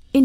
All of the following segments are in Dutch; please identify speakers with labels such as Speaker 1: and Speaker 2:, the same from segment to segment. Speaker 1: verscheen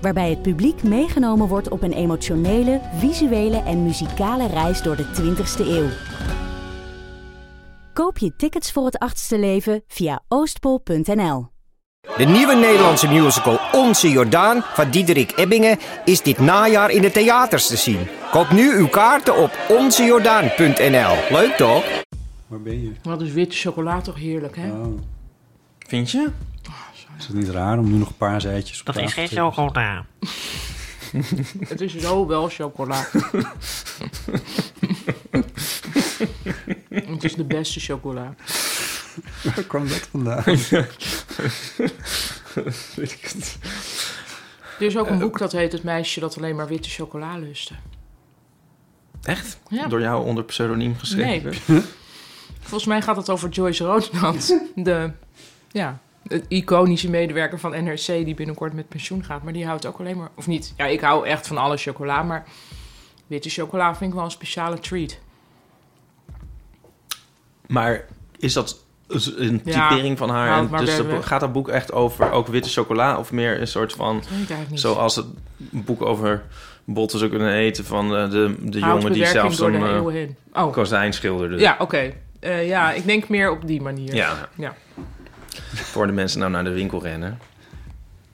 Speaker 1: Waarbij het publiek meegenomen wordt op een emotionele, visuele en muzikale reis door de 20ste eeuw. Koop je tickets voor het achtste leven via oostpol.nl.
Speaker 2: De nieuwe Nederlandse musical Onze Jordaan van Diederik Ebbingen is dit najaar in de theaters te zien. Koop nu uw kaarten op onzejordaan.nl. Leuk toch?
Speaker 3: Waar ben je?
Speaker 4: Wat is witte chocola toch heerlijk, hè?
Speaker 3: Oh,
Speaker 5: Vind je?
Speaker 3: is het niet raar om nu nog een paar zijtjes op
Speaker 6: Dat
Speaker 3: tafel
Speaker 6: is
Speaker 3: te
Speaker 6: geen
Speaker 3: zetten?
Speaker 6: chocola.
Speaker 4: Het is zo wel chocola. Het is de beste chocola.
Speaker 3: Waar kwam dat vandaan?
Speaker 4: Er is ook een boek dat heet Het meisje dat alleen maar witte chocola lustte.
Speaker 5: Echt?
Speaker 4: Ja.
Speaker 5: Door jou onder pseudoniem geschreven?
Speaker 4: Volgens mij gaat het over Joyce Roodmans. De ja, het iconische medewerker van NRC die binnenkort met pensioen gaat. Maar die houdt ook alleen maar... Of niet, ja, ik hou echt van alle chocola. Maar witte chocola vind ik wel een speciale treat.
Speaker 5: Maar is dat z- een
Speaker 4: Ja,
Speaker 5: typering van haar?
Speaker 4: hou
Speaker 5: En
Speaker 4: het maar
Speaker 5: dus
Speaker 4: bij
Speaker 5: dat-
Speaker 4: weg.
Speaker 5: gaat dat boek echt over ook witte chocola? Of meer een soort van...
Speaker 4: Dat weet ik eigenlijk niet.
Speaker 5: Zoals het boek over botten zou kunnen eten van eh, de, de jongen die
Speaker 4: Houtbewerking
Speaker 5: zelfs
Speaker 4: door
Speaker 5: een
Speaker 4: de
Speaker 5: eh,
Speaker 4: eeuwen heen. Oh,
Speaker 5: kozijn schilderde.
Speaker 4: ja, oké. Eh, ja, ik denk meer op die manier.
Speaker 5: Ja.
Speaker 4: Ja.
Speaker 5: Voor de mensen nou naar de winkel rennen.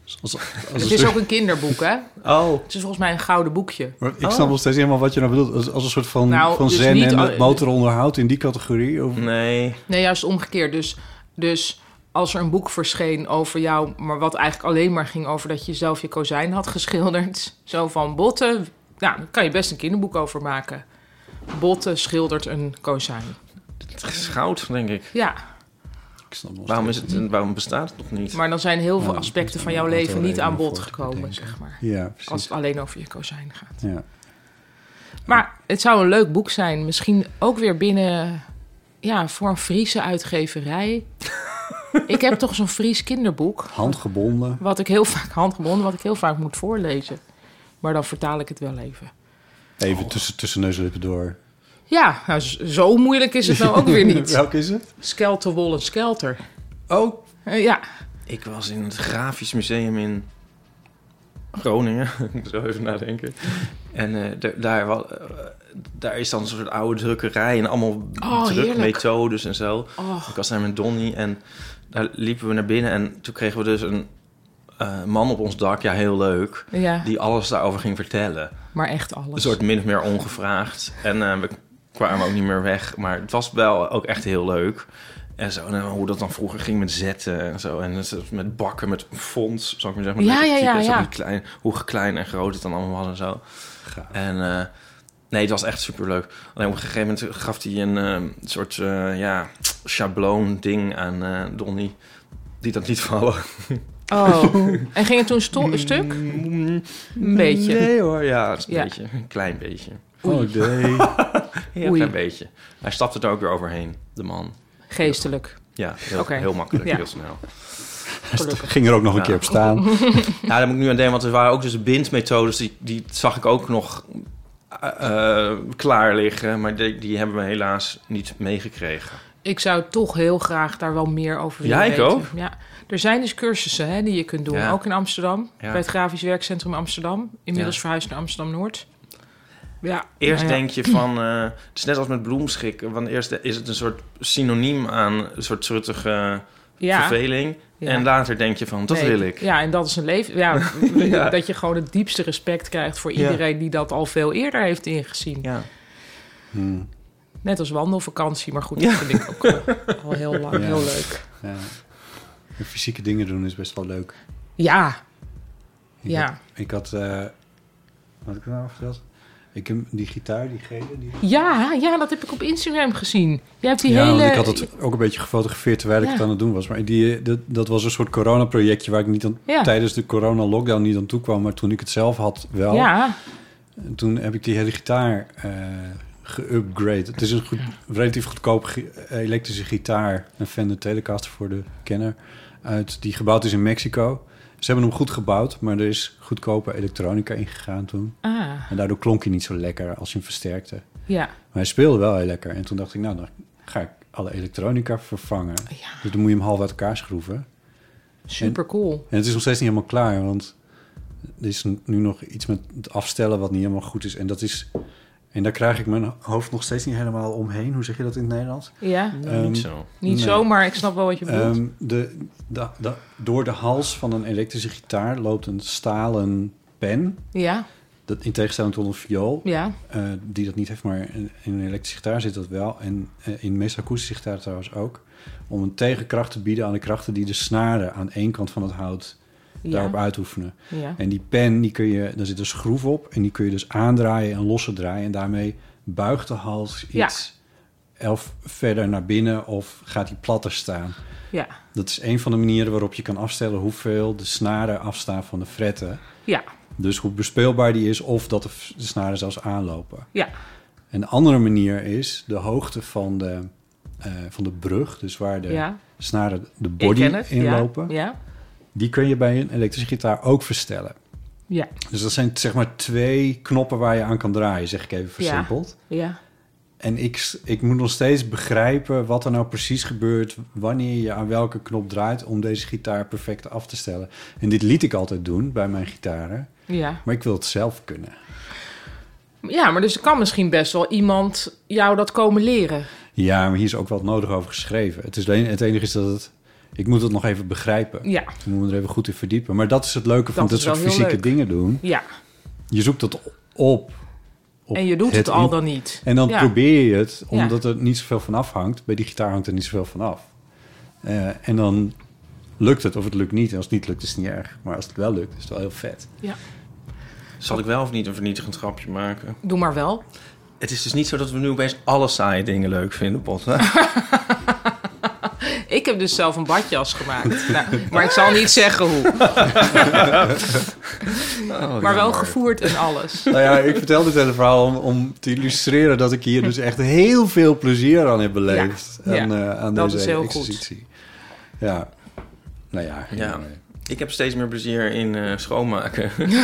Speaker 3: Als, als een
Speaker 4: Het is
Speaker 3: soort-
Speaker 4: ook een kinderboek, hè?
Speaker 5: Oh.
Speaker 4: Het is volgens mij een gouden boekje.
Speaker 3: maar ik snap nog steeds helemaal wat je nou bedoelt. Als, als een soort van,
Speaker 4: Oh. Nou,
Speaker 3: van
Speaker 4: dus
Speaker 3: zen
Speaker 4: niet
Speaker 3: en
Speaker 4: al-
Speaker 3: met motoronderhoud in die categorie. Of,
Speaker 5: Nee.
Speaker 4: Nee, juist omgekeerd. Dus, dus als er een boek verscheen over jou, maar wat eigenlijk alleen maar ging over dat je zelf je kozijn had geschilderd. Zo van botten. Nou, daar kan je best een kinderboek over maken. Botten schildert een kozijn.
Speaker 5: Het is goud, denk ik.
Speaker 4: Ja,
Speaker 3: ik snap nog
Speaker 5: Waarom, is
Speaker 3: steeds-
Speaker 5: het, en waarom bestaat het nog niet?
Speaker 4: maar dan zijn heel veel
Speaker 3: Ja,
Speaker 4: aspecten
Speaker 3: dat
Speaker 4: van
Speaker 3: is
Speaker 4: jouw
Speaker 3: een aantal
Speaker 4: leven niet aan
Speaker 3: redenen
Speaker 4: bod
Speaker 3: voor te
Speaker 4: gekomen,
Speaker 3: bedenken.
Speaker 4: zeg maar.
Speaker 3: Ja,
Speaker 4: Als
Speaker 3: precies.
Speaker 4: het alleen over je kozijn gaat.
Speaker 3: Ja.
Speaker 4: Maar het zou een leuk boek zijn. Misschien ook weer binnen... Ja, voor een Friese uitgeverij. ik heb toch zo'n Fries kinderboek.
Speaker 3: Handgebonden.
Speaker 4: Wat ik heel vaak handgebonden, wat ik heel vaak moet voorlezen. Maar dan vertaal ik het wel even.
Speaker 3: Even tussen, tussen neus en lippen door.
Speaker 4: Ja, nou, z- zo moeilijk is het nou ook weer niet.
Speaker 3: Welk is het?
Speaker 4: Skelterwol en skelter.
Speaker 3: Oh,
Speaker 4: Eh, ja,
Speaker 5: Ik was in het Grafisch Museum in Groningen. Ik moet zo even nadenken. En eh, d- daar, wa- eh, daar is dan een soort oude drukkerij en allemaal
Speaker 4: Oh,
Speaker 5: drukmethodes en zo.
Speaker 4: Och.
Speaker 5: Ik was daar met Donnie en daar liepen we naar binnen. En toen kregen we dus een eh, man op ons dak, ja heel leuk,
Speaker 4: ja.
Speaker 5: die alles daarover ging vertellen.
Speaker 4: maar echt alles.
Speaker 5: Een soort min of meer ongevraagd. En eh, we kwamen ook niet meer weg. Maar het was wel ook echt heel leuk. En zo, en eh, hoe dat dan vroeger ging met zetten en zo. En het- het met bakken, met fonds, zou ik maar zeggen. Met
Speaker 4: Ja, ja, ja,
Speaker 5: elektriek en zo,
Speaker 4: ja.
Speaker 5: die Klein, hoe klein en groot het dan allemaal was en zo. En eh, nee, het was echt superleuk. Alleen op een gegeven moment gaf hij een eh, soort eh, ja, schabloon ding aan eh Donnie. Die dat niet vallen.
Speaker 4: Oh. En ging het toen sto- een stuk? Een beetje.
Speaker 5: Nee hoor, ja, het is een
Speaker 4: Ja.
Speaker 5: beetje. Een klein beetje.
Speaker 3: oh nee.
Speaker 5: Heel
Speaker 4: Oei.
Speaker 5: klein beetje. Hij stapte er ook weer overheen, de man.
Speaker 4: Geestelijk.
Speaker 5: Ja, heel,
Speaker 4: Oké.
Speaker 5: heel makkelijk,
Speaker 4: Ja.
Speaker 5: heel snel.
Speaker 4: Gelukkig.
Speaker 3: Ging er ook nog een
Speaker 5: Ja.
Speaker 3: keer op staan.
Speaker 5: Ja, daar moet ik nu aan denken, want er waren ook dus bindmethodes... die, die zag ik ook nog eh, eh, klaar liggen... maar die, die hebben we helaas niet meegekregen.
Speaker 4: Ik zou toch heel graag daar wel meer over willen
Speaker 5: Ja, ik
Speaker 4: weten.
Speaker 5: ook.
Speaker 4: Ja. Er zijn dus cursussen hè, die je kunt doen.
Speaker 5: Ja.
Speaker 4: Ook in Amsterdam.
Speaker 5: Ja.
Speaker 4: Bij het Grafisch Werkcentrum Amsterdam. Inmiddels
Speaker 5: Ja.
Speaker 4: verhuisd naar Amsterdam-Noord. Ja.
Speaker 5: Eerst
Speaker 4: nou ja.
Speaker 5: denk je van... eh, het is net als met bloemschikken... want eerst is het een soort synoniem aan een soort truttige
Speaker 4: Ja.
Speaker 5: verveling...
Speaker 4: Ja.
Speaker 5: en later denk je van, dat
Speaker 4: Nee,
Speaker 5: wil ik.
Speaker 4: Ja, en dat is een leven. Ja, Dat je gewoon het diepste respect krijgt voor
Speaker 5: Ja.
Speaker 4: iedereen die dat al veel eerder heeft ingezien.
Speaker 5: Ja.
Speaker 3: Hmm.
Speaker 4: Net als wandelvakantie, maar goed,
Speaker 5: Ja.
Speaker 4: dat vind ik ook al, al heel lang,
Speaker 3: Ja.
Speaker 4: heel leuk.
Speaker 3: Ja. En Fysieke dingen doen is best wel leuk.
Speaker 4: Ja,
Speaker 3: Ik
Speaker 4: Ja.
Speaker 3: had- ik had... eh, wat had ik nou verteld? Ik heb die gitaar, die gele... Die...
Speaker 4: ja, ja, dat heb ik op Instagram gezien. Jij hebt die
Speaker 3: ja,
Speaker 4: hele.
Speaker 3: want ik had het ook een beetje gefotografeerd terwijl ik
Speaker 4: Ja.
Speaker 3: het aan het doen was. Maar die, eh, dat, dat was een soort coronaprojectje waar ik niet aan,
Speaker 4: Ja.
Speaker 3: tijdens de corona-lockdown niet aan toe kwam. Maar toen ik het zelf had wel.
Speaker 4: Ja,
Speaker 3: En toen heb ik die hele gitaar eh geüpgrade. Het is een goed, relatief goedkoop gi- elektrische gitaar. Een Fender Telecaster voor de kenner. Uit, die gebouwd is in Mexico. Ze hebben hem goed gebouwd, maar er is goedkope elektronica ingegaan toen.
Speaker 4: Ah,
Speaker 3: En daardoor klonk hij niet zo lekker als je hem versterkte.
Speaker 4: ja.
Speaker 3: Maar hij speelde wel heel lekker. En toen dacht ik, nou, dan ga ik alle elektronica vervangen.
Speaker 4: Ja.
Speaker 3: Dus dan moet je hem half uit elkaar schroeven.
Speaker 4: Super cool.
Speaker 3: En het is nog steeds niet helemaal klaar, want er is nu nog iets met het afstellen wat niet helemaal goed is. En dat is. En daar krijg ik mijn hoofd nog steeds niet helemaal omheen. Hoe zeg je dat in het Nederlands?
Speaker 4: Ja,
Speaker 3: Ehm,
Speaker 5: niet zo.
Speaker 4: niet
Speaker 3: nee.
Speaker 4: zo, maar ik snap wel wat je bedoelt.
Speaker 3: Ehm, de, da- da- door de hals van een elektrische gitaar loopt een stalen pen.
Speaker 4: ja,
Speaker 3: Dat in tegenstelling tot een viool,
Speaker 4: ja.
Speaker 3: eh, die dat niet heeft, maar in in een elektrische gitaar zit dat wel. En eh, in de meeste akoestische gitaar trouwens ook. Om een tegenkracht te bieden aan de krachten die de snaren aan één kant van het hout daarop
Speaker 4: Ja,
Speaker 3: uitoefenen.
Speaker 4: ja.
Speaker 3: En die pen, die kun je, daar zit een schroef op. En die kun je dus aandraaien en losser draaien. En daarmee buigt de hals
Speaker 4: Ja.
Speaker 3: iets elf verder naar binnen of gaat die platter staan.
Speaker 4: ja.
Speaker 3: Dat is een van de manieren waarop je kan afstellen hoeveel de snaren afstaan van de fretten.
Speaker 4: ja.
Speaker 3: Dus hoe bespeelbaar die is of dat de, f- de snaren zelfs aanlopen.
Speaker 4: Ja.
Speaker 3: Een andere manier is de hoogte van de, eh, van de brug. Dus waar de
Speaker 4: Ja.
Speaker 3: snaren de
Speaker 4: Ik
Speaker 3: body
Speaker 4: ken het.
Speaker 3: in
Speaker 4: ja.
Speaker 3: lopen.
Speaker 4: Ja.
Speaker 3: Die kun je bij een elektrische gitaar ook verstellen.
Speaker 4: Ja.
Speaker 3: Dus dat zijn zeg maar twee knoppen waar je aan kan draaien, zeg ik even versimpeld.
Speaker 4: ja.
Speaker 3: En ik, ik moet nog steeds begrijpen wat er nou precies gebeurt wanneer je aan welke knop draait om deze gitaar perfect af te stellen. En dit liet ik altijd doen bij mijn gitaren,
Speaker 4: Ja.
Speaker 3: maar ik wil het zelf kunnen.
Speaker 4: Ja, maar dus er kan misschien best wel iemand jou dat komen leren.
Speaker 3: Ja, maar hier is ook wat nodig over geschreven. Het, is alleen, het enige is dat het, ik moet het nog even begrijpen.
Speaker 4: Ja,
Speaker 3: Ik moet me er even goed in verdiepen. Maar dat is het leuke van
Speaker 4: Dat
Speaker 3: dit
Speaker 4: is wel
Speaker 3: soort
Speaker 4: heel
Speaker 3: fysieke
Speaker 4: leuk.
Speaker 3: dingen doen.
Speaker 4: ja.
Speaker 3: Je zoekt dat op. op
Speaker 4: En je doet het, al
Speaker 3: in-
Speaker 4: dan niet.
Speaker 3: En dan
Speaker 4: ja.
Speaker 3: probeer je het,
Speaker 4: Ja.
Speaker 3: omdat er niet zoveel van afhangt. Bij die gitaar hangt er niet zoveel van af. Eh, en dan lukt het of het lukt niet. En als het niet lukt, is het niet erg. Maar als het wel lukt, is het wel heel vet.
Speaker 5: Zal ik wel of niet een vernietigend grapje maken?
Speaker 4: Doe maar wel.
Speaker 5: Het is dus niet zo dat we nu opeens alle saaie dingen leuk vinden, Botte.
Speaker 4: Ik heb dus zelf een badjas gemaakt. Nou, maar ik zal niet zeggen hoe.
Speaker 3: Oh,
Speaker 5: Oh,
Speaker 4: Maar wel gevoerd en alles.
Speaker 3: Nou ja, ik vertel dit hele verhaal om, om te illustreren dat ik hier dus echt heel veel plezier aan heb beleefd.
Speaker 4: Ja,
Speaker 3: Aan, eh, aan
Speaker 4: dat
Speaker 3: deze
Speaker 4: is heel goed.
Speaker 3: exercitie. Ja. Nou ja.
Speaker 5: Ja.
Speaker 3: anyway.
Speaker 5: Ik heb steeds meer plezier in eh, schoonmaken,
Speaker 4: Oh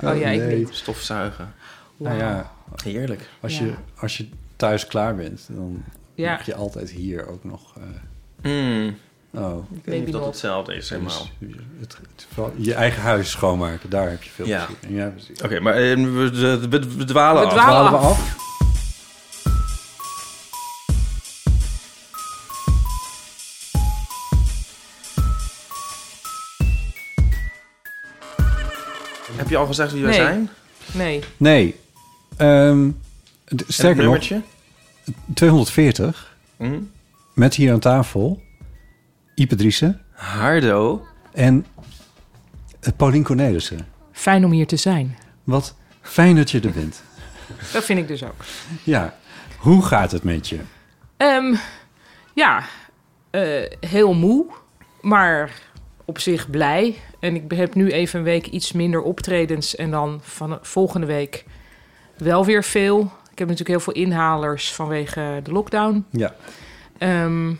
Speaker 4: ja, ik
Speaker 3: Nee.
Speaker 4: niet.
Speaker 5: stofzuigen.
Speaker 3: Nou ja,
Speaker 5: Heerlijk.
Speaker 3: als,
Speaker 4: Ja.
Speaker 3: Je, als je thuis klaar bent, dan
Speaker 4: Ja.
Speaker 3: mag je altijd hier ook nog... eh,
Speaker 5: Mm,
Speaker 3: oh,
Speaker 5: ik weet niet
Speaker 4: Baby
Speaker 5: of dat
Speaker 4: Bob.
Speaker 5: hetzelfde is helemaal.
Speaker 3: Dus het- het- vooral je eigen huis schoonmaken, daar heb je veel
Speaker 5: Ja.
Speaker 3: plezier in. Ja, precies.
Speaker 5: Oké, maar eh, we, we, we- we dwalen
Speaker 4: We
Speaker 5: af.
Speaker 4: dwalen-
Speaker 3: Halen we
Speaker 4: af.
Speaker 3: af?
Speaker 5: Heb je al gezegd wie wij
Speaker 4: Nee.
Speaker 5: zijn? En
Speaker 4: Nee.
Speaker 3: Nee. Ehm, d-
Speaker 5: het
Speaker 3: sterker nog,
Speaker 5: nummertje?
Speaker 3: 240
Speaker 4: Mhm.
Speaker 5: Hm?
Speaker 3: met hier aan tafel Ipe Driessen
Speaker 5: Hardo.
Speaker 3: en eh, Paulien Cornelissen.
Speaker 4: Fijn om hier te zijn.
Speaker 3: Wat fijn dat je er bent.
Speaker 4: Dat vind ik dus ook.
Speaker 3: Ja, hoe gaat het met je?
Speaker 4: Ehm, ja, eh, heel moe, maar op zich blij. En ik heb nu even een week iets minder optredens en dan van volgende week wel weer veel. Ik heb natuurlijk heel veel inhalers vanwege de lockdown.
Speaker 3: Ja,
Speaker 4: Ehm,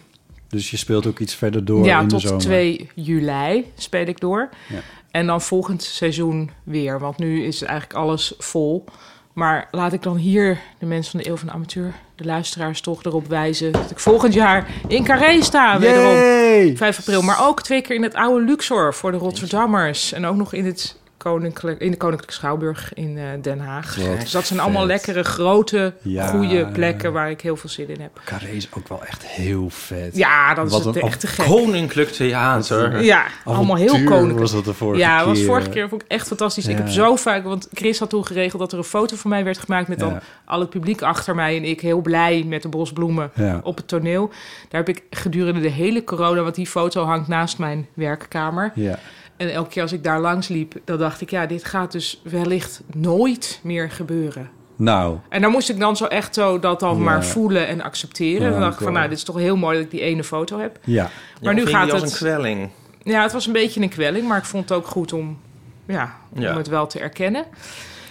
Speaker 3: dus je speelt ook iets verder door
Speaker 4: ja,
Speaker 3: in de
Speaker 4: tot
Speaker 3: zomer.
Speaker 4: 2 juli speel ik door.
Speaker 3: Ja.
Speaker 4: En dan volgend seizoen weer, want nu is eigenlijk alles vol. Maar laat ik dan hier de mensen van de Eeuw van de Amateur, de luisteraars, toch erop wijzen... dat ik volgend jaar in Carré sta, wederom.
Speaker 3: Yay!
Speaker 4: 5 april, maar ook twee keer in het oude Luxor voor de Rotterdammers. En ook nog in, het koninklijk, in de Koninklijke Schouwburg in eh, Den Haag.
Speaker 3: Wat
Speaker 4: dus dat zijn allemaal
Speaker 3: vet.
Speaker 4: lekkere, grote,
Speaker 3: Ja.
Speaker 4: goede plekken waar ik heel veel zin in heb.
Speaker 3: Carré is ook wel echt heel vet.
Speaker 4: Ja, dat is
Speaker 3: Wat
Speaker 4: het
Speaker 3: een
Speaker 4: echt te gek.
Speaker 5: Koninklijk Theater.
Speaker 4: Ja, allemaal heel
Speaker 3: Avontuur
Speaker 4: koninklijk.
Speaker 3: was dat de vorige
Speaker 4: ja,
Speaker 3: keer.
Speaker 4: was vorige keer vond ik echt fantastisch. Ik
Speaker 3: Ja.
Speaker 4: heb zo vaak, want Chris had toen geregeld dat er een foto van mij werd gemaakt met
Speaker 3: Ja.
Speaker 4: dan al het publiek achter mij en ik heel blij met de bosbloemen
Speaker 3: Ja.
Speaker 4: op het toneel. Daar heb ik gedurende de hele corona, want die foto hangt naast mijn werkkamer.
Speaker 3: Ja.
Speaker 4: En elke keer als ik daar langs liep, dan dacht ik, ja, dit gaat dus wellicht nooit meer gebeuren.
Speaker 3: Nou,
Speaker 4: En daar moest ik dan zo echt zo dat dan
Speaker 3: Ja.
Speaker 4: maar voelen en accepteren.
Speaker 3: Ja,
Speaker 4: dan dacht ik van,
Speaker 3: cool.
Speaker 4: nou, dit is toch heel mooi dat ik die ene foto heb.
Speaker 3: ja.
Speaker 4: Maar nu gaat
Speaker 5: als
Speaker 4: het-
Speaker 5: een kwelling.
Speaker 4: Ja, het was een beetje een kwelling, maar ik vond het ook goed om, ja, om
Speaker 5: Ja.
Speaker 4: het wel te erkennen.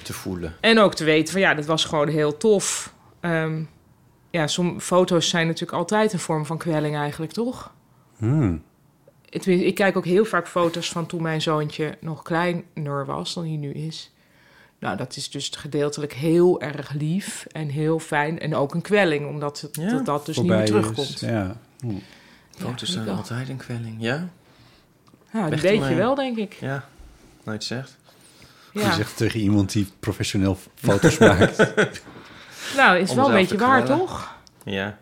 Speaker 5: te voelen.
Speaker 4: En ook te weten van ja, dat was gewoon heel tof. Ehm, ja, sommige foto's zijn natuurlijk altijd een vorm van kwelling eigenlijk, toch?
Speaker 3: Hmm.
Speaker 4: Het- Ik kijk ook heel vaak foto's van toen mijn zoontje nog kleiner was dan hij nu is. Nou, dat is dus gedeeltelijk heel erg lief en heel fijn. En ook een kwelling, omdat het,
Speaker 5: Ja,
Speaker 4: dat, dat dus
Speaker 3: Voorbij
Speaker 4: niet meer terugkomt.
Speaker 3: Is, ja.
Speaker 5: Foto's
Speaker 4: Ja,
Speaker 5: zijn
Speaker 4: wel.
Speaker 5: altijd een kwelling, ja?
Speaker 4: Ja, dat
Speaker 5: Weg
Speaker 4: Nou,
Speaker 5: te
Speaker 4: weet je
Speaker 5: maken.
Speaker 4: wel, denk ik.
Speaker 5: Ja, nooit zegt.
Speaker 3: Je
Speaker 4: Ja.
Speaker 3: zegt tegen iemand die professioneel foto's maakt.
Speaker 4: Nou, is
Speaker 5: Om
Speaker 4: wel een
Speaker 5: zelf
Speaker 4: beetje
Speaker 5: te
Speaker 4: waar,
Speaker 5: knallen.
Speaker 4: toch?
Speaker 5: Ja,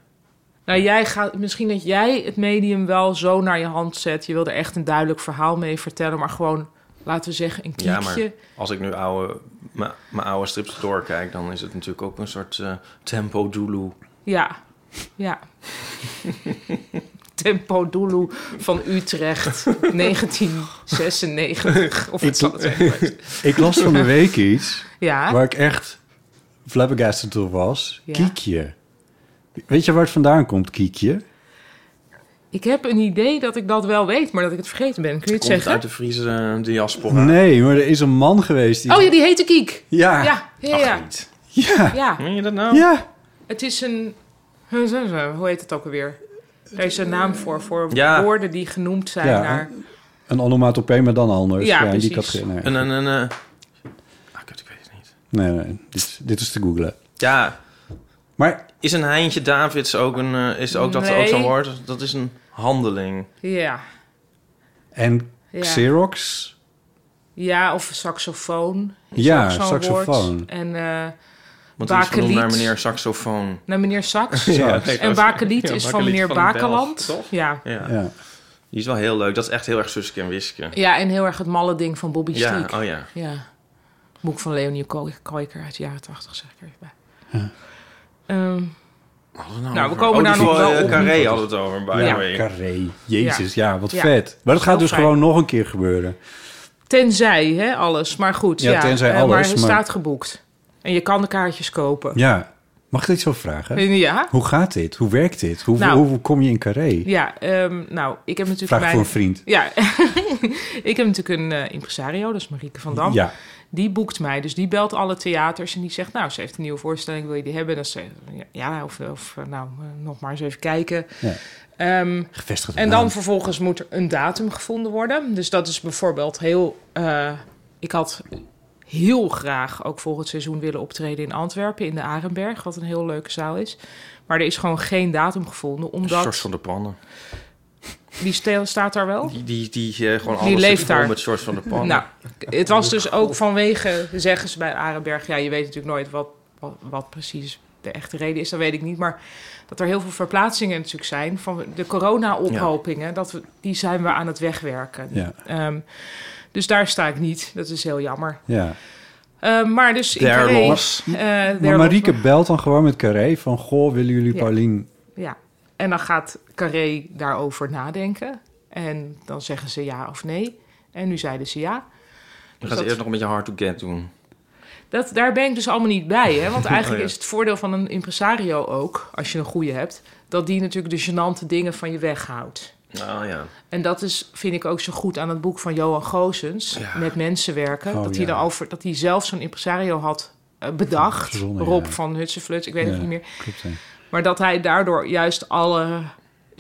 Speaker 4: Nou, jij gaat, misschien dat jij het medium wel zo naar je hand zet. Je wil er echt een duidelijk verhaal mee vertellen, maar gewoon, laten we zeggen, een
Speaker 5: Ja, maar-
Speaker 4: kiekje.
Speaker 5: als ik nu oude, mijn mijn oude strips doorkijk, dan is het natuurlijk ook een soort eh, tempo doeloe.
Speaker 4: Ja, ja. Tempo Doulu van Utrecht, 1996. Of
Speaker 3: Ik-
Speaker 4: iets anders. zijn.
Speaker 3: ik las van de week iets
Speaker 4: Ja,
Speaker 3: waar ik echt flabbergasted door was.
Speaker 4: Ja.
Speaker 3: Kiekje. Weet je waar het vandaan komt, kiekje?
Speaker 4: ik heb een idee dat ik dat wel weet, maar dat ik het vergeten ben. Kun je het
Speaker 5: Komt het
Speaker 4: zeggen? Oh
Speaker 5: uit de Friese eh, diaspora?
Speaker 3: Nee, maar er is een man geweest die...
Speaker 4: Oh ja, die heette Kiek.
Speaker 3: Ja.
Speaker 4: Ja, ja,
Speaker 5: Ah, Ach,
Speaker 4: ja.
Speaker 5: niet.
Speaker 3: Ja.
Speaker 4: ja.
Speaker 5: Meen je dat nou?
Speaker 3: Ja.
Speaker 4: Het is een... Hoe heet het ook alweer? Daar is een naam voor, voor
Speaker 5: Ja.
Speaker 4: woorden die genoemd zijn
Speaker 3: Ja.
Speaker 4: naar...
Speaker 3: Een onomatopee, maar dan anders.
Speaker 4: Ja,
Speaker 3: Ja, in die
Speaker 4: precies.
Speaker 3: categorie. Nee.
Speaker 5: Een, een, een, eh, ah, kut, ik weet het niet.
Speaker 3: Nee, nee, dit, is- dit is te googlen.
Speaker 5: Ja,
Speaker 3: Maar
Speaker 5: is een Heintje Davids ook, een, eh, is ook, dat ook
Speaker 4: Nee.
Speaker 5: zo'n woord? Dat is een handeling.
Speaker 4: Ja,
Speaker 3: en
Speaker 4: ja.
Speaker 3: Xerox?
Speaker 4: Ja, of saxofoon. is
Speaker 3: Ja,
Speaker 4: ook zo'n
Speaker 3: saxofoon.
Speaker 4: woord. En eh,
Speaker 5: Want die is genoemd naar
Speaker 4: Bakeliet.
Speaker 5: meneer Saxofoon.
Speaker 4: naar meneer Sax.
Speaker 3: Ja.
Speaker 4: En Bakeliet is van meneer Bakeland.
Speaker 5: toch?
Speaker 4: ja.
Speaker 5: Ja.
Speaker 3: Ja.
Speaker 5: die is wel heel leuk. Dat is echt heel erg Suske en Wiske.
Speaker 4: ja, en heel erg het malle ding van Bobby
Speaker 5: Ja,
Speaker 4: Steek.
Speaker 5: oh ja.
Speaker 4: Ja. Boek van Leonie Ko- Koiker uit de jaren 80, zeg ik er even bij. Ehm, Nou, we komen
Speaker 5: oh,
Speaker 4: daar
Speaker 5: die
Speaker 4: nog
Speaker 5: van,
Speaker 4: wel
Speaker 5: eh,
Speaker 4: op.
Speaker 5: Carré had het over, by the
Speaker 4: Ja.
Speaker 5: way.
Speaker 3: Carré. Jezus, ja, wat
Speaker 4: Ja.
Speaker 3: vet. Maar dat gaat
Speaker 4: Heel
Speaker 3: dus
Speaker 4: fijn.
Speaker 3: gewoon nog een keer gebeuren.
Speaker 4: Tenzij, hè, alles. Maar goed, ja.
Speaker 3: Ja, tenzij
Speaker 4: eh, maar
Speaker 3: alles,
Speaker 4: hij
Speaker 3: maar-
Speaker 4: staat geboekt. En je kan de kaartjes kopen.
Speaker 3: Ja. Mag ik dit zo vragen?
Speaker 4: Ja?
Speaker 3: Hoe gaat dit? Hoe werkt dit? Hoe,
Speaker 4: Nou.
Speaker 3: hoe, hoe kom je in Carré?
Speaker 4: Ja, ehm, nou, ik heb
Speaker 3: Vraag
Speaker 4: natuurlijk mijn...
Speaker 3: voor een vriend.
Speaker 4: Ja, ik heb natuurlijk een eh, impresario, dat is Marieke van Dam.
Speaker 3: Ja.
Speaker 4: Die boekt mij, dus die belt alle theaters en die zegt... nou, ze heeft een nieuwe voorstelling, wil je die hebben? Dan zegt ze, ja, of, of eh, nou, eh, nog maar eens even kijken.
Speaker 3: Ja.
Speaker 4: Ehm,
Speaker 3: Gevestigd.
Speaker 4: en dan vervolgens moet er een datum gevonden worden. Dus dat is bijvoorbeeld heel... eh, ik had heel graag ook volgend seizoen willen optreden in Antwerpen... in de Arenberg, wat een heel leuke zaal is. Maar er is gewoon geen datum gevonden,
Speaker 5: Sjors
Speaker 4: omdat...
Speaker 5: van de Pannen.
Speaker 4: Die stel staat daar wel.
Speaker 5: Die, die, die eh, gewoon
Speaker 4: Die
Speaker 5: alles
Speaker 4: leeft
Speaker 5: zit vol
Speaker 4: daar.
Speaker 5: met Sjors van de Pannen.
Speaker 4: Nou, het was dus ook vanwege, zeggen ze bij Arenberg, ja, je weet natuurlijk nooit wat, wat, wat precies de echte reden is, dat weet ik niet. Maar dat er heel veel verplaatsingen natuurlijk zijn van de corona-ophopingen, dat we, die zijn we aan het wegwerken.
Speaker 3: Ja.
Speaker 4: Ehm, dus daar sta ik niet, dat is heel jammer.
Speaker 3: Ja.
Speaker 4: Ehm, maar dus in
Speaker 5: Daar
Speaker 4: Carré,
Speaker 5: los.
Speaker 4: eh,
Speaker 3: Maar
Speaker 4: daar
Speaker 3: Marieke
Speaker 4: los.
Speaker 3: belt dan gewoon met Carré van... Goh, willen jullie
Speaker 4: Ja.
Speaker 3: Paulien...
Speaker 4: Ja, en dan gaat Carré daarover nadenken. En dan zeggen ze ja of nee. En nu zeiden ze ja.
Speaker 5: Dan gaat ze
Speaker 4: dat-
Speaker 5: eerst nog een beetje hard to get doen.
Speaker 4: Dat, daar ben ik dus allemaal niet bij. Hè? Want eigenlijk
Speaker 5: Oh, ja.
Speaker 4: is het voordeel van een impresario ook, als je een goede hebt, dat die natuurlijk de gênante dingen van je weghoudt.
Speaker 5: Nou ja.
Speaker 4: En dat is, vind ik ook zo goed aan het boek van Johan Goosens,
Speaker 5: Ja.
Speaker 4: met mensen werken.
Speaker 3: Oh,
Speaker 4: dat, hij
Speaker 3: ja.
Speaker 4: dan over, dat hij zelf zo'n impresario had eh, bedacht.
Speaker 3: Verzonnen,
Speaker 4: Rob
Speaker 3: ja.
Speaker 4: van Hutsenfluts, ik weet
Speaker 3: Ja.
Speaker 4: het niet meer.
Speaker 3: Klopt, hè.
Speaker 4: Maar dat hij daardoor juist alle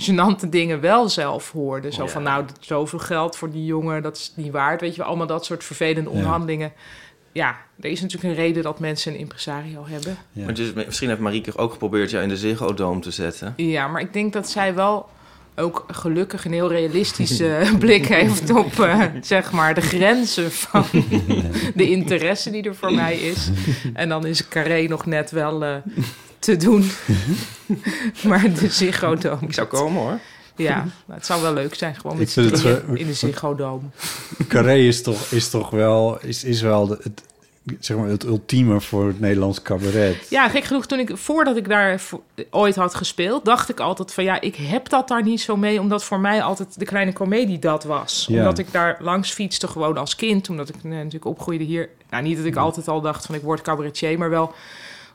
Speaker 4: gênante dingen wel zelf hoorde. Zo
Speaker 5: Ja.
Speaker 4: van, nou, dat- zoveel geld voor die jongen, dat is niet waard. Weet je wel, allemaal dat soort vervelende
Speaker 3: Ja.
Speaker 4: onderhandelingen. Ja, er is natuurlijk een reden dat mensen een impresario hebben.
Speaker 3: Ja.
Speaker 5: Maar dus, misschien heeft Marieke ook geprobeerd jou in de Ziggo Dome te zetten.
Speaker 4: Ja, maar ik denk dat zij wel ook gelukkig een heel realistische eh, blik heeft op, eh, zeg maar, de grenzen van de interesse die er voor mij is. En dan is Carré nog net wel eh, te doen. maar de Ziggo Dome.
Speaker 5: Ik zou komen hoor.
Speaker 4: Ja, nou, het zou wel leuk zijn, gewoon met
Speaker 3: Ik
Speaker 4: z'n
Speaker 3: vind het eh,
Speaker 4: drieën
Speaker 3: wel-
Speaker 4: in de Ziggo Dome.
Speaker 3: Carré is toch, is toch wel... Is, is wel de- het, zeg maar, het ultieme voor het Nederlands cabaret.
Speaker 4: Ja, gek genoeg, toen ik, voordat ik daar vo- ooit had gespeeld, dacht ik altijd van ja, ik heb dat daar niet zo mee, omdat voor mij altijd de kleine komedie dat was.
Speaker 3: Ja.
Speaker 4: Omdat ik daar langs fietste gewoon als kind, omdat ik eh, natuurlijk opgroeide hier. Nou, niet dat ik altijd al dacht van ik word cabaretier, maar wel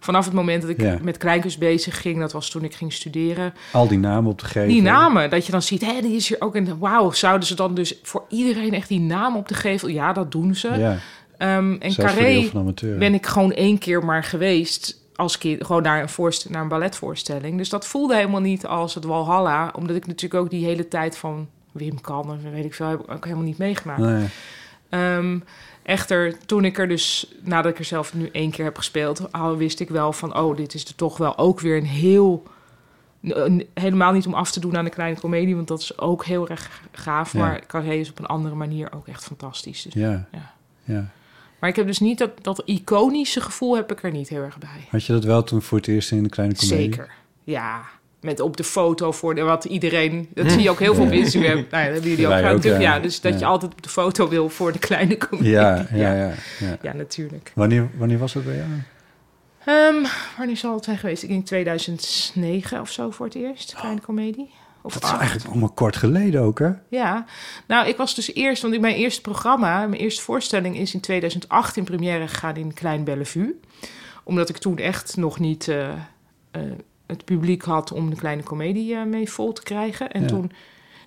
Speaker 4: vanaf het moment dat ik
Speaker 3: Ja.
Speaker 4: met kleinkunst bezig ging, dat was toen ik ging studeren,
Speaker 3: Al die namen op te geven.
Speaker 4: Die namen, dat je dan ziet, hé, die is hier ook. En wauw, zouden ze dan dus voor iedereen echt die naam op de gevel? Ja, dat doen ze.
Speaker 3: Ja.
Speaker 4: Ehm, en
Speaker 3: Zelfs voor de heel
Speaker 4: Carré
Speaker 3: van amateur.
Speaker 4: ben ik gewoon één keer maar geweest als kind, gewoon naar een, voorst- naar een balletvoorstelling. Dus dat voelde helemaal niet als het Walhalla, omdat ik natuurlijk ook die hele tijd van Wim Kan en weet ik veel, heb ik ook helemaal niet meegemaakt.
Speaker 3: Nee.
Speaker 4: Ehm, echter, toen ik er dus, nadat ik er zelf nu één keer heb gespeeld, al wist ik wel van, oh, dit is er toch wel ook weer een heel, een- helemaal niet om af te doen aan de kleine komedie, want dat is ook heel erg gaaf.
Speaker 3: Ja.
Speaker 4: Maar Carré is op een andere manier ook echt fantastisch. Dus.
Speaker 3: Ja.
Speaker 4: Ja.
Speaker 3: ja.
Speaker 4: Maar ik heb dus niet dat, dat iconische gevoel heb ik er niet heel erg bij.
Speaker 3: Had je dat wel toen voor het eerst in de kleine comedie?
Speaker 4: Zeker, ja. Met op de foto voor de, wat iedereen... Dat zie je ook heel veel op Instagram. Nou, ja, dat hebben jullie ook,
Speaker 3: Hm. Wij
Speaker 4: gedaan
Speaker 3: ook,
Speaker 4: natuurlijk.
Speaker 3: ja.
Speaker 4: ja. Dus dat
Speaker 3: Ja.
Speaker 4: je altijd op de foto wil voor de kleine komedie.
Speaker 3: Ja, ja, ja. ja.
Speaker 4: ja natuurlijk.
Speaker 3: Wanneer, wanneer was dat bij jou?
Speaker 4: Ehm, wanneer zal het zijn geweest? Ik denk 2009 of zo voor het eerst, kleine komedie. Of
Speaker 3: Oh, Dat is
Speaker 4: acht.
Speaker 3: eigenlijk allemaal kort geleden ook, hè?
Speaker 4: Ja, nou ik was dus eerst, want mijn eerste programma, mijn eerste voorstelling is in 2008 in première gegaan in Klein Bellevue. Omdat ik toen echt nog niet eh, eh, het publiek had om de kleine komedie eh, mee vol te krijgen. En
Speaker 3: Ja.
Speaker 4: toen,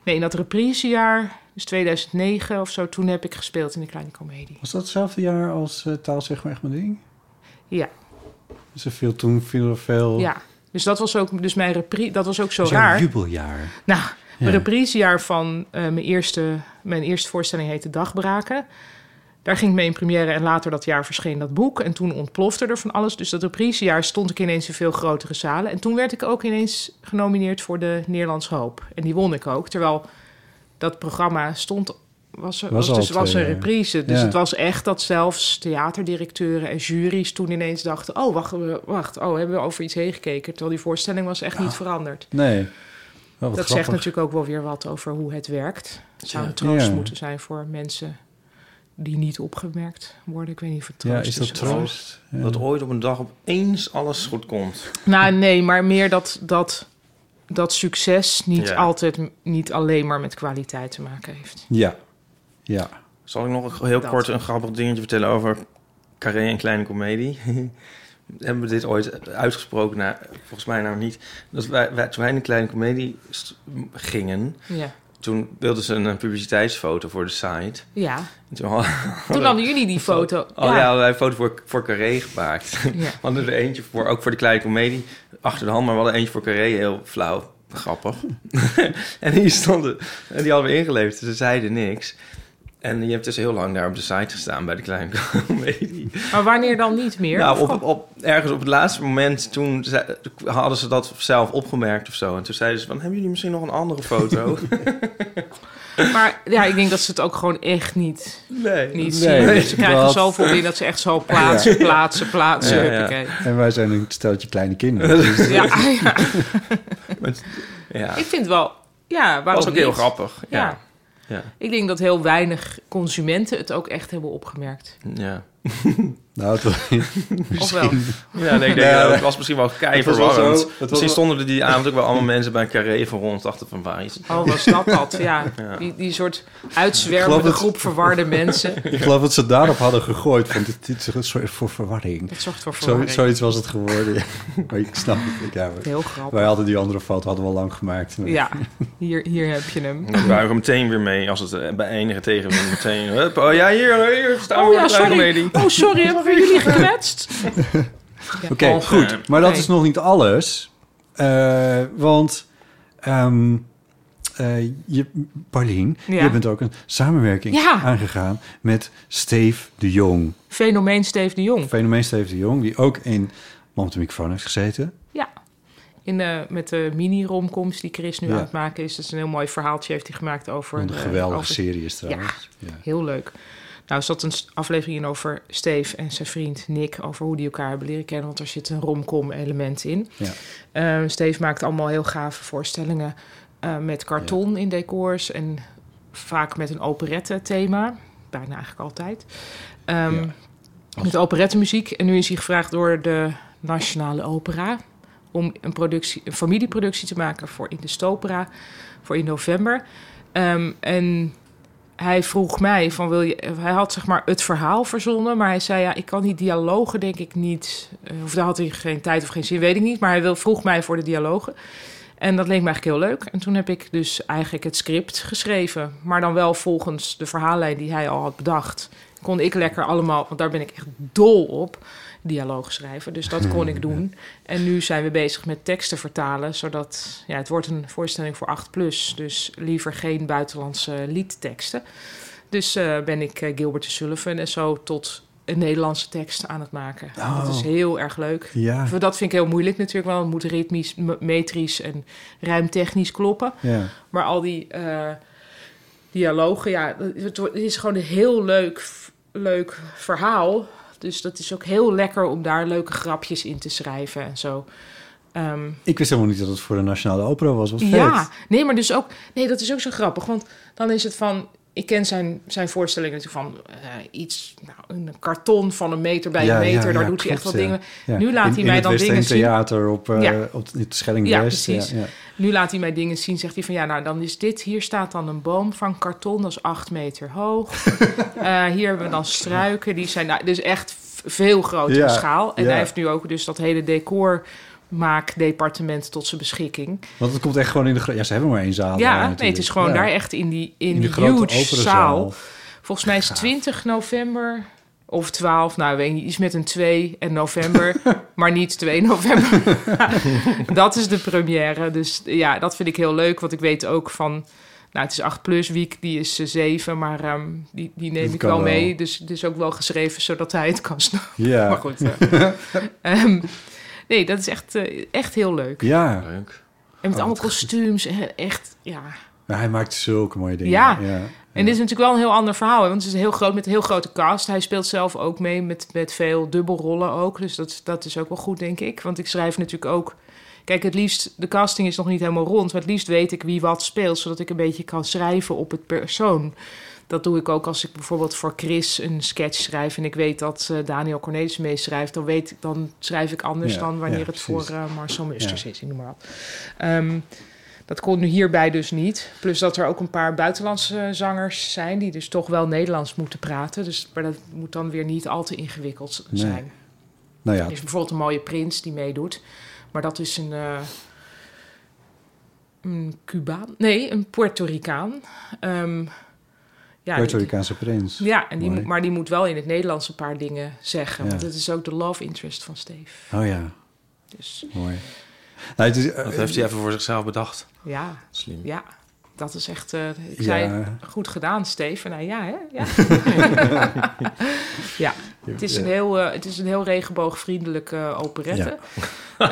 Speaker 4: nee, in dat reprisejaar, dus 2009 of zo, toen heb ik gespeeld in de kleine komedie.
Speaker 3: Was dat hetzelfde jaar als eh, Taal zeg maar echt mijn ding?
Speaker 4: Ja,
Speaker 3: Ze viel toen viel er veel...
Speaker 4: ja. Dus dat was ook, dus mijn reprise, dat was ook zo
Speaker 3: Zo'n
Speaker 4: raar.
Speaker 3: jubeljaar.
Speaker 4: Nou,
Speaker 3: Ja.
Speaker 4: mijn reprisejaar van eh, mijn, eerste, mijn eerste voorstelling heette Dagbraken. Daar ging ik mee in première en later dat jaar verscheen dat boek. En toen ontplofte er van alles. Dus dat reprisejaar stond ik ineens in veel grotere zalen. En toen werd ik ook ineens genomineerd voor de Nederlandse Hoop. En die won ik ook. Terwijl dat programma stond, was, er-
Speaker 3: Was
Speaker 4: was,
Speaker 3: al
Speaker 4: dus,
Speaker 3: twee
Speaker 4: was een
Speaker 3: jaar.
Speaker 4: reprise. Dus
Speaker 3: Ja.
Speaker 4: het was echt dat zelfs theaterdirecteuren en juries toen ineens dachten... oh, wacht, we- wacht oh, hebben we over iets heen gekeken. Terwijl die voorstelling was echt niet veranderd.
Speaker 3: Nee. Wel, wat
Speaker 4: Dat
Speaker 3: grappig.
Speaker 4: zegt natuurlijk ook wel weer wat over hoe het werkt. Het zou een
Speaker 5: Ja.
Speaker 4: troost
Speaker 3: Ja.
Speaker 4: moeten zijn voor mensen die niet opgemerkt worden. Ik weet niet of het troost dus
Speaker 3: Ja, is dat
Speaker 4: of-
Speaker 3: troost? Ja.
Speaker 5: Dat ooit op een dag opeens alles goed komt.
Speaker 4: Nou, nee, maar meer dat, dat, dat succes niet
Speaker 5: Ja.
Speaker 4: altijd, m- niet alleen maar met kwaliteit te maken heeft.
Speaker 3: Ja. Ja.
Speaker 5: Zal ik nog heel
Speaker 4: Dat.
Speaker 5: kort een grappig dingetje vertellen over Carré en Kleine Comedie? Hebben we dit ooit uitgesproken? Nou, volgens mij nou niet. Dat wij, wij, toen wij in de Kleine Comedie st- gingen,
Speaker 4: Ja.
Speaker 5: toen wilden ze een eh, publiciteitsfoto voor de site.
Speaker 4: ja.
Speaker 5: En toen hadden
Speaker 4: Toen hadden jullie die foto.
Speaker 5: oh, ja. hadden wij een foto voor, voor Carré gemaakt.
Speaker 4: Ja.
Speaker 5: We hadden er eentje voor, ook voor de Kleine Comedie, achter de hand. Maar we hadden eentje voor Carré, heel flauw, grappig. en die stonden, en die hadden we ingeleverd. Ze zeiden niks. En je hebt dus heel lang daar op de site gestaan bij de Kleine Comedie.
Speaker 4: Maar wanneer dan niet meer?
Speaker 5: Nou,
Speaker 4: Of-
Speaker 5: op, op, ergens op het laatste moment, toen ze- hadden ze dat zelf opgemerkt of zo. En toen zeiden ze van, hebben jullie misschien nog een andere foto?
Speaker 4: Maar ja, ik denk dat ze het ook gewoon echt niet,
Speaker 5: nee.
Speaker 4: niet
Speaker 3: Nee,
Speaker 4: zien. Ze krijgen
Speaker 3: dat-
Speaker 4: zoveel in dat ze echt zo plaatsen, plaatsen, plaatsen.
Speaker 5: Ja, ja.
Speaker 4: Huppakee.
Speaker 3: En wij zijn een steltje kleine kinderen. Dus
Speaker 4: ja, ja.
Speaker 5: Ja,
Speaker 4: Ik vind wel, ja, waarom
Speaker 5: was ook heel
Speaker 4: niet?
Speaker 5: grappig.
Speaker 4: Ja.
Speaker 5: Ja. Ja.
Speaker 4: Ik denk dat heel weinig consumenten het ook echt hebben opgemerkt.
Speaker 5: ja.
Speaker 3: nou, het was,
Speaker 4: Of wel?
Speaker 5: Ja, nee, ik denk, dat het was misschien wel kei
Speaker 3: Het was wel zo,
Speaker 5: verwarrend.
Speaker 3: het was
Speaker 5: Misschien
Speaker 3: wel-
Speaker 5: stonden er die avond ook wel allemaal mensen bij een carré van rond dachten van waar is het?
Speaker 4: Oh, was dat dat? Ja,
Speaker 5: Ja.
Speaker 4: Die, die soort
Speaker 3: Ik geloof
Speaker 4: uitzwervende
Speaker 3: het.
Speaker 4: groep verwarde mensen.
Speaker 3: ik geloof dat ze daarop hadden gegooid. Want dit, dit is een soort voor verwarring.
Speaker 4: Dat zorgt voor
Speaker 3: Zo,
Speaker 4: verwarring.
Speaker 3: zoiets was het geworden. ja. maar ik snap het. Ja, we-
Speaker 4: Heel grappig.
Speaker 3: wij hadden die andere foto hadden we al lang gemaakt.
Speaker 4: Ja, hier, hier heb je hem.
Speaker 5: Dan buigen we meteen weer mee als het eh, bij enige tegenwind meteen. Hup, oh ja, hier, hier staan we
Speaker 4: Oh
Speaker 5: weer
Speaker 4: ja,
Speaker 5: bij de
Speaker 4: sorry.
Speaker 5: comedie.
Speaker 4: Oh, sorry, hebben we jullie gekletst?
Speaker 3: Oké,
Speaker 5: Of, eh,
Speaker 3: goed. Maar dat
Speaker 4: nee.
Speaker 3: is nog niet alles. Eh, want ehm, eh, je, Paulien,
Speaker 4: Ja.
Speaker 3: je bent ook een samenwerking
Speaker 4: Ja.
Speaker 3: aangegaan met Steve de Jong.
Speaker 4: Fenomeen Steve de Jong.
Speaker 3: Fenomeen Steve de Jong, die ook in Man met de Microfoon heeft gezeten.
Speaker 4: Ja. In, eh, met de mini-romcoms die Chris nu
Speaker 3: Ja.
Speaker 4: aan het maken is. Dat is een heel mooi verhaaltje heeft hij gemaakt over...
Speaker 3: Wat een
Speaker 4: eh,
Speaker 3: geweldige
Speaker 4: over-
Speaker 3: serie is trouwens. Ja.
Speaker 4: Heel leuk. Nou, er zat een s- aflevering in over Steve en zijn vriend Nick. Over hoe die elkaar hebben leren kennen. Want er zit een romcom element in.
Speaker 3: Ja.
Speaker 4: Eh, Steve maakt allemaal heel gave voorstellingen. eh, met karton in decors. En vaak met een operette thema. Bijna eigenlijk altijd. Ehm,
Speaker 3: Ja.
Speaker 4: Met operette muziek. En nu is hij gevraagd door de Nationale Opera. Om een, productie, een familieproductie te maken voor in de Stopera. Voor in november. Ehm, en hij vroeg mij van wil je. Hij had zeg maar het verhaal verzonnen, maar hij zei ja, ik kan die dialogen denk ik niet. eh, Of daar had hij geen tijd of geen zin, weet ik niet. Maar hij wil, vroeg mij voor de dialogen. En dat leek me eigenlijk heel leuk. En toen heb ik dus eigenlijk het script geschreven, maar dan wel volgens de verhaallijn die hij al had bedacht. kon ik lekker allemaal, want daar ben ik echt dol op, dialoog schrijven. Dus dat kon ik doen. En nu zijn we bezig met teksten vertalen, zodat ja, het wordt een voorstelling voor 8 plus. Dus liever geen buitenlandse liedteksten. Dus eh, ben ik eh, Gilbert de Sullivan en zo tot een Nederlandse tekst aan het maken.
Speaker 3: Oh.
Speaker 4: Dat is heel erg leuk.
Speaker 3: Ja.
Speaker 4: Dat vind ik heel moeilijk natuurlijk, want het moet ritmisch, m- metrisch en ruimtechnisch kloppen.
Speaker 3: Ja.
Speaker 4: Maar al die eh, dialogen, ja, het wordt- het is gewoon een heel leuk, leuk verhaal. Dus dat is ook heel lekker om daar leuke grapjes in te schrijven en zo. Ehm,
Speaker 3: Ik wist helemaal niet dat het voor de Nationale Opera was. Wat
Speaker 4: ja,
Speaker 3: vet.
Speaker 4: nee, maar dus ook, nee, dat is ook zo grappig. Want dan is het van, ik ken zijn, zijn voorstellingen natuurlijk van eh, iets, nou, een karton van een meter bij
Speaker 3: Ja,
Speaker 4: een meter,
Speaker 3: ja,
Speaker 4: daar
Speaker 3: ja,
Speaker 4: doet hij echt wat
Speaker 3: klopt, ja.
Speaker 4: dingen.
Speaker 3: Ja.
Speaker 4: Nu laat
Speaker 3: In-
Speaker 4: hij mij dan
Speaker 3: In
Speaker 4: dingen
Speaker 3: het
Speaker 4: zien.
Speaker 3: Theater op, eh,
Speaker 4: Ja.
Speaker 3: op het Schelling
Speaker 4: Ja,
Speaker 3: West.
Speaker 4: precies. Nu laat hij mij dingen zien. Zegt hij van ja, nou dan is dit. Hier staat dan een boom van karton, dat is acht meter hoog. Eh, hier hebben we dan struiken, die zijn nou, dus echt v- veel grotere
Speaker 3: Ja,
Speaker 4: schaal. En
Speaker 3: ja.
Speaker 4: hij heeft nu ook dus dat hele decor maakdepartement tot zijn beschikking.
Speaker 3: Want het komt echt gewoon in de... gro- Ja, ze hebben maar één zaal. daar
Speaker 4: ja, nee, het
Speaker 3: natuurlijk.
Speaker 4: is gewoon
Speaker 3: Ja.
Speaker 4: daar echt in die, in
Speaker 3: In de
Speaker 4: die
Speaker 3: grote
Speaker 4: huge
Speaker 3: operazaal.
Speaker 4: zaal. Volgens mij is 20 november of 12, nou weet ik niet, iets met een 2 en november, maar niet 2 november. dat is de première. Dus ja, dat vind ik heel leuk, want ik weet ook van, nou het is 8 plus week, die is eh, 7, maar ehm, die, die neem
Speaker 3: Dat
Speaker 4: ik
Speaker 3: kan
Speaker 4: wel
Speaker 3: wel.
Speaker 4: mee. Dus het is ook wel geschreven zodat hij het kan snappen.
Speaker 3: Ja.
Speaker 4: Maar goed. eh, ehm, nee, dat is echt, eh, echt heel leuk.
Speaker 3: Ja,
Speaker 5: Leuk.
Speaker 3: Oh,
Speaker 4: En met allemaal kostuums en echt, ja.
Speaker 3: maar hij maakt zulke mooie dingen.
Speaker 4: Ja.
Speaker 3: ja.
Speaker 4: En dit is natuurlijk wel een heel ander verhaal, hè, want het is een heel groot, met een heel grote cast. Hij speelt zelf ook mee met, met veel dubbelrollen ook, dus dat, dat is ook wel goed, denk ik. Want ik schrijf natuurlijk ook... Kijk, het liefst, de casting is nog niet helemaal rond, maar het liefst weet ik wie wat speelt, zodat ik een beetje kan schrijven op het persoon. Dat doe ik ook als ik bijvoorbeeld voor Chris een sketch schrijf en ik weet dat eh, Daniel Cornelis meeschrijft, dan, weet, dan schrijf ik anders
Speaker 3: Ja,
Speaker 4: dan wanneer
Speaker 3: ja,
Speaker 4: het voor
Speaker 3: precies.
Speaker 4: eh, Marcel Musters is, ik noem maar wat. Ehm, dat kon hierbij dus niet. Plus dat er ook een paar buitenlandse zangers zijn... die dus toch wel Nederlands moeten praten. Dus, maar dat moet dan weer niet al te ingewikkeld
Speaker 3: Nee.
Speaker 4: zijn.
Speaker 3: Nou ja,
Speaker 4: Er is bijvoorbeeld een mooie prins die meedoet. Maar dat is een... eh, een Cubaan? Nee, een Puerto Ricaan. Ehm, ja,
Speaker 3: Puerto
Speaker 4: die-
Speaker 3: Ricaanse prins.
Speaker 4: ja, en die,
Speaker 3: Mooi.
Speaker 4: moet- maar die moet wel in het Nederlands een paar dingen zeggen.
Speaker 3: Ja.
Speaker 4: Want dat is ook de love interest van Steve.
Speaker 3: Oh ja,
Speaker 4: Dus
Speaker 3: mooi. Nou, het is, eh,
Speaker 5: Dat heeft hij even voor zichzelf bedacht.
Speaker 4: ja,
Speaker 5: Slim.
Speaker 4: ja. Dat is echt, eh, ik zei,
Speaker 3: Ja.
Speaker 4: goed gedaan, Steven. Nou ja, hè? Ja. ja. Het, is een heel, eh, het is een heel regenboogvriendelijke eh, operette. Ja,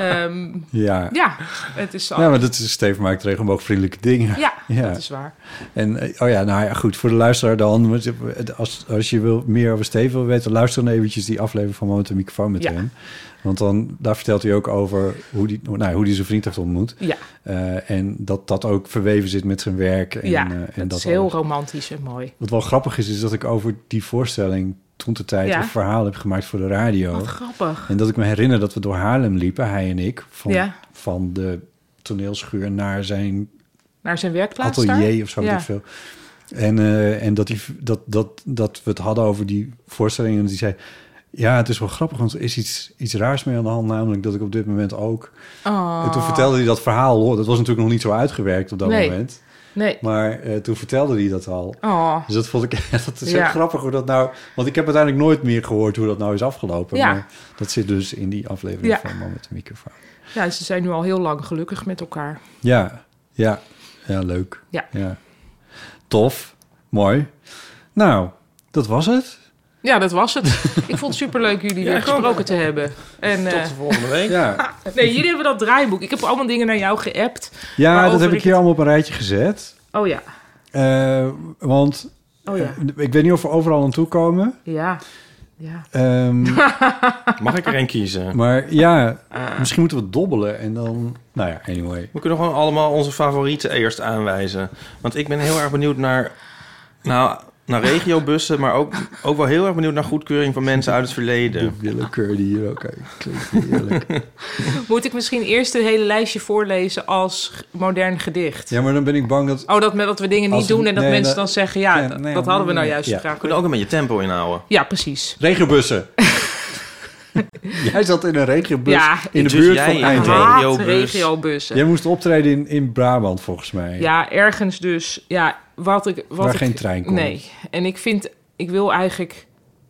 Speaker 3: ja.
Speaker 4: ja het is...
Speaker 3: Ja, maar dat is Steve maakt regenboogvriendelijke dingen.
Speaker 4: ja,
Speaker 3: Ja.
Speaker 4: dat is waar.
Speaker 3: En eh, oh ja, nou ja, goed, voor de luisteraar dan. want het- Als, als je wil, meer over Steve wil weten, luister dan eventjes die aflevering van Moment en Microfoon met
Speaker 4: Ja.
Speaker 3: hem. Want dan, daar vertelt hij ook over hoe die, nou, hoe die zijn vriend heeft ontmoet.
Speaker 4: Ja,
Speaker 3: Eh, en dat dat ook verweven zit met zijn werk. En,
Speaker 4: ja
Speaker 3: eh, en
Speaker 4: het
Speaker 3: dat
Speaker 4: is heel
Speaker 3: alles.
Speaker 4: romantisch en mooi.
Speaker 3: Wat wel grappig is, is dat ik over die voorstelling toen de tijd
Speaker 4: Ja.
Speaker 3: een verhaal heb gemaakt voor de radio.
Speaker 4: Wat grappig.
Speaker 3: En dat ik me herinner dat we door Haarlem liepen, hij en ik, van,
Speaker 4: Ja.
Speaker 3: van de toneelschuur naar zijn
Speaker 4: Naar zijn werkplaats
Speaker 3: atelier
Speaker 4: daar?
Speaker 3: of zo,
Speaker 4: Ja.
Speaker 3: weet ik veel. En, eh, en dat, die, dat, dat, dat we het hadden over die voorstellingen. En die zei, ja, het is wel grappig, want er is iets, iets raars mee aan de hand. Namelijk dat ik op dit moment ook...
Speaker 4: Oh.
Speaker 3: En toen vertelde hij dat verhaal, hoor. Dat was natuurlijk nog niet zo uitgewerkt op dat
Speaker 4: Nee.
Speaker 3: moment.
Speaker 4: Nee.
Speaker 3: Maar eh, toen vertelde hij dat al.
Speaker 4: Oh.
Speaker 3: Dus dat vond ik dat is
Speaker 4: Ja.
Speaker 3: heel grappig hoe dat nou... Want ik heb uiteindelijk nooit meer gehoord hoe dat nou is afgelopen.
Speaker 4: Ja.
Speaker 3: Maar dat zit dus in die aflevering
Speaker 4: Ja.
Speaker 3: van Man met de microfoon.
Speaker 4: Ja, ze zijn nu al heel lang gelukkig met elkaar.
Speaker 3: Ja, ja, ja, leuk.
Speaker 4: Ja.
Speaker 3: Tof, mooi. Nou, dat was het.
Speaker 4: Ja, dat was het. Ik vond het superleuk jullie weer gesproken te hebben. En, eh,
Speaker 5: Tot de volgende week.
Speaker 3: Ja,
Speaker 4: nee, jullie hebben dat draaiboek. Ik heb allemaal dingen naar jou geappt.
Speaker 3: ja
Speaker 4: Waarover
Speaker 3: dat heb
Speaker 4: ik
Speaker 3: ik hier
Speaker 4: het-
Speaker 3: allemaal op een rijtje gezet.
Speaker 4: Oh ja,
Speaker 3: Eh, want
Speaker 4: oh ja,
Speaker 3: eh, ik weet niet of we overal aan toe komen.
Speaker 4: ja, ja.
Speaker 3: Ehm,
Speaker 5: Mag ik er één kiezen?
Speaker 3: maar ja, misschien moeten we dobbelen en dan... Nou ja, anyway.
Speaker 5: We kunnen gewoon allemaal onze favorieten eerst aanwijzen. Want ik ben heel erg benieuwd naar, nou, naar regiobussen, maar ook, ook wel heel erg benieuwd naar goedkeuring van mensen uit het verleden.
Speaker 3: De willekeur die hier ook uit klinkt niet eerlijk.
Speaker 4: Moet ik misschien eerst het hele lijstje voorlezen als g- modern gedicht?
Speaker 3: Ja, maar dan ben ik bang dat...
Speaker 4: Oh, dat, met, dat we dingen niet
Speaker 3: Als-
Speaker 4: doen en dat
Speaker 3: nee,
Speaker 4: mensen
Speaker 3: dat-
Speaker 4: dan zeggen... ja,
Speaker 3: nee,
Speaker 4: dat,
Speaker 3: nee,
Speaker 4: dat hadden we
Speaker 3: nee,
Speaker 4: nou
Speaker 3: nee.
Speaker 4: juist
Speaker 3: Ja.
Speaker 4: graag
Speaker 5: We
Speaker 4: kunnen...
Speaker 5: kunnen ook een beetje tempo inhouden.
Speaker 4: Ja, precies.
Speaker 3: Regiobussen. Jij zat in een regiobus
Speaker 4: Ja,
Speaker 3: in de
Speaker 5: dus
Speaker 3: buurt
Speaker 5: jij
Speaker 3: van
Speaker 5: en
Speaker 4: Ik
Speaker 5: Eindhoven.
Speaker 3: Eindhoven.
Speaker 4: haat
Speaker 5: Regiobus.
Speaker 4: regiobussen.
Speaker 3: Jij moest optreden in, in Brabant, volgens mij.
Speaker 4: Ja, ergens dus. Ja, wat ik, wat
Speaker 3: Waar
Speaker 4: ik,
Speaker 3: geen trein komt.
Speaker 4: Nee. En ik vind, ik wil eigenlijk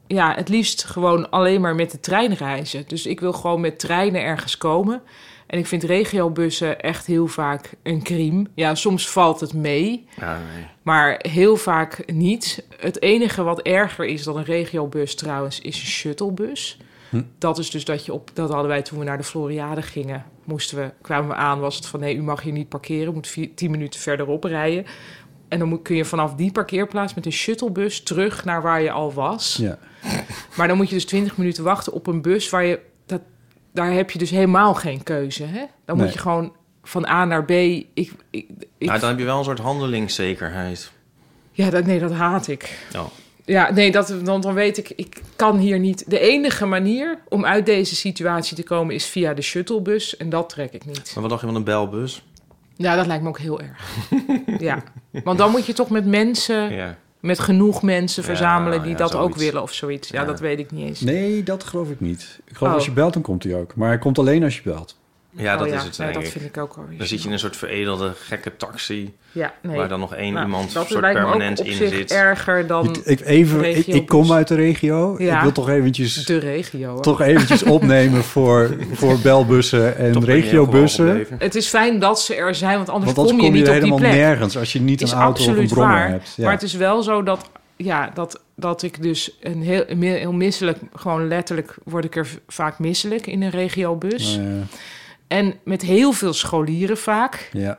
Speaker 4: ja, het liefst gewoon alleen maar met de trein reizen. Dus ik wil gewoon met treinen ergens komen. En ik vind regiobussen echt heel vaak een kriem. Ja, soms valt het mee,
Speaker 5: Ja, nee.
Speaker 4: maar heel vaak niet. Het enige wat erger is dan een regiobus trouwens, is een shuttlebus.
Speaker 3: Hm.
Speaker 4: Dat is dus dat je op, dat hadden wij toen we naar de Floriade gingen, moesten we, kwamen we aan, was het van nee, u mag hier niet parkeren, moet vier, tien minuten verderop rijden. En dan moet, kun je vanaf die parkeerplaats met een shuttlebus terug naar waar je al was.
Speaker 3: Ja.
Speaker 4: Maar dan moet je dus 20 minuten wachten op een bus waar je. Dat, daar heb je dus helemaal geen keuze. Hè? Dan
Speaker 3: Nee.
Speaker 4: moet je gewoon van A naar B. Ik, ik, ik-
Speaker 5: Nou, dan heb je wel een soort handelingszekerheid.
Speaker 4: Ja, dat, nee, dat haat ik.
Speaker 5: Ja.
Speaker 4: Ja, nee, dat, dan, dan weet ik, ik kan hier niet. De enige manier om uit deze situatie te komen is via de shuttlebus. En dat trek ik niet.
Speaker 5: Maar wat dacht je van een belbus?
Speaker 4: Ja, dat lijkt me ook heel erg. ja, want dan moet je toch met mensen,
Speaker 5: Ja.
Speaker 4: met genoeg mensen
Speaker 5: Ja,
Speaker 4: verzamelen die
Speaker 5: ja,
Speaker 4: dat ook
Speaker 5: zoiets.
Speaker 4: willen of zoiets. Ja,
Speaker 5: Ja.
Speaker 4: dat weet ik niet eens.
Speaker 3: Nee, dat geloof ik niet. Ik geloof
Speaker 4: Oh.
Speaker 3: als je belt, dan komt hij ook. Maar hij komt alleen als je belt.
Speaker 5: Ja,
Speaker 4: Oh
Speaker 5: dat
Speaker 4: ja,
Speaker 5: is het
Speaker 4: nee,
Speaker 5: denk
Speaker 4: dat
Speaker 5: ik.
Speaker 4: vind ik ook al.
Speaker 5: Dan zit je in een soort veredelde gekke taxi...
Speaker 4: ja, nee.
Speaker 5: waar dan nog één
Speaker 4: Nou,
Speaker 5: iemand
Speaker 4: dat
Speaker 5: soort
Speaker 4: lijkt me ook
Speaker 5: permanent
Speaker 4: op
Speaker 5: in
Speaker 4: zich
Speaker 5: zit.
Speaker 4: erger dan
Speaker 3: Ik- ik, even, ik, ik kom
Speaker 4: regiobus.
Speaker 3: uit de regio.
Speaker 4: Ja.
Speaker 3: Ik wil toch eventjes,
Speaker 4: de regio. hè.
Speaker 3: toch eventjes opnemen voor, voor belbussen en
Speaker 5: Toch ben je heel
Speaker 3: regiobussen.
Speaker 5: veel
Speaker 4: Het is fijn dat ze er zijn, want anders,
Speaker 3: Want anders kom je,
Speaker 4: niet op die
Speaker 3: helemaal
Speaker 4: plek.
Speaker 3: nergens als je niet
Speaker 4: is
Speaker 3: een auto of een
Speaker 4: absoluut
Speaker 3: brommer
Speaker 4: waar.
Speaker 3: hebt. Ja.
Speaker 4: Maar het is wel zo dat, ja, dat, dat ik dus een heel, een heel misselijk, gewoon letterlijk word ik er v- vaak misselijk in een regiobus.
Speaker 3: Nou
Speaker 4: En met heel veel scholieren vaak.
Speaker 3: ja. ja.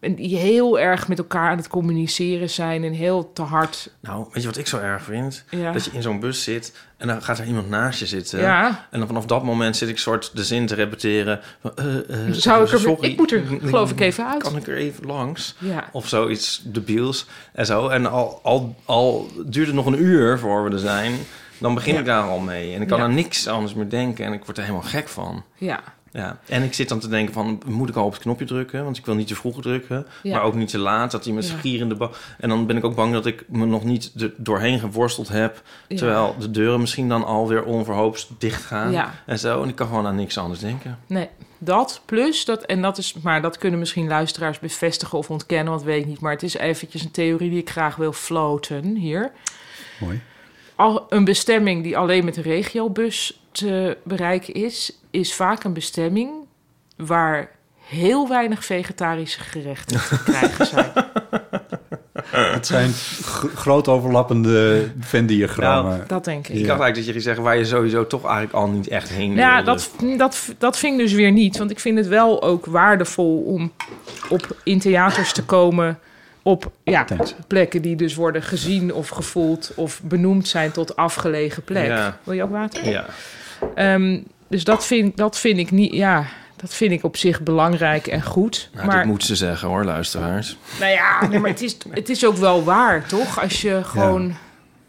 Speaker 4: En die heel erg met elkaar aan het communiceren zijn en heel te hard.
Speaker 5: Nou, weet je wat ik zo erg vind?
Speaker 4: Ja.
Speaker 5: Dat je in zo'n bus zit en dan gaat er iemand naast je
Speaker 3: eh,
Speaker 5: zitten.
Speaker 4: Ja.
Speaker 5: En dan vanaf dat moment zit ik soort de zin te repeteren. Van, eh, eh,
Speaker 4: Zou ik er,
Speaker 5: sorry.
Speaker 4: ik moet er geloof ik even uit.
Speaker 5: Kan ik er even langs?
Speaker 4: Ja.
Speaker 5: Of zoiets debiels en zo. En al, al, al duurde het nog een uur voor we er zijn, dan begin ik daar al mee. En ik kan
Speaker 4: Ja.
Speaker 5: aan niks anders meer denken en ik word er helemaal gek van.
Speaker 4: Ja.
Speaker 5: Ja. En ik zit dan te denken van, moet ik al op het knopje drukken? Want ik wil niet te vroeg drukken,
Speaker 4: Ja.
Speaker 5: maar ook niet te laat. Dat hij met
Speaker 4: Ja.
Speaker 5: schierende... ba- En dan ben ik ook bang dat ik me nog niet er doorheen geworsteld heb.
Speaker 4: Ja.
Speaker 5: Terwijl de deuren misschien dan alweer onverhoops dicht gaan
Speaker 4: Ja.
Speaker 5: en zo. En ik kan gewoon aan niks anders denken.
Speaker 4: Nee, dat plus dat, en dat is, maar dat kunnen misschien luisteraars bevestigen of ontkennen, wat weet ik niet. Maar het is eventjes een theorie die ik graag wil floten hier.
Speaker 3: Mooi.
Speaker 4: Al, een bestemming die alleen met de regiobus te bereiken is, is vaak een bestemming waar heel weinig vegetarische gerechten te krijgen zijn.
Speaker 3: Het zijn g- groot overlappende Venn-diagrammen.
Speaker 4: Dat denk ik.
Speaker 5: Ik
Speaker 3: Ja.
Speaker 5: dacht eigenlijk dat je ging zeggen waar je sowieso toch eigenlijk al niet echt heen
Speaker 4: Nou ja,
Speaker 5: wilde.
Speaker 4: dat, dat, dat vind ik dus weer niet. Want ik vind het wel ook waardevol om op, in theaters te komen. Op ja,
Speaker 3: Thanks.
Speaker 4: plekken die dus worden gezien of gevoeld of benoemd zijn tot afgelegen plek.
Speaker 5: Ja.
Speaker 4: Wil je ook water?
Speaker 5: Ja.
Speaker 4: Ehm, dus dat vind, dat vind ik niet. Ja, dat vind ik op zich belangrijk en goed.
Speaker 5: Nou,
Speaker 4: maar
Speaker 5: dit moet ze zeggen hoor, luisteraars.
Speaker 4: nou ja, nee, maar het, is, het is ook wel waar, toch? Als je gewoon.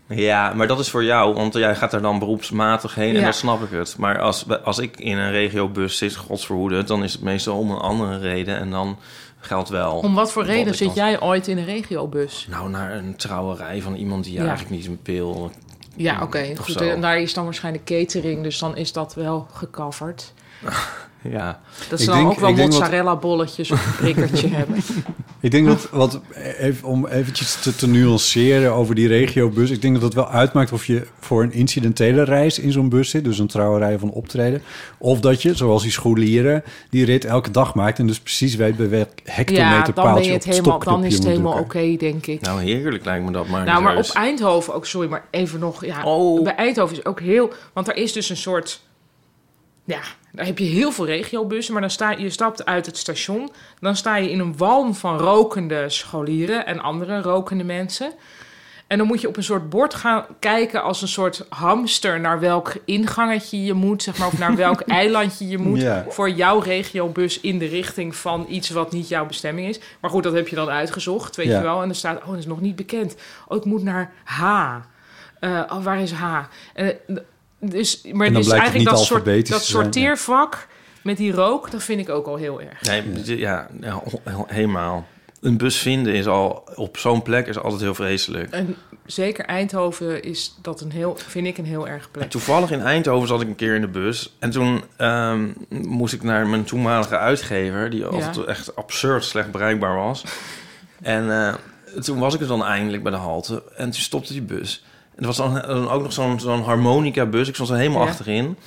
Speaker 5: Ja, maar dat is voor jou, want jij gaat er dan beroepsmatig heen en
Speaker 4: Ja.
Speaker 5: dan snap ik het. Maar als, we- als ik in een regiobus zit, godsverhoede, dan is het meestal om een andere reden en dan geldt wel.
Speaker 4: Om wat voor reden
Speaker 5: ik
Speaker 4: zit
Speaker 5: dan-
Speaker 4: jij ooit in een regiobus?
Speaker 5: Nou, naar een trouwerij van iemand die je
Speaker 4: Ja.
Speaker 5: eigenlijk niet wil.
Speaker 4: Ja, oké.
Speaker 5: Of
Speaker 4: Goed,
Speaker 5: zo.
Speaker 4: en daar is dan waarschijnlijk catering, dus dan is dat wel gecoverd.
Speaker 5: Ja,
Speaker 4: Dat
Speaker 3: Ik
Speaker 4: ze dan
Speaker 3: denk-
Speaker 4: ook wel
Speaker 3: ik denk wat-
Speaker 4: mozzarella bolletjes of een prikkertje hebben.
Speaker 3: Ik denk dat, wat, even, om eventjes te, te nuanceren over die regiobus... ik denk dat het wel uitmaakt of je voor een incidentele reis in zo'n bus zit... dus een trouwerij van optreden... of dat je, zoals die scholieren, die rit elke dag maakt... en dus precies weet bij welk
Speaker 4: Ja,
Speaker 3: hectometer
Speaker 4: dan, ben
Speaker 3: paaltje
Speaker 4: je
Speaker 3: op
Speaker 4: het
Speaker 3: het
Speaker 4: helemaal,
Speaker 3: stopknopje
Speaker 4: dan is het
Speaker 3: moet
Speaker 4: helemaal oké,
Speaker 3: drukken.
Speaker 4: denk ik. Nou,
Speaker 5: nou heerlijk lijkt me dat maar. dus-
Speaker 4: maar op
Speaker 5: serieus.
Speaker 4: Eindhoven ook, sorry, maar even nog. Ja,
Speaker 5: Oh.
Speaker 4: Bij Eindhoven is ook heel... Want daar is dus een soort... Ja, daar heb je heel veel regiobussen, maar dan sta, je stapt uit het station. Dan sta je in een walm van rokende scholieren en andere rokende mensen. En dan moet je op een soort bord gaan kijken als een soort hamster naar welk ingangetje je moet, zeg maar, of naar welk eilandje je moet
Speaker 3: Ja.
Speaker 4: voor jouw regiobus in de richting van iets wat niet jouw bestemming is. Maar goed, dat heb je dan uitgezocht, weet
Speaker 3: Ja.
Speaker 4: je wel. En er staat, oh, dat is nog niet bekend. Oh, ik moet naar H. Eh, oh, waar is H? Eh, d- dus, maar
Speaker 3: En dan blijkt
Speaker 4: dus
Speaker 3: het
Speaker 4: eigenlijk
Speaker 3: niet
Speaker 4: dat, soort,
Speaker 3: alfabetisch
Speaker 4: dat
Speaker 3: te zijn, ja.
Speaker 4: sorteervak met die rook, dat vind ik ook al heel erg.
Speaker 5: Nee, dit- ja, ja, he- he- helemaal. Een bus vinden is al op zo'n plek is altijd heel vreselijk.
Speaker 4: En zeker Eindhoven is dat een heel, vind ik een heel erg plek.
Speaker 5: En toevallig in Eindhoven zat ik een keer in de bus. En toen ehm, moest ik naar mijn toenmalige uitgever, die altijd echt absurd slecht bereikbaar was. En eh, toen was ik er dan eindelijk bij de halte. En toen stopte die bus. Er was dan, dan ook nog zo'n zo'n harmonica-bus. Ik stond er helemaal
Speaker 4: Ja.
Speaker 5: achterin.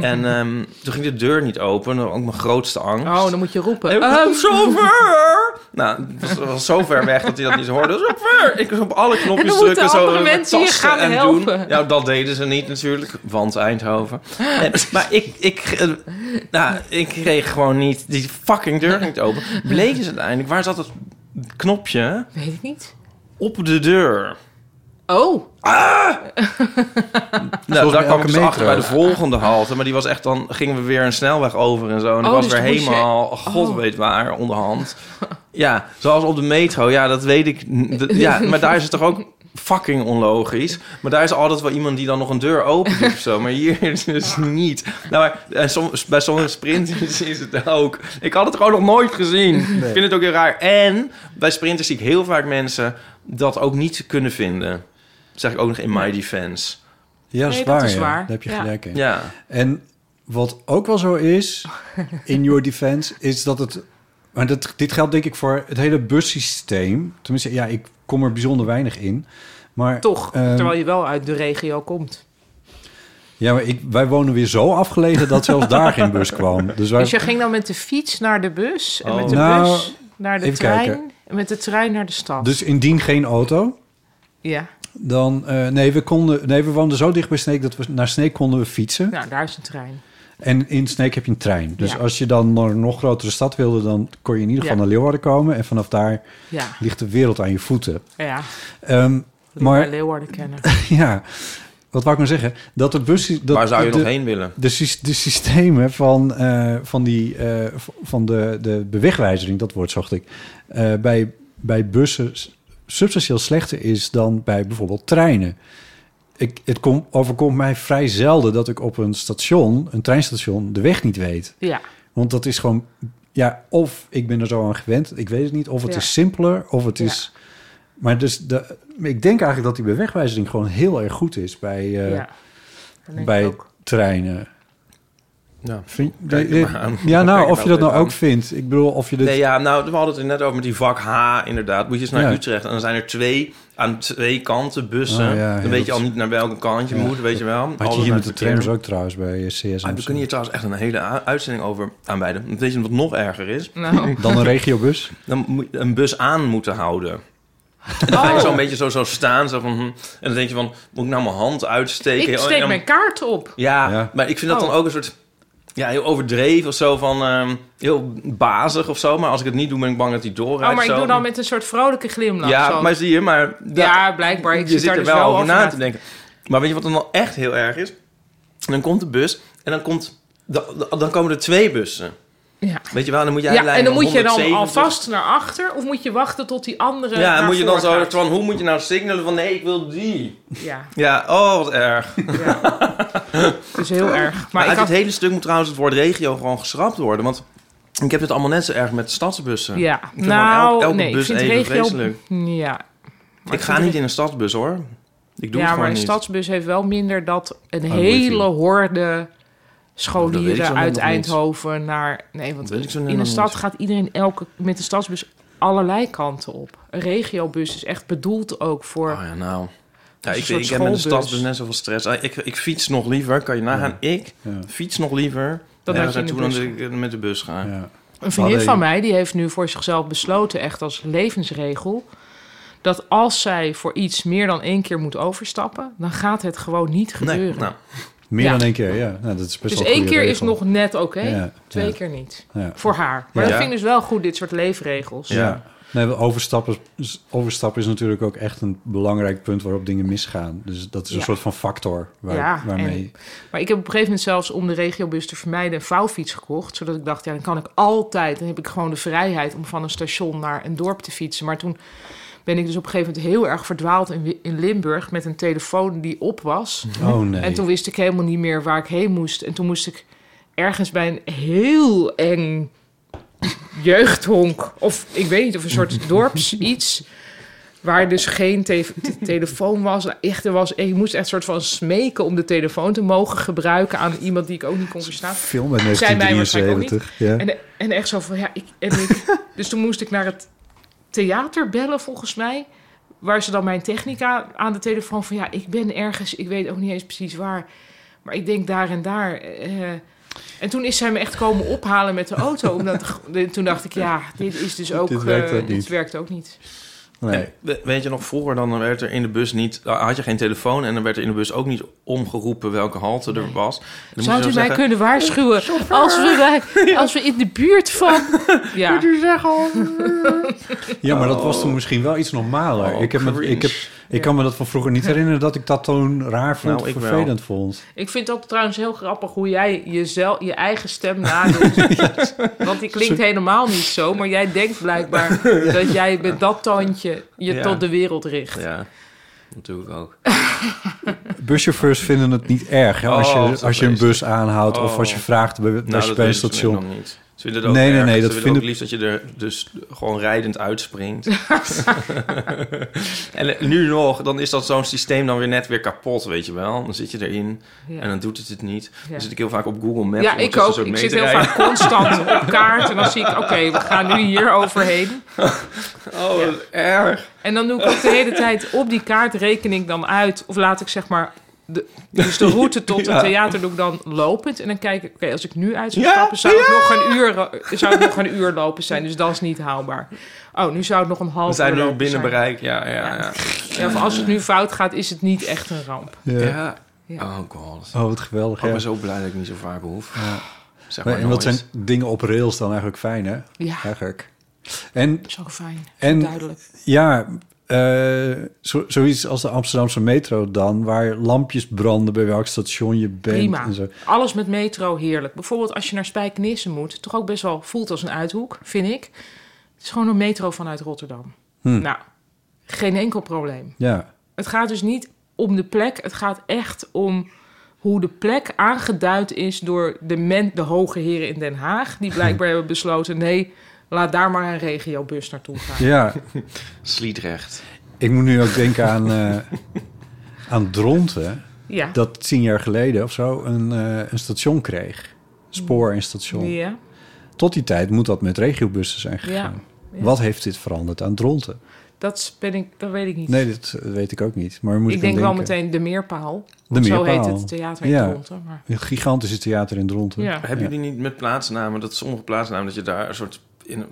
Speaker 5: En ehm, toen ging de deur niet open. Dat was ook mijn grootste angst.
Speaker 4: Oh, dan moet je roepen.
Speaker 5: Hey,
Speaker 4: Ehm,
Speaker 5: kom zo ver! Nou, het was, het was zo ver weg dat hij dat niet hoorde. Zo ver! Ik was op alle knopjes
Speaker 4: En dan
Speaker 5: drukken.
Speaker 4: moeten
Speaker 5: zo
Speaker 4: andere
Speaker 5: met
Speaker 4: mensen je
Speaker 5: tasten
Speaker 4: gaan
Speaker 5: en
Speaker 4: helpen.
Speaker 5: Doen. Ja, dat deden ze niet natuurlijk. Want Eindhoven. En- maar ik, ik, eh, nou, ik kreeg gewoon niet die fucking deur niet open. Bleek dus uiteindelijk, waar zat het knopje?
Speaker 4: Weet ik niet.
Speaker 5: Op de deur.
Speaker 4: Oh,
Speaker 5: Nou,
Speaker 3: bij
Speaker 5: daar kwam ik
Speaker 3: elke
Speaker 5: dus
Speaker 3: metro.
Speaker 5: achter bij de volgende halte. Maar die was echt dan... Gingen we weer een snelweg over en zo. En ik
Speaker 4: Oh,
Speaker 5: was
Speaker 4: dus
Speaker 5: weer
Speaker 4: toen moest je-
Speaker 5: helemaal... God
Speaker 4: Oh.
Speaker 5: weet waar, onderhand. Ja, zoals op de metro. Ja, dat weet ik... n- d- Ja, maar daar is het toch ook fucking onlogisch. Maar daar is altijd wel iemand die dan nog een deur open doet of zo. Maar hier dus niet. Nou, maar en som- bij sommige sprinters is het ook. Ik had het gewoon nog nooit gezien. Ik vind het ook heel raar. En bij sprinters zie ik heel vaak mensen dat ook niet kunnen vinden. Dat zeg ik ook nog in my defense.
Speaker 3: Ja, dat
Speaker 4: Nee,
Speaker 3: is
Speaker 4: dat
Speaker 3: waar.
Speaker 4: is
Speaker 3: ja.
Speaker 4: waar.
Speaker 3: Daar heb je
Speaker 4: Ja.
Speaker 3: gelijk in.
Speaker 5: Ja.
Speaker 3: En wat ook wel zo is, in your defense, is dat het... Maar dat, dit geldt denk ik voor het hele bussysteem. Tenminste, ja, ik kom er bijzonder weinig in. Maar,
Speaker 4: toch.
Speaker 3: ehm,
Speaker 4: Terwijl je wel uit de regio komt.
Speaker 3: Ja, maar ik, wij wonen weer zo afgelegen dat zelfs daar geen bus kwam. Dus wij,
Speaker 4: Dus je ging dan met de fiets naar de bus. En
Speaker 5: Oh.
Speaker 4: met de
Speaker 3: Nou,
Speaker 4: bus naar de
Speaker 3: even
Speaker 4: trein.
Speaker 3: kijken.
Speaker 4: En met de trein naar de stad.
Speaker 3: dus indien geen auto,
Speaker 4: Ja,
Speaker 3: dan... eh, nee, we konden, nee, we woonden zo dicht bij Sneek dat we naar Sneek konden we fietsen.
Speaker 4: nou, daar is een trein.
Speaker 3: En in Sneek heb je een trein. Dus
Speaker 4: Ja.
Speaker 3: als je dan naar een nog grotere stad wilde... dan kon je in ieder geval
Speaker 4: Ja.
Speaker 3: naar Leeuwarden komen. En vanaf daar
Speaker 4: Ja,
Speaker 3: ligt de wereld aan je voeten.
Speaker 4: ja.
Speaker 3: Ehm,
Speaker 4: Maar...
Speaker 3: Maar-
Speaker 4: Leeuwarden kennen.
Speaker 3: ja, wat wou ik nou zeggen? Dat de bus... Dat,
Speaker 5: Waar zou je
Speaker 3: de,
Speaker 5: nog heen willen?
Speaker 3: De, sys- de systemen van, eh, van, die, eh, v- van de, de bewegwijzering, dat woord zocht ik... eh, bij, bij bussen s- substantieel slechter is dan bij bijvoorbeeld treinen. Ik, het kom, overkomt mij vrij zelden dat ik op een station, een treinstation, de weg niet weet.
Speaker 4: Ja,
Speaker 3: Want dat is gewoon, ja, of ik ben er zo aan gewend, ik weet het niet, of het
Speaker 4: Ja.
Speaker 3: is simpeler, of het
Speaker 4: Ja.
Speaker 3: is. Maar dus de, ik denk eigenlijk dat die bewegwijzering gewoon heel erg goed is bij, eh,
Speaker 4: ja. Dat denk
Speaker 3: bij
Speaker 4: ik ook.
Speaker 3: treinen.
Speaker 5: Ja.
Speaker 3: Vind-
Speaker 5: Kijk er maar aan.
Speaker 3: ja,
Speaker 5: Kijk
Speaker 3: nou,
Speaker 5: er
Speaker 3: of je dat
Speaker 5: maar
Speaker 3: nou
Speaker 5: aan.
Speaker 3: ook vindt. Ik bedoel, of je dit.
Speaker 5: Nee, ja, nou, we hadden het er net over met die vak H, inderdaad. Moet je eens naar
Speaker 3: Ja.
Speaker 5: Utrecht. En dan zijn er twee, aan twee kanten bussen.
Speaker 3: Oh, ja, ja,
Speaker 5: dan weet je
Speaker 3: dat-
Speaker 5: al niet naar welke kant je
Speaker 3: Ja.
Speaker 5: moet, weet je wel.
Speaker 3: had
Speaker 5: Alles
Speaker 3: je hier
Speaker 5: naar
Speaker 3: met
Speaker 5: het
Speaker 3: de
Speaker 5: verkeer.
Speaker 3: trams ook trouwens bij eh, CS.
Speaker 5: Ah, we kunnen hier trouwens echt een hele a- uitzending over aanwijden. Want Weet je wat nog erger is?
Speaker 4: Nou,
Speaker 3: Dan een regiobus.
Speaker 5: Dan moet je een bus aan moeten houden. En dan
Speaker 4: Oh.
Speaker 5: ga je zo'n beetje zo, zo staan. Zo van, hm. En dan denk je van, moet ik nou mijn hand uitsteken?
Speaker 4: ik
Speaker 5: Oh, en
Speaker 4: steek
Speaker 5: dan-
Speaker 4: mijn kaart op.
Speaker 5: Ja,
Speaker 3: Ja.
Speaker 5: maar ik vind dat
Speaker 4: Oh.
Speaker 5: dan ook een soort... Ja, heel overdreven of zo van... ehm, heel bazig of zo. Maar als ik het niet doe, ben ik bang dat hij doorrijdt.
Speaker 4: Oh, maar ik
Speaker 5: zo.
Speaker 4: doe dan met een soort vrolijke glimlach.
Speaker 5: Ja,
Speaker 4: zo.
Speaker 5: maar zie je, maar... da-
Speaker 4: ja blijkbaar. Ik
Speaker 5: je
Speaker 4: zit
Speaker 5: zit
Speaker 4: daar
Speaker 5: er
Speaker 4: dus
Speaker 5: wel over na te
Speaker 4: te
Speaker 5: denken. Maar weet je wat dan wel echt heel erg is? Dan komt de bus en dan komt... da- da- Dan komen er twee bussen.
Speaker 4: Ja.
Speaker 5: Weet je wel, dan moet jij
Speaker 4: Ja,
Speaker 5: lijn
Speaker 4: en dan moet je dan
Speaker 5: 170.
Speaker 4: alvast naar achter of moet je wachten tot die andere.
Speaker 5: Ja,
Speaker 4: naar
Speaker 5: moet je dan
Speaker 4: voren
Speaker 5: zo
Speaker 4: gaat?
Speaker 5: van, hoe moet je nou signalen van nee, ik wil die.
Speaker 4: Ja,
Speaker 5: Ja, oh, wat erg. Maar,
Speaker 4: ja. het is heel erg. Maar, ik
Speaker 5: uit
Speaker 4: had.
Speaker 5: het hele stuk moet trouwens het woord regio gewoon geschrapt worden. Want ik heb het allemaal net zo erg met stadsbussen.
Speaker 4: Ja,
Speaker 5: vind gewoon
Speaker 4: nou,
Speaker 5: elk- elke
Speaker 4: nee, ik
Speaker 5: bus
Speaker 4: vind
Speaker 5: even
Speaker 4: regio.
Speaker 5: vreselijk.
Speaker 4: Ja,
Speaker 5: ik ga niet in een stadsbus hoor.
Speaker 4: ja,
Speaker 5: Ik doe het
Speaker 4: maar
Speaker 5: gewoon
Speaker 4: een
Speaker 5: niet.
Speaker 4: stadsbus heeft wel minder dat een
Speaker 3: Oh,
Speaker 4: hele
Speaker 3: wifi.
Speaker 4: horde
Speaker 5: Dat weet ik zo
Speaker 4: scholieren
Speaker 5: nog
Speaker 4: uit
Speaker 5: niet.
Speaker 4: Eindhoven naar. Nee, want
Speaker 5: Dat weet ik zo
Speaker 4: in
Speaker 5: nog
Speaker 4: de
Speaker 5: niet.
Speaker 4: stad gaat iedereen elke, met de stadsbus allerlei kanten op. Een regiobus is echt bedoeld ook voor.
Speaker 5: Oh ja, nou. Ja,
Speaker 4: is
Speaker 5: ik,
Speaker 4: een soort
Speaker 5: ik heb met de
Speaker 4: schoolbus.
Speaker 5: stadsbus net zoveel stress. Ah, Ik, ik fiets nog liever, kan je nagaan. Ik
Speaker 3: Ja.
Speaker 5: fiets nog liever
Speaker 4: dat
Speaker 5: ergens
Speaker 4: je in de
Speaker 5: naartoe
Speaker 4: bus
Speaker 5: dan dat
Speaker 4: gaat.
Speaker 5: ik met de bus ga.
Speaker 3: Ja.
Speaker 4: Een vriendin
Speaker 3: Allee.
Speaker 4: van mij die heeft nu voor zichzelf besloten, echt als levensregel, dat als zij voor iets meer dan één keer moet overstappen, dan gaat het gewoon niet
Speaker 5: Nee,
Speaker 4: gebeuren.
Speaker 5: nou,
Speaker 3: Meer
Speaker 4: Ja.
Speaker 3: dan één keer, ja. Nou, dat is best
Speaker 4: dus
Speaker 3: wel
Speaker 4: één
Speaker 3: een
Speaker 4: keer
Speaker 3: goede
Speaker 4: is
Speaker 3: regel.
Speaker 4: nog net oké,
Speaker 3: Ja,
Speaker 4: twee
Speaker 3: ja.
Speaker 4: keer niet.
Speaker 3: Ja.
Speaker 4: Voor haar. Maar
Speaker 5: Ja.
Speaker 4: dat vind ik dus wel goed, dit soort leefregels.
Speaker 3: Ja. Nee, wel overstappen, is- overstappen is natuurlijk ook echt een belangrijk punt waarop dingen misgaan. Dus dat is een
Speaker 4: Ja.
Speaker 3: soort van factor waar,
Speaker 4: Ja,
Speaker 3: waarmee.
Speaker 4: Maar ik heb op een gegeven moment zelfs om de regiobus te vermijden een vouwfiets gekocht. Zodat ik dacht, ja, dan kan ik altijd. Dan heb ik gewoon de vrijheid om van een station naar een dorp te fietsen. Maar toen ben ik dus op een gegeven moment heel erg verdwaald in, Wi- in Limburg met een telefoon die op was.
Speaker 3: Oh nee.
Speaker 4: En toen wist ik helemaal niet meer waar ik heen moest. En toen moest ik ergens bij een heel eng jeugdhonk. Of ik weet niet, of een soort dorps iets. Waar dus geen te- te- telefoon was. Nou, Echt, er was. Ik moest echt soort van smeken om de telefoon te mogen gebruiken aan iemand die ik ook niet kon verstaan.
Speaker 3: Film uit
Speaker 4: Zijn wij waarschijnlijk ook
Speaker 3: 1973. Ja.
Speaker 4: En, en echt zo van ja, ik. En ik dus toen moest ik naar het theater bellen, volgens mij. waar ze dan mijn technica aan de telefoon van... ja, ik ben ergens, ik weet ook niet eens precies waar... maar ik denk daar en daar. eh. en toen is zij me echt komen ophalen met de auto. Omdat, toen dacht ik, ja, dit is dus ook...
Speaker 3: Dit werkt
Speaker 4: eh,
Speaker 3: ook niet.
Speaker 4: Dit werkt ook niet.
Speaker 3: Nee.
Speaker 5: En we- weet je nog, vroeger dan werd er in de bus niet... ah, had je geen telefoon en dan werd er in de bus ook niet omgeroepen welke halte er was. Dan moest je
Speaker 4: Zou
Speaker 5: zo
Speaker 4: u mij
Speaker 5: zeggen,
Speaker 4: kunnen waarschuwen als we, bij, als we in de buurt van... Ja,
Speaker 3: Ja, maar dat was toen misschien wel iets normaler.
Speaker 5: Oh,
Speaker 3: ik, heb me-
Speaker 5: cringe.
Speaker 3: ik, heb, ik kan me dat van vroeger niet herinneren dat ik dat toen raar vond
Speaker 5: Nou,
Speaker 3: of
Speaker 5: ik wel.
Speaker 3: vervelend vond.
Speaker 4: ik vind het ook trouwens heel grappig hoe jij jezelf, je eigen stem nadoet. Want die klinkt helemaal niet zo, maar jij denkt blijkbaar dat jij met dat toontje je
Speaker 5: Ja.
Speaker 4: tot de wereld richt.
Speaker 5: Ja, natuurlijk ook.
Speaker 3: Buschauffeurs vinden het niet erg hè, als,
Speaker 5: Oh,
Speaker 3: je, als je een
Speaker 5: vreselijk.
Speaker 3: bus aanhoudt of
Speaker 5: Oh.
Speaker 3: als je vraagt bij, als je bij een
Speaker 5: weten ze
Speaker 3: station.
Speaker 5: nog niet. Ze vinden het ook
Speaker 3: Nee, nee,
Speaker 5: erg.
Speaker 3: nee, dat
Speaker 5: Ze
Speaker 3: vinden-
Speaker 5: vinden ook liefst dat je er dus gewoon rijdend uitspringt. en nu nog, dan is dat zo'n systeem dan weer net weer kapot, weet je wel. Dan zit je erin
Speaker 4: Ja.
Speaker 5: en dan doet het het niet.
Speaker 4: Ja.
Speaker 5: Dan zit ik heel vaak op Google Maps.
Speaker 4: Ja,
Speaker 5: om
Speaker 4: ik
Speaker 5: tussen
Speaker 4: ook.
Speaker 5: soort
Speaker 4: Ik
Speaker 5: dus mee
Speaker 4: zit
Speaker 5: te
Speaker 4: heel
Speaker 5: rijden.
Speaker 4: vaak constant op kaart en dan zie ik, oké, we gaan nu hier overheen.
Speaker 5: Oh, wat erg.
Speaker 4: En dan doe ik ook de hele tijd op die kaart reken ik dan uit. Of laat ik zeg maar. De, dus de route tot
Speaker 5: Ja.
Speaker 4: het theater doe ik dan lopend. En dan kijk ik, oké, als ik nu uit zou
Speaker 5: Ja,
Speaker 4: stappen, zou, het nog een uur, ro- zou het nog een uur lopen zijn. Dus dat is niet haalbaar. Oh, nu zou het nog een half
Speaker 5: We zijn
Speaker 4: uur
Speaker 5: nu
Speaker 4: lopen
Speaker 5: binnen
Speaker 4: zijn.
Speaker 5: bereik. Ja, ja, ja.
Speaker 4: Ja, of als het nu fout gaat, is het niet echt een ramp.
Speaker 3: Ja.
Speaker 5: Ja.
Speaker 4: Ja.
Speaker 5: Oh god.
Speaker 3: Oh, wat geweldig.
Speaker 5: Ik
Speaker 3: ja.
Speaker 5: ben zo blij dat ik niet zo vaak hoef. Zeg
Speaker 3: Maar
Speaker 5: maar
Speaker 3: en wat zijn
Speaker 5: nooit.
Speaker 3: dingen op rails dan eigenlijk fijn, hè?
Speaker 4: Ja,
Speaker 3: Eigenlijk. En
Speaker 4: zo fijn.
Speaker 3: En-
Speaker 4: duidelijk.
Speaker 3: Ja, eh, zo, zoiets als de Amsterdamse metro dan, waar lampjes branden bij welk station je bent.
Speaker 4: Prima.
Speaker 3: En zo.
Speaker 4: Alles met metro, heerlijk. Bijvoorbeeld als je naar Spijkenisse moet, toch ook best wel voelt als een uithoek, vind ik. Het is gewoon een metro vanuit Rotterdam.
Speaker 3: Hm.
Speaker 4: Nou, geen enkel probleem.
Speaker 3: Ja,
Speaker 4: Het gaat dus niet om de plek, het gaat echt om hoe de plek aangeduid is door de, men, de hoge heren in Den Haag. Die blijkbaar hebben besloten, nee, laat daar maar een regiobus naartoe gaan.
Speaker 3: ja.
Speaker 5: Sliedrecht.
Speaker 3: ik moet nu ook denken aan, eh, aan Dronten,
Speaker 4: Ja.
Speaker 3: dat tien jaar geleden of zo een, eh, een station kreeg. Spoor en station.
Speaker 4: ja.
Speaker 3: Tot die tijd moet dat met regiobussen zijn gegaan.
Speaker 4: Ja, ja.
Speaker 3: Wat heeft dit veranderd aan Dronten?
Speaker 4: Dat, ben ik, dat weet ik niet.
Speaker 3: Nee, dat weet ik ook niet. Maar moet ik
Speaker 4: ik denk
Speaker 3: aan
Speaker 4: wel
Speaker 3: denken.
Speaker 4: meteen de Meerpaal.
Speaker 3: De
Speaker 4: Zo
Speaker 3: Meerpaal.
Speaker 4: heet het theater in
Speaker 3: Ja.
Speaker 4: Dronten, maar-
Speaker 3: Het gigantische theater in Dronten.
Speaker 4: Ja.
Speaker 5: Hebben jullie niet met plaatsnamen, dat sommige plaatsnamen, dat je daar een soort in een,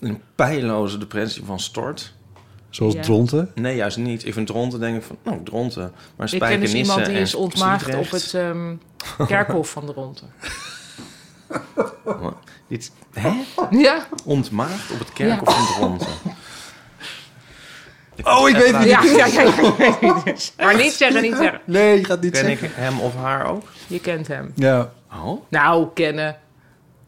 Speaker 5: in een pijloze depressie van stort?
Speaker 3: Zoals
Speaker 4: Ja.
Speaker 3: Dronten.
Speaker 5: Nee, juist niet. Ik vind Dronten, denk ik van, nou, Dronten. Maar
Speaker 4: Ik ken dus
Speaker 5: Spijkenisse
Speaker 4: iemand die
Speaker 5: en
Speaker 4: is ontmaagd op
Speaker 5: Sliedrecht,
Speaker 4: het ehm, kerkhof van de Ronde.
Speaker 5: Dit, hè?
Speaker 4: Ja,
Speaker 5: Ontmaagd op het kerkhof van Dronten.
Speaker 3: Oh, ik weet
Speaker 5: het
Speaker 4: ja, ja, ja, ja. Maar niet zeggen, niet zeggen.
Speaker 3: Nee, je gaat niet
Speaker 5: Ken ik
Speaker 3: zeggen.
Speaker 5: hem of haar ook?
Speaker 4: Je kent hem.
Speaker 3: Ja.
Speaker 5: Oh?
Speaker 4: Nou, kennen.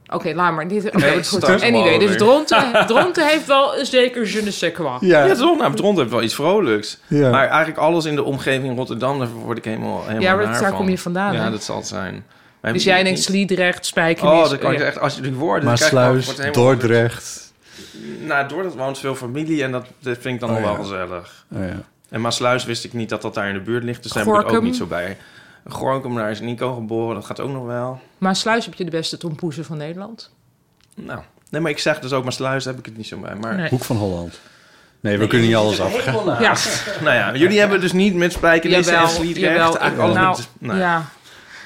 Speaker 4: Oké, laat maar. Dit, oké,
Speaker 5: Nee, het
Speaker 4: goed.
Speaker 5: start maar
Speaker 4: Anyway, dus
Speaker 5: weer.
Speaker 4: Dronte, Dronte heeft wel een zeker je ne sais quoi.
Speaker 5: Ja,
Speaker 3: Ja.
Speaker 5: Dronten, nou, Dronten heeft wel iets vrolijks.
Speaker 3: Ja.
Speaker 5: Maar eigenlijk alles in de omgeving Rotterdam, daar word ik helemaal helemaal
Speaker 4: Ja, maar dat-
Speaker 5: naar
Speaker 4: daar
Speaker 5: van.
Speaker 4: kom je vandaan,
Speaker 5: Ja,
Speaker 4: hè?
Speaker 5: dat zal het zijn. Maar
Speaker 4: Dus
Speaker 5: heb
Speaker 4: jij
Speaker 5: je
Speaker 4: denkt
Speaker 5: niet-
Speaker 4: Sliedrecht, Spijkenisse.
Speaker 5: Oh, dan kan je
Speaker 4: eh, ja.
Speaker 5: echt, als je die woorden...
Speaker 3: Maar
Speaker 5: dan krijg je-
Speaker 3: Sluis,
Speaker 5: wordt helemaal-
Speaker 3: Dordrecht.
Speaker 5: Nou, Dordrecht woont veel familie en dat dat vind ik dan
Speaker 3: Oh,
Speaker 5: nog wel
Speaker 3: ja.
Speaker 5: gezellig.
Speaker 3: Oh, ja.
Speaker 5: En Maasluis wist ik niet dat dat daar in de buurt ligt, dus daar ben ik ook
Speaker 4: Gorkum.
Speaker 5: niet zo bij. Gorkum, daar is Nico geboren, dat gaat ook nog wel.
Speaker 4: Maar Sluis heb je de beste tompoezen van Nederland.
Speaker 5: Nou, nee, maar ik zeg dus ook Maasluis, daar heb ik het niet zo bij. Maar,
Speaker 4: Nee.
Speaker 3: Hoek van Holland. Nee, we kunnen niet alles afgaan.
Speaker 4: Ja,
Speaker 5: nou ja, jullie hebben dus niet met Spijkenissen en
Speaker 4: jawel.
Speaker 5: Sliedrecht.
Speaker 4: jawel.
Speaker 5: eigenlijk alles
Speaker 4: nou,
Speaker 5: met- nou,
Speaker 4: ja.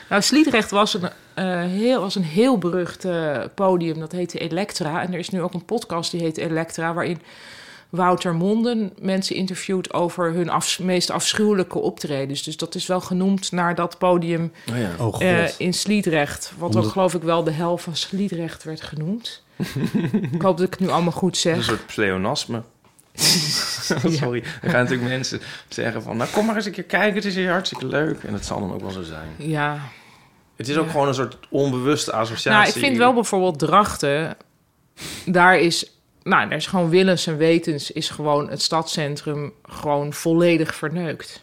Speaker 4: nou, Sliedrecht was een, eh, heel, was een heel berucht eh, podium. Dat heette Elektra. En er is nu ook een podcast die heet Elektra... waarin Wouter Monden mensen interviewt over hun afs- meest afschuwelijke optredens. Dus dat is wel genoemd naar dat podium
Speaker 5: Oh ja.
Speaker 3: Oh god.
Speaker 4: eh, in Sliedrecht. Wat
Speaker 3: Omdat-
Speaker 4: ook geloof ik wel de hel van Sliedrecht werd genoemd. ik hoop dat ik het nu allemaal goed
Speaker 5: Een
Speaker 4: zeg.
Speaker 5: soort pleonasme. Sorry, er gaan natuurlijk mensen zeggen van... nou, kom maar eens een keer kijken, het is hier hartstikke leuk. En dat zal dan ook wel zo zijn.
Speaker 4: Ja,
Speaker 5: Het is ook gewoon een soort onbewuste associatie.
Speaker 4: Nou, ik vind wel bijvoorbeeld Drachten. Daar is, nou, daar is gewoon willens en wetens is gewoon het stadscentrum gewoon volledig verneukt.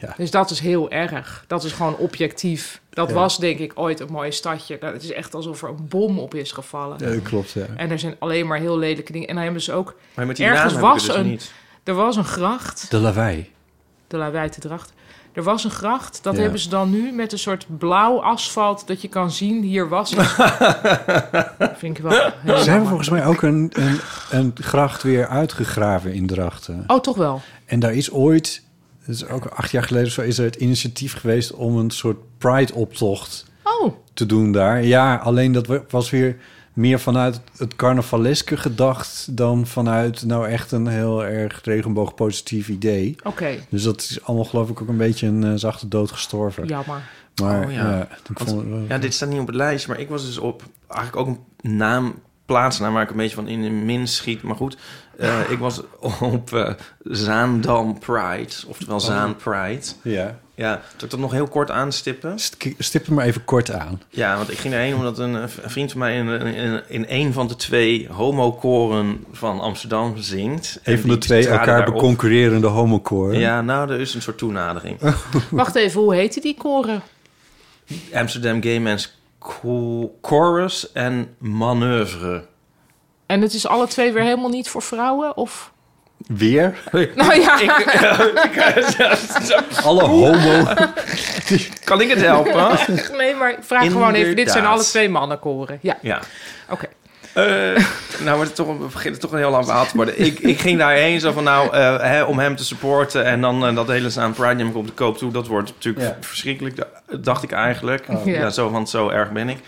Speaker 3: Ja.
Speaker 4: Dus dat is heel erg. Dat is gewoon objectief. Dat was denk ik ooit een mooi stadje. Dat het is echt alsof er een bom op is gevallen.
Speaker 3: Ja, dat klopt, ja.
Speaker 4: En er zijn alleen maar heel lelijke dingen. En dan hebben ze ook.
Speaker 5: Maar met die
Speaker 4: Ergens
Speaker 5: naam heb ik
Speaker 4: was
Speaker 5: het dus
Speaker 4: een-
Speaker 5: niet.
Speaker 4: Er was een gracht,
Speaker 3: De lawaai.
Speaker 4: de Lawijte Dracht. Er was een gracht. Dat
Speaker 3: Ja.
Speaker 4: hebben ze dan nu met een soort blauw asfalt dat je kan zien. Hier was het. vind ik wel. heel
Speaker 3: Ze hebben
Speaker 4: jammer.
Speaker 3: volgens mij ook een, een, een gracht weer uitgegraven in Drachten.
Speaker 4: Oh, toch wel.
Speaker 3: En daar is ooit, dat is ook acht jaar geleden of zo, is er het initiatief geweest om een soort Pride-optocht
Speaker 4: Oh,
Speaker 3: te doen daar. Ja, alleen dat we- was weer meer vanuit het carnavaleske gedacht dan vanuit nou echt een heel erg regenboogpositief idee.
Speaker 4: oké.
Speaker 3: Dus dat is allemaal geloof ik ook een beetje een eh, zachte dood gestorven.
Speaker 4: Jammer.
Speaker 3: Maar
Speaker 5: Oh, ja.
Speaker 3: ja, ik vond het wel-
Speaker 5: Ja, dit staat niet op het lijstje, maar ik was dus op eigenlijk ook een naam, plaatsnaam waar ik een beetje van in de min schiet. Maar goed, eh, ik was op eh, Zaandam Pride,
Speaker 3: Oh.
Speaker 5: oftewel Zaan Pride.
Speaker 3: ja.
Speaker 5: Ja, zal ik dat nog heel kort aanstippen?
Speaker 3: St- Stip hem maar even kort aan.
Speaker 5: Ja, want ik ging erheen omdat een, eh, v- een vriend van mij in, in, in een van de twee homokoren van Amsterdam zingt. En
Speaker 3: Een van de
Speaker 5: die
Speaker 3: twee
Speaker 5: traden
Speaker 3: elkaar
Speaker 5: daarop.
Speaker 3: beconcurrerende homocore.
Speaker 5: Ja, nou, er is een soort toenadering.
Speaker 3: Oh.
Speaker 4: Wacht even, hoe heette die koren?
Speaker 5: Amsterdam Gay Men's Co- Chorus en Manoeuvre.
Speaker 4: En het is alle twee weer helemaal niet voor vrouwen? Of?
Speaker 3: Weer?
Speaker 4: Nou ja,
Speaker 3: Alle homo...
Speaker 5: Kan ik het helpen?
Speaker 4: nee, maar ik vraag gewoon even. Dit zijn
Speaker 5: Inderdaad.
Speaker 4: alle twee mannenkoren. Ja,
Speaker 5: ja.
Speaker 4: oké.
Speaker 5: Eh, nou, wordt het toch, we beginnen toch een heel lang verhaal te worden. Ik, ik ging daarheen zo van, nou, eh, hè, om hem te supporten... en dan eh, dat hele Saan Pride neem ik op de koop toe. Dat wordt natuurlijk
Speaker 3: Ja.
Speaker 5: v- verschrikkelijk, da- dacht ik eigenlijk. Ja.
Speaker 4: Ja.
Speaker 5: zo, want zo erg ben ik.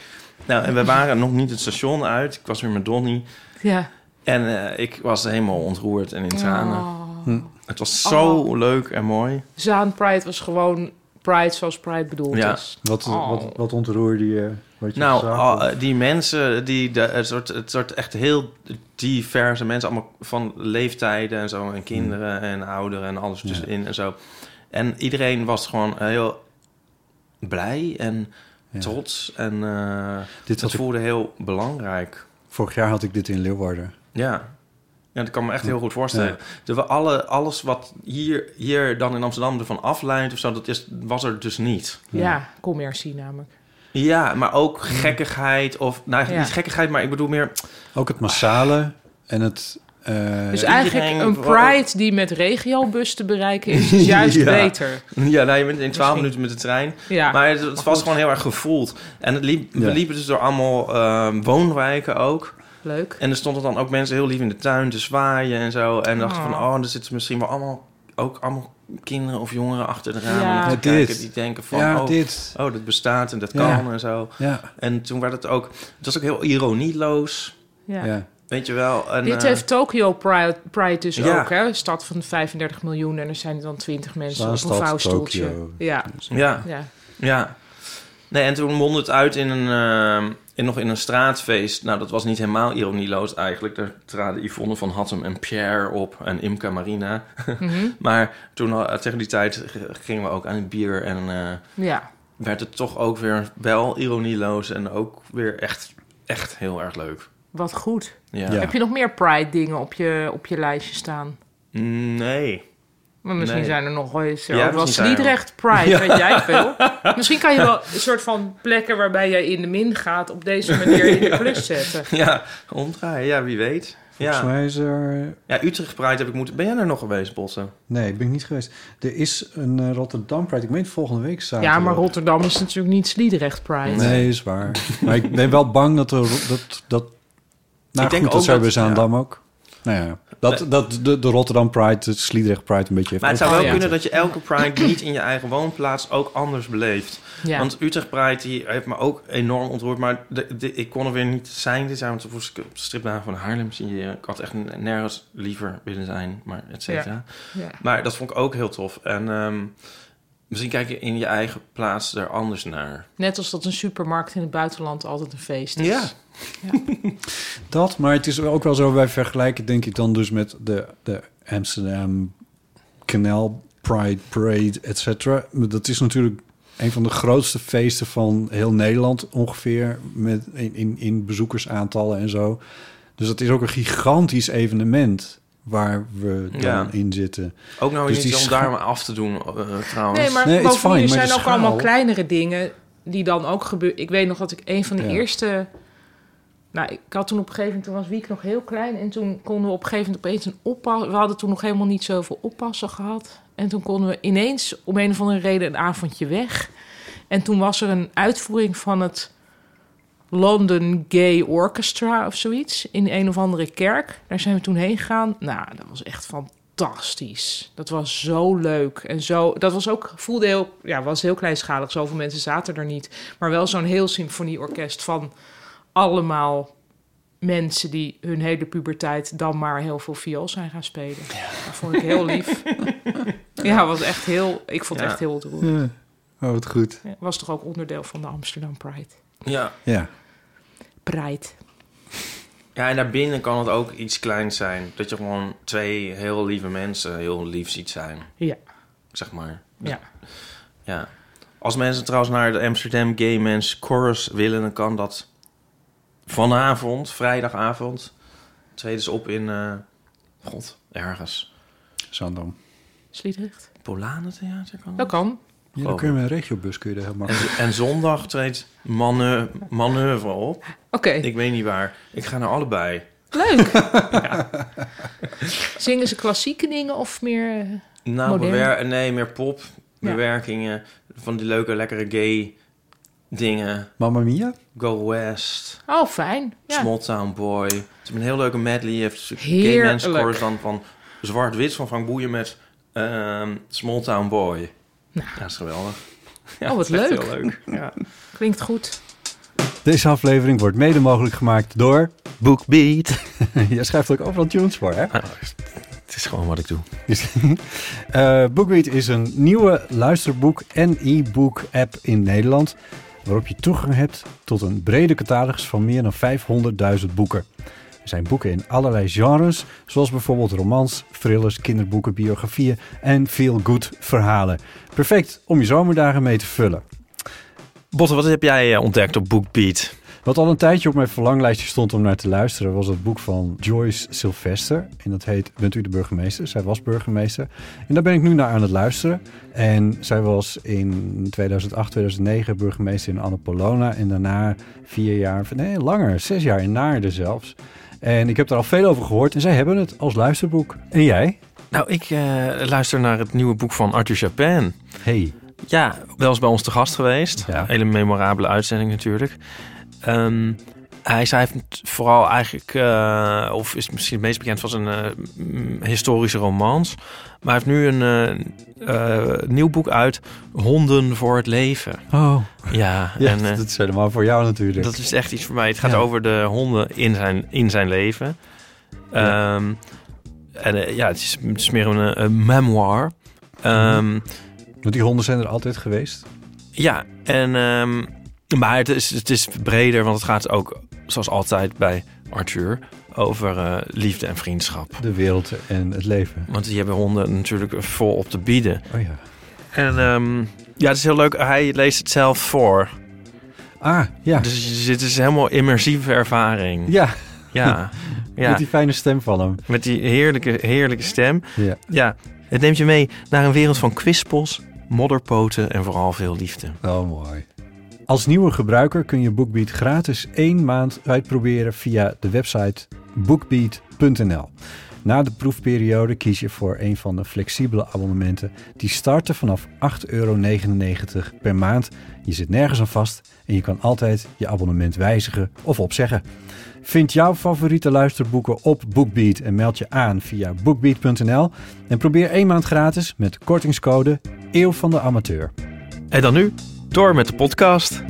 Speaker 5: Nou, en we waren nog niet het station uit. Ik was weer met Donnie.
Speaker 4: Ja.
Speaker 5: En eh, ik was helemaal ontroerd en in tranen.
Speaker 4: Oh.
Speaker 5: Het was zo
Speaker 4: Oh.
Speaker 5: leuk en mooi.
Speaker 4: Zaan Pride was gewoon Pride zoals Pride bedoeld
Speaker 5: Ja.
Speaker 4: is.
Speaker 3: Wat,
Speaker 4: Oh.
Speaker 3: wat, wat ontroerde je? Wat je
Speaker 5: Nou,
Speaker 3: zag?
Speaker 5: al- eh, die mensen, die, de, het, soort, het soort echt heel diverse mensen, allemaal van leeftijden en zo,
Speaker 3: Mm.
Speaker 5: en kinderen en ouderen en alles tussenin en zo. En iedereen was gewoon heel blij en
Speaker 3: Ja.
Speaker 5: trots en eh
Speaker 3: Dit
Speaker 5: het
Speaker 3: had ik-
Speaker 5: voelde heel belangrijk.
Speaker 3: Vorig jaar had ik dit in Leeuwarden.
Speaker 5: Ja. Ja, dat kan me echt heel goed voorstellen. De, we alle, alles wat hier, hier dan in Amsterdam ervan afleidt of zo, dat is, was er dus niet. Mm.
Speaker 4: Ja, commercie namelijk.
Speaker 5: Ja, maar ook gekkigheid of... Nou,
Speaker 4: Ja.
Speaker 5: niet gekkigheid, maar ik bedoel meer...
Speaker 3: Ook het massale en het... eh,
Speaker 4: Dus
Speaker 5: iedereen
Speaker 4: eigenlijk een
Speaker 5: wou-
Speaker 4: Pride die met regiobus te bereiken is, is juist
Speaker 5: Ja.
Speaker 4: beter.
Speaker 5: Ja, nou, je bent in 12
Speaker 4: Misschien.
Speaker 5: minuten met de trein.
Speaker 4: Ja.
Speaker 5: Maar het, het was gewoon heel erg gevoeld. En het liep, we
Speaker 3: Ja.
Speaker 5: liepen dus door allemaal ehm, woonwijken ook.
Speaker 4: Leuk.
Speaker 5: En er stonden dan ook mensen heel lief in de tuin te zwaaien en zo. En dachten van,
Speaker 4: Oh.
Speaker 5: oh, er zitten misschien wel allemaal, ook allemaal kinderen of jongeren achter de ramen
Speaker 4: Ja.
Speaker 5: te
Speaker 3: Ja,
Speaker 5: kijken.
Speaker 3: dit.
Speaker 5: Die denken van,
Speaker 3: ja,
Speaker 5: oh,
Speaker 3: dit.
Speaker 5: oh, dat bestaat en dat
Speaker 3: Ja.
Speaker 5: kan en zo.
Speaker 3: Ja,
Speaker 5: En toen werd het ook... Het was ook heel ironieloos,
Speaker 4: Ja.
Speaker 3: ja.
Speaker 5: weet je wel. En,
Speaker 4: Dit
Speaker 5: eh,
Speaker 4: heeft Tokyo Pride, Pride dus
Speaker 5: Ja.
Speaker 4: ook, hè? Een stad van 35 miljoen en er zijn dan 20 mensen op een
Speaker 3: Zaanstad,
Speaker 4: vouwstoeltje.
Speaker 3: Tokyo.
Speaker 4: Ja,
Speaker 5: Ja,
Speaker 4: ja.
Speaker 5: Ja. Nee, en toen mondde het uit in een, ehm, in, nog in een straatfeest. Nou, dat was niet helemaal ironieloos eigenlijk. Daar traden Yvonne van Hattem en Pierre op en Imka Marina. maar toen, al- tegen die tijd g- gingen we ook aan het bier en eh,
Speaker 4: ja.
Speaker 5: werd het toch ook weer wel ironieloos en ook weer echt, echt heel erg leuk.
Speaker 4: Wat goed.
Speaker 5: Ja.
Speaker 3: Ja.
Speaker 4: Heb je nog meer Pride dingen op je, op je lijstje staan?
Speaker 5: Nee.
Speaker 4: Maar misschien
Speaker 5: Nee.
Speaker 4: zijn er nog wel eens...
Speaker 5: Ja,
Speaker 4: Ja, was
Speaker 5: misschien zijn er
Speaker 4: Sliedrecht Pride, weet jij veel? Misschien kan je wel een soort van plekken waarbij jij in de min gaat... op deze manier in de plus zetten.
Speaker 5: Ja, omdraaien. Ja, wie weet.
Speaker 3: Volgens
Speaker 5: Ja.
Speaker 3: mij is er...
Speaker 5: ja, Utrecht Pride heb ik moeten... Ben jij er nog geweest, Botten?
Speaker 3: Nee, ben ik niet geweest. Er is een eh, Rotterdam Pride. Ik meen het volgende week zaterdag.
Speaker 4: Ja, maar Rotterdam is natuurlijk niet Sliedrecht Pride.
Speaker 3: Nee, is waar. maar ik ben wel bang dat... Er, dat, dat nou,
Speaker 5: Ik denk
Speaker 3: goed,
Speaker 5: ook
Speaker 3: dat zijn we
Speaker 5: dat-
Speaker 3: Zaandam ook. Nou ja, dat, dat de, de Rotterdam Pride, de Sliedrecht Pride een beetje... heeft
Speaker 5: Maar het zou
Speaker 4: Oh,
Speaker 5: wel
Speaker 4: ja.
Speaker 5: kunnen dat je elke Pride niet in je eigen woonplaats ook anders beleeft.
Speaker 4: Ja.
Speaker 5: Want Utrecht Pride die heeft me ook enorm ontroerd. Maar de, de- ik kon er weer niet zijn dit jaar. Want toen moest ik op de stripdagen van Haarlem signeren. Ik had echt nergens liever willen zijn. Maar et cetera.
Speaker 4: Ja.
Speaker 5: Maar dat vond ik ook heel tof. En ehm, misschien kijk je in je eigen plaats er anders naar. Dus
Speaker 4: Net als dat een supermarkt in het buitenland altijd een feest is.
Speaker 5: Ja.
Speaker 3: Dat, maar het is ook wel zo, wij vergelijken denk ik dan dus met de, de Amsterdam Canal Pride Parade, et cetera. Maar Dat is natuurlijk een van de grootste feesten van heel Nederland ongeveer, met, in, in, in bezoekersaantallen en zo. Dus dat is ook een gigantisch evenement waar we dan
Speaker 5: Ja.
Speaker 3: in zitten.
Speaker 5: Ook nou
Speaker 3: Dus
Speaker 5: niet
Speaker 3: die
Speaker 5: om
Speaker 3: scha-
Speaker 5: daar maar af te doen eh, trouwens.
Speaker 4: Nee, maar
Speaker 3: Nee, it's
Speaker 4: bovendien
Speaker 3: fine, maar
Speaker 4: er zijn
Speaker 3: de
Speaker 4: ook
Speaker 3: schaal-
Speaker 4: allemaal kleinere dingen die dan ook gebeuren. Ik weet nog dat ik een van de
Speaker 3: Ja.
Speaker 4: eerste... Nou, ik had toen op een gegeven moment... Toen was Wiek nog heel klein en toen konden we op een gegeven moment opeens een oppas... We hadden toen nog helemaal niet zoveel oppassen gehad. En toen konden we ineens om een of andere reden een avondje weg. En toen was er een uitvoering van het London Gay Orchestra of zoiets. In een of andere kerk. Daar zijn we toen heen gegaan. Nou, dat was echt fantastisch. Dat was zo leuk. En zo, dat was ook, voelde heel, ja, was heel kleinschalig. Zoveel mensen zaten er niet. Maar wel zo'n heel symfonieorkest van allemaal mensen die hun hele puberteit dan maar heel veel viool zijn gaan spelen. Dat vond ik heel lief. ja, was echt heel, ik vond het
Speaker 5: Ja.
Speaker 4: echt heel ontroerend.
Speaker 3: Ja. Oh, wat goed.
Speaker 4: Ja, Was toch ook onderdeel van de Amsterdam Pride.
Speaker 5: Ja.
Speaker 3: Ja.
Speaker 4: Pride.
Speaker 5: ja, en daarbinnen kan het ook iets kleins zijn. Dat je gewoon twee heel lieve mensen heel lief ziet zijn,
Speaker 4: Ja,
Speaker 5: zeg maar.
Speaker 4: ja.
Speaker 5: Ja. Als mensen trouwens naar de Amsterdam Gay Men's Chorus willen, dan kan dat vanavond, vrijdagavond. Treden ze op in, eh, god, ergens.
Speaker 3: Zandam.
Speaker 4: Sliedrecht.
Speaker 5: Polanentheater kan
Speaker 4: Dat kan.
Speaker 3: Ja, dan kun je met een regiobus kun je daar heel
Speaker 5: En,
Speaker 3: makkelijk...
Speaker 5: en zondag treedt Manne- Manoeuvre op.
Speaker 4: Oké,
Speaker 5: Ik weet niet waar. Ik ga naar allebei.
Speaker 4: leuk. Zingen ze klassieke dingen of meer... eh,
Speaker 5: Nou,
Speaker 4: Modern.
Speaker 5: bewer- nee, meer pop,
Speaker 4: Ja.
Speaker 5: bewerkingen van die leuke, lekkere gay dingen.
Speaker 3: Mamma Mia?
Speaker 5: Go West.
Speaker 4: Oh, fijn. Ja.
Speaker 5: Small Town Boy. Het is een heel leuke medley. Je hebt Gay
Speaker 4: Heerlijk.
Speaker 5: Men's Chorus dan van zwart-wit van Frank Boeien met ehm Small Town Boy.
Speaker 4: Nou.
Speaker 5: Ja, dat is geweldig. Ja,
Speaker 4: Oh, wat
Speaker 5: dat is echt
Speaker 4: leuk.
Speaker 5: heel leuk. Ja.
Speaker 4: Klinkt goed.
Speaker 3: Deze aflevering wordt mede mogelijk gemaakt door...
Speaker 5: Bookbeat.
Speaker 3: Jij schrijft ook overal tunes voor, hè?
Speaker 5: Het is gewoon wat ik doe.
Speaker 3: Eh BookBeat is een nieuwe luisterboek- en e-book app in Nederland... waarop je toegang hebt tot een brede catalogus van meer dan 500.000 boeken. Er zijn boeken in allerlei genres, zoals bijvoorbeeld romans, thrillers, kinderboeken, biografieën en veel goed verhalen. Perfect om je zomerdagen mee te vullen.
Speaker 5: Botte, wat heb jij eh, ontdekt op Bookbeat?
Speaker 3: Wat al een tijdje op mijn verlanglijstje stond om naar te luisteren, was het boek van Joyce Sylvester. En dat heet Bent u de burgemeester? Zij was burgemeester. En daar ben ik nu naar aan het luisteren. En zij was in 2008, 2009 burgemeester in Annapolona. En daarna vier jaar, nee langer, zes jaar in Naarden zelfs. En ik heb er al veel over gehoord en zij hebben het als luisterboek. En jij?
Speaker 5: Nou, ik luister naar het nieuwe boek van Arthur Chapin.
Speaker 3: Hey.
Speaker 5: Ja, wel eens bij ons te gast geweest.
Speaker 3: Ja.
Speaker 5: Hele memorabele uitzending natuurlijk. Ehm, hij is- hij heeft het vooral eigenlijk, eh, of is misschien het meest bekend van zijn eh, m- historische romans. Maar hij heeft nu een eh, eh, nieuw boek uit, Honden voor het leven.
Speaker 3: Oh,
Speaker 5: Ja,
Speaker 3: ja,
Speaker 5: en eh,
Speaker 3: dat is helemaal voor jou natuurlijk.
Speaker 5: dat is echt iets voor mij. Het gaat
Speaker 3: Ja.
Speaker 5: over de honden in zijn, in zijn leven. Ehm, En eh, ja, het is, het is meer een, eh, een memoir. Ehm
Speaker 3: Want die honden zijn er altijd geweest.
Speaker 5: Ja, en, ehm, maar het is, het is breder, want het gaat ook, zoals altijd bij Arthur, over eh, liefde en vriendschap.
Speaker 3: De wereld en het leven.
Speaker 5: Want die hebben honden natuurlijk vol op te bieden.
Speaker 3: Oh ja.
Speaker 5: En ehm, ja, het is heel leuk. Hij leest het zelf voor.
Speaker 3: Ah, ja.
Speaker 5: Dus dit is een helemaal immersieve ervaring.
Speaker 3: Ja,
Speaker 5: Ja, ja.
Speaker 3: met die fijne stem van hem.
Speaker 5: met die heerlijke, heerlijke stem.
Speaker 3: Ja.
Speaker 5: Ja, het neemt je mee naar een wereld van kwispels, modderpoten en vooral veel liefde.
Speaker 3: Oh, mooi. Als nieuwe gebruiker kun je BookBeat gratis één maand uitproberen via de website bookbeat.nl. Na de proefperiode kies je voor een van de flexibele abonnementen. Die starten vanaf 8,99 euro per maand. Je zit nergens aan vast en je kan altijd je abonnement wijzigen of opzeggen. Vind jouw favoriete luisterboeken op BookBeat en meld je aan via bookbeat.nl. En probeer één maand gratis met de kortingscode Eeuw van de Amateur.
Speaker 5: En dan nu, door met de podcast.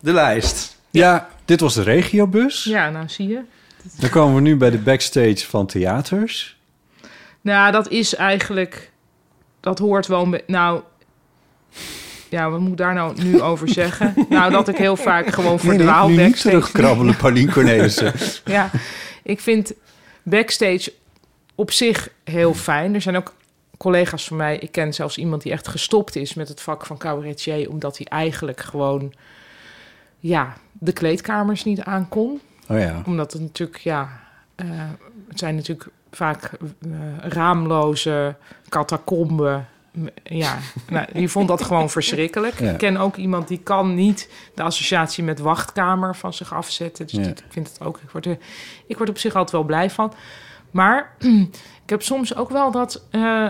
Speaker 5: de lijst.
Speaker 3: Ja, dit was de regiobus.
Speaker 4: Ja, nou zie je.
Speaker 3: Dan komen we nu bij de backstage van theaters.
Speaker 4: Nou, dat is eigenlijk... Dat hoort wel... me- Nou... Ja, wat moet ik daar nou nu over zeggen? nou, dat ik heel vaak gewoon verdwaal
Speaker 3: nu niet
Speaker 4: backstage.
Speaker 3: terugkrabbelen, Paulien Cornelissen.
Speaker 4: Ja, ik vind backstage op zich heel fijn. Er zijn ook collega's van mij. Ik ken zelfs iemand die echt gestopt is met het vak van cabaretier, omdat hij eigenlijk gewoon ja, de kleedkamers niet aan kon.
Speaker 3: oh ja.
Speaker 4: Omdat het natuurlijk, ja, eh, het zijn natuurlijk vaak eh, raamloze catacomben. M- Ja, nou, die vond dat gewoon verschrikkelijk.
Speaker 3: Ja.
Speaker 4: Ik ken ook iemand die kan niet de associatie met wachtkamer van zich afzetten. Dus
Speaker 3: Ja.
Speaker 4: die vindt het ook. Ik word, er, ik word op zich altijd wel blij van. Maar ik heb soms ook wel dat, eh,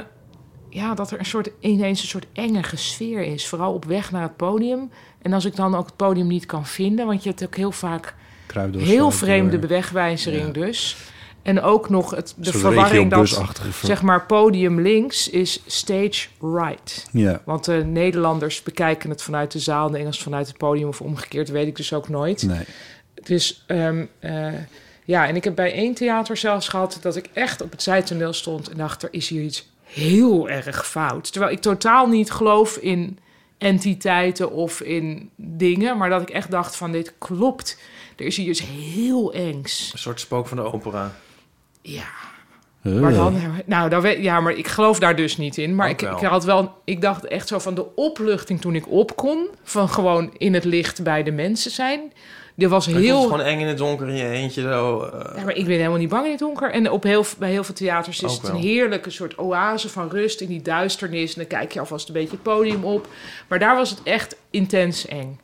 Speaker 4: ja, dat er een soort, ineens een soort engere sfeer is. Vooral op weg naar het podium. En als ik dan ook het podium niet kan vinden, want je hebt ook heel vaak
Speaker 3: Kruip door
Speaker 4: heel
Speaker 3: Zandvoort.
Speaker 4: vreemde bewegwijzering
Speaker 3: Ja.
Speaker 4: dus. En ook nog het, de
Speaker 3: Zo'n
Speaker 4: verwarring dat
Speaker 3: regiobusachtige ver-
Speaker 4: zeg maar podium links is stage right.
Speaker 3: Ja.
Speaker 4: Want de Nederlanders bekijken het vanuit de zaal, de Engels vanuit het podium of omgekeerd, weet ik dus ook nooit.
Speaker 3: Nee.
Speaker 4: Dus ehm, eh, ja, en ik heb bij één theater zelfs gehad dat ik echt op het zijtoneel stond en dacht: er is hier iets heel erg fout. Terwijl ik totaal niet geloof in entiteiten of in dingen, maar dat ik echt dacht: van dit klopt. Er is hier iets heel engs.
Speaker 5: Een soort spook van de opera.
Speaker 4: Ja. Maar
Speaker 3: Eh.
Speaker 4: dan, nou, dan weet, ja, maar ik geloof daar dus niet in. Maar
Speaker 5: Ook
Speaker 4: ik, ik,
Speaker 5: wel.
Speaker 4: had wel, ik dacht echt zo van de opluchting toen ik op kon. Van gewoon in het licht bij de mensen zijn. Er was
Speaker 5: Heel...
Speaker 4: heel...
Speaker 5: gewoon eng in het donker in je eentje zo. eh,
Speaker 4: Ja, maar ik ben helemaal niet bang in het donker. En op heel, bij heel veel theaters is
Speaker 5: Ook
Speaker 4: het een
Speaker 5: wel.
Speaker 4: heerlijke soort oase van rust in die duisternis. En dan kijk je alvast een beetje het podium op. Maar daar was het echt intens eng.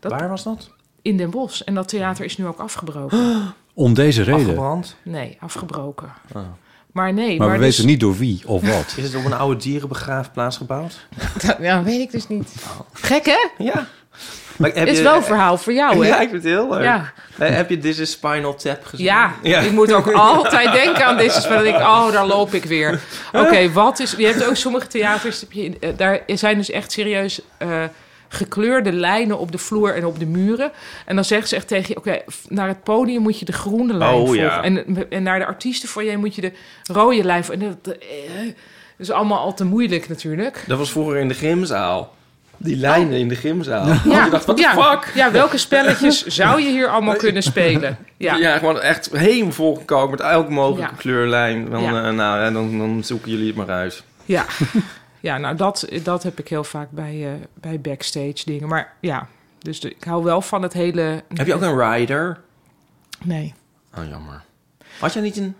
Speaker 4: Dat-
Speaker 5: Waar was dat?
Speaker 4: In Den Bosch. En dat theater is nu ook afgebroken.
Speaker 3: Om deze reden.
Speaker 5: Afgebrand.
Speaker 4: Nee, afgebroken.
Speaker 5: Ah.
Speaker 4: Maar nee.
Speaker 3: Maar we
Speaker 4: dus-
Speaker 3: weten niet door wie of wat.
Speaker 5: Is het op een oude dierenbegraafplaats gebouwd?
Speaker 4: Ja, weet ik dus niet. Gek hè?
Speaker 5: Ja. Maar heb
Speaker 4: Is
Speaker 5: je-
Speaker 4: wel een verhaal voor jou hè?
Speaker 5: Ja, ik vind het heel leuk.
Speaker 4: Ja.
Speaker 5: Eh, heb je This is Spinal Tap gezien?
Speaker 4: Ja, ik moet ook altijd denken aan dit. Dan denk ik, oh, daar loop ik weer. Oké, wat is... Je hebt ook sommige theaters... heb je, eh, daar zijn dus echt serieus eh, gekleurde lijnen op de vloer en op de muren. En dan zeggen ze echt tegen je... Oké, f- naar het podium moet je de groene lijn
Speaker 5: Oh,
Speaker 4: volgen.
Speaker 5: ja.
Speaker 4: En, en naar de artiestenfoyer moet je de rode lijn volgen. En dat, eh, dat is allemaal al te moeilijk natuurlijk.
Speaker 5: Dat was vroeger in de gymzaal. Die lijnen in de gymzaal.
Speaker 4: Oh. Ja,
Speaker 5: Ik dacht, what the
Speaker 4: ja,
Speaker 5: fuck?
Speaker 4: ja, welke spelletjes zou je hier allemaal kunnen spelen?
Speaker 5: Ja. gewoon echt helemaal volgekookt met elk mogelijke
Speaker 4: Ja.
Speaker 5: kleurlijn. Dan,
Speaker 4: Ja.
Speaker 5: eh, nou, ja, dan, dan zoeken jullie het maar uit.
Speaker 4: Ja, ja nou dat, dat heb ik heel vaak bij, eh, bij backstage dingen. Maar ja, dus de- ik hou wel van het hele...
Speaker 5: Heb je ook een rider?
Speaker 4: Nee.
Speaker 5: Oh, jammer. Had jij niet een,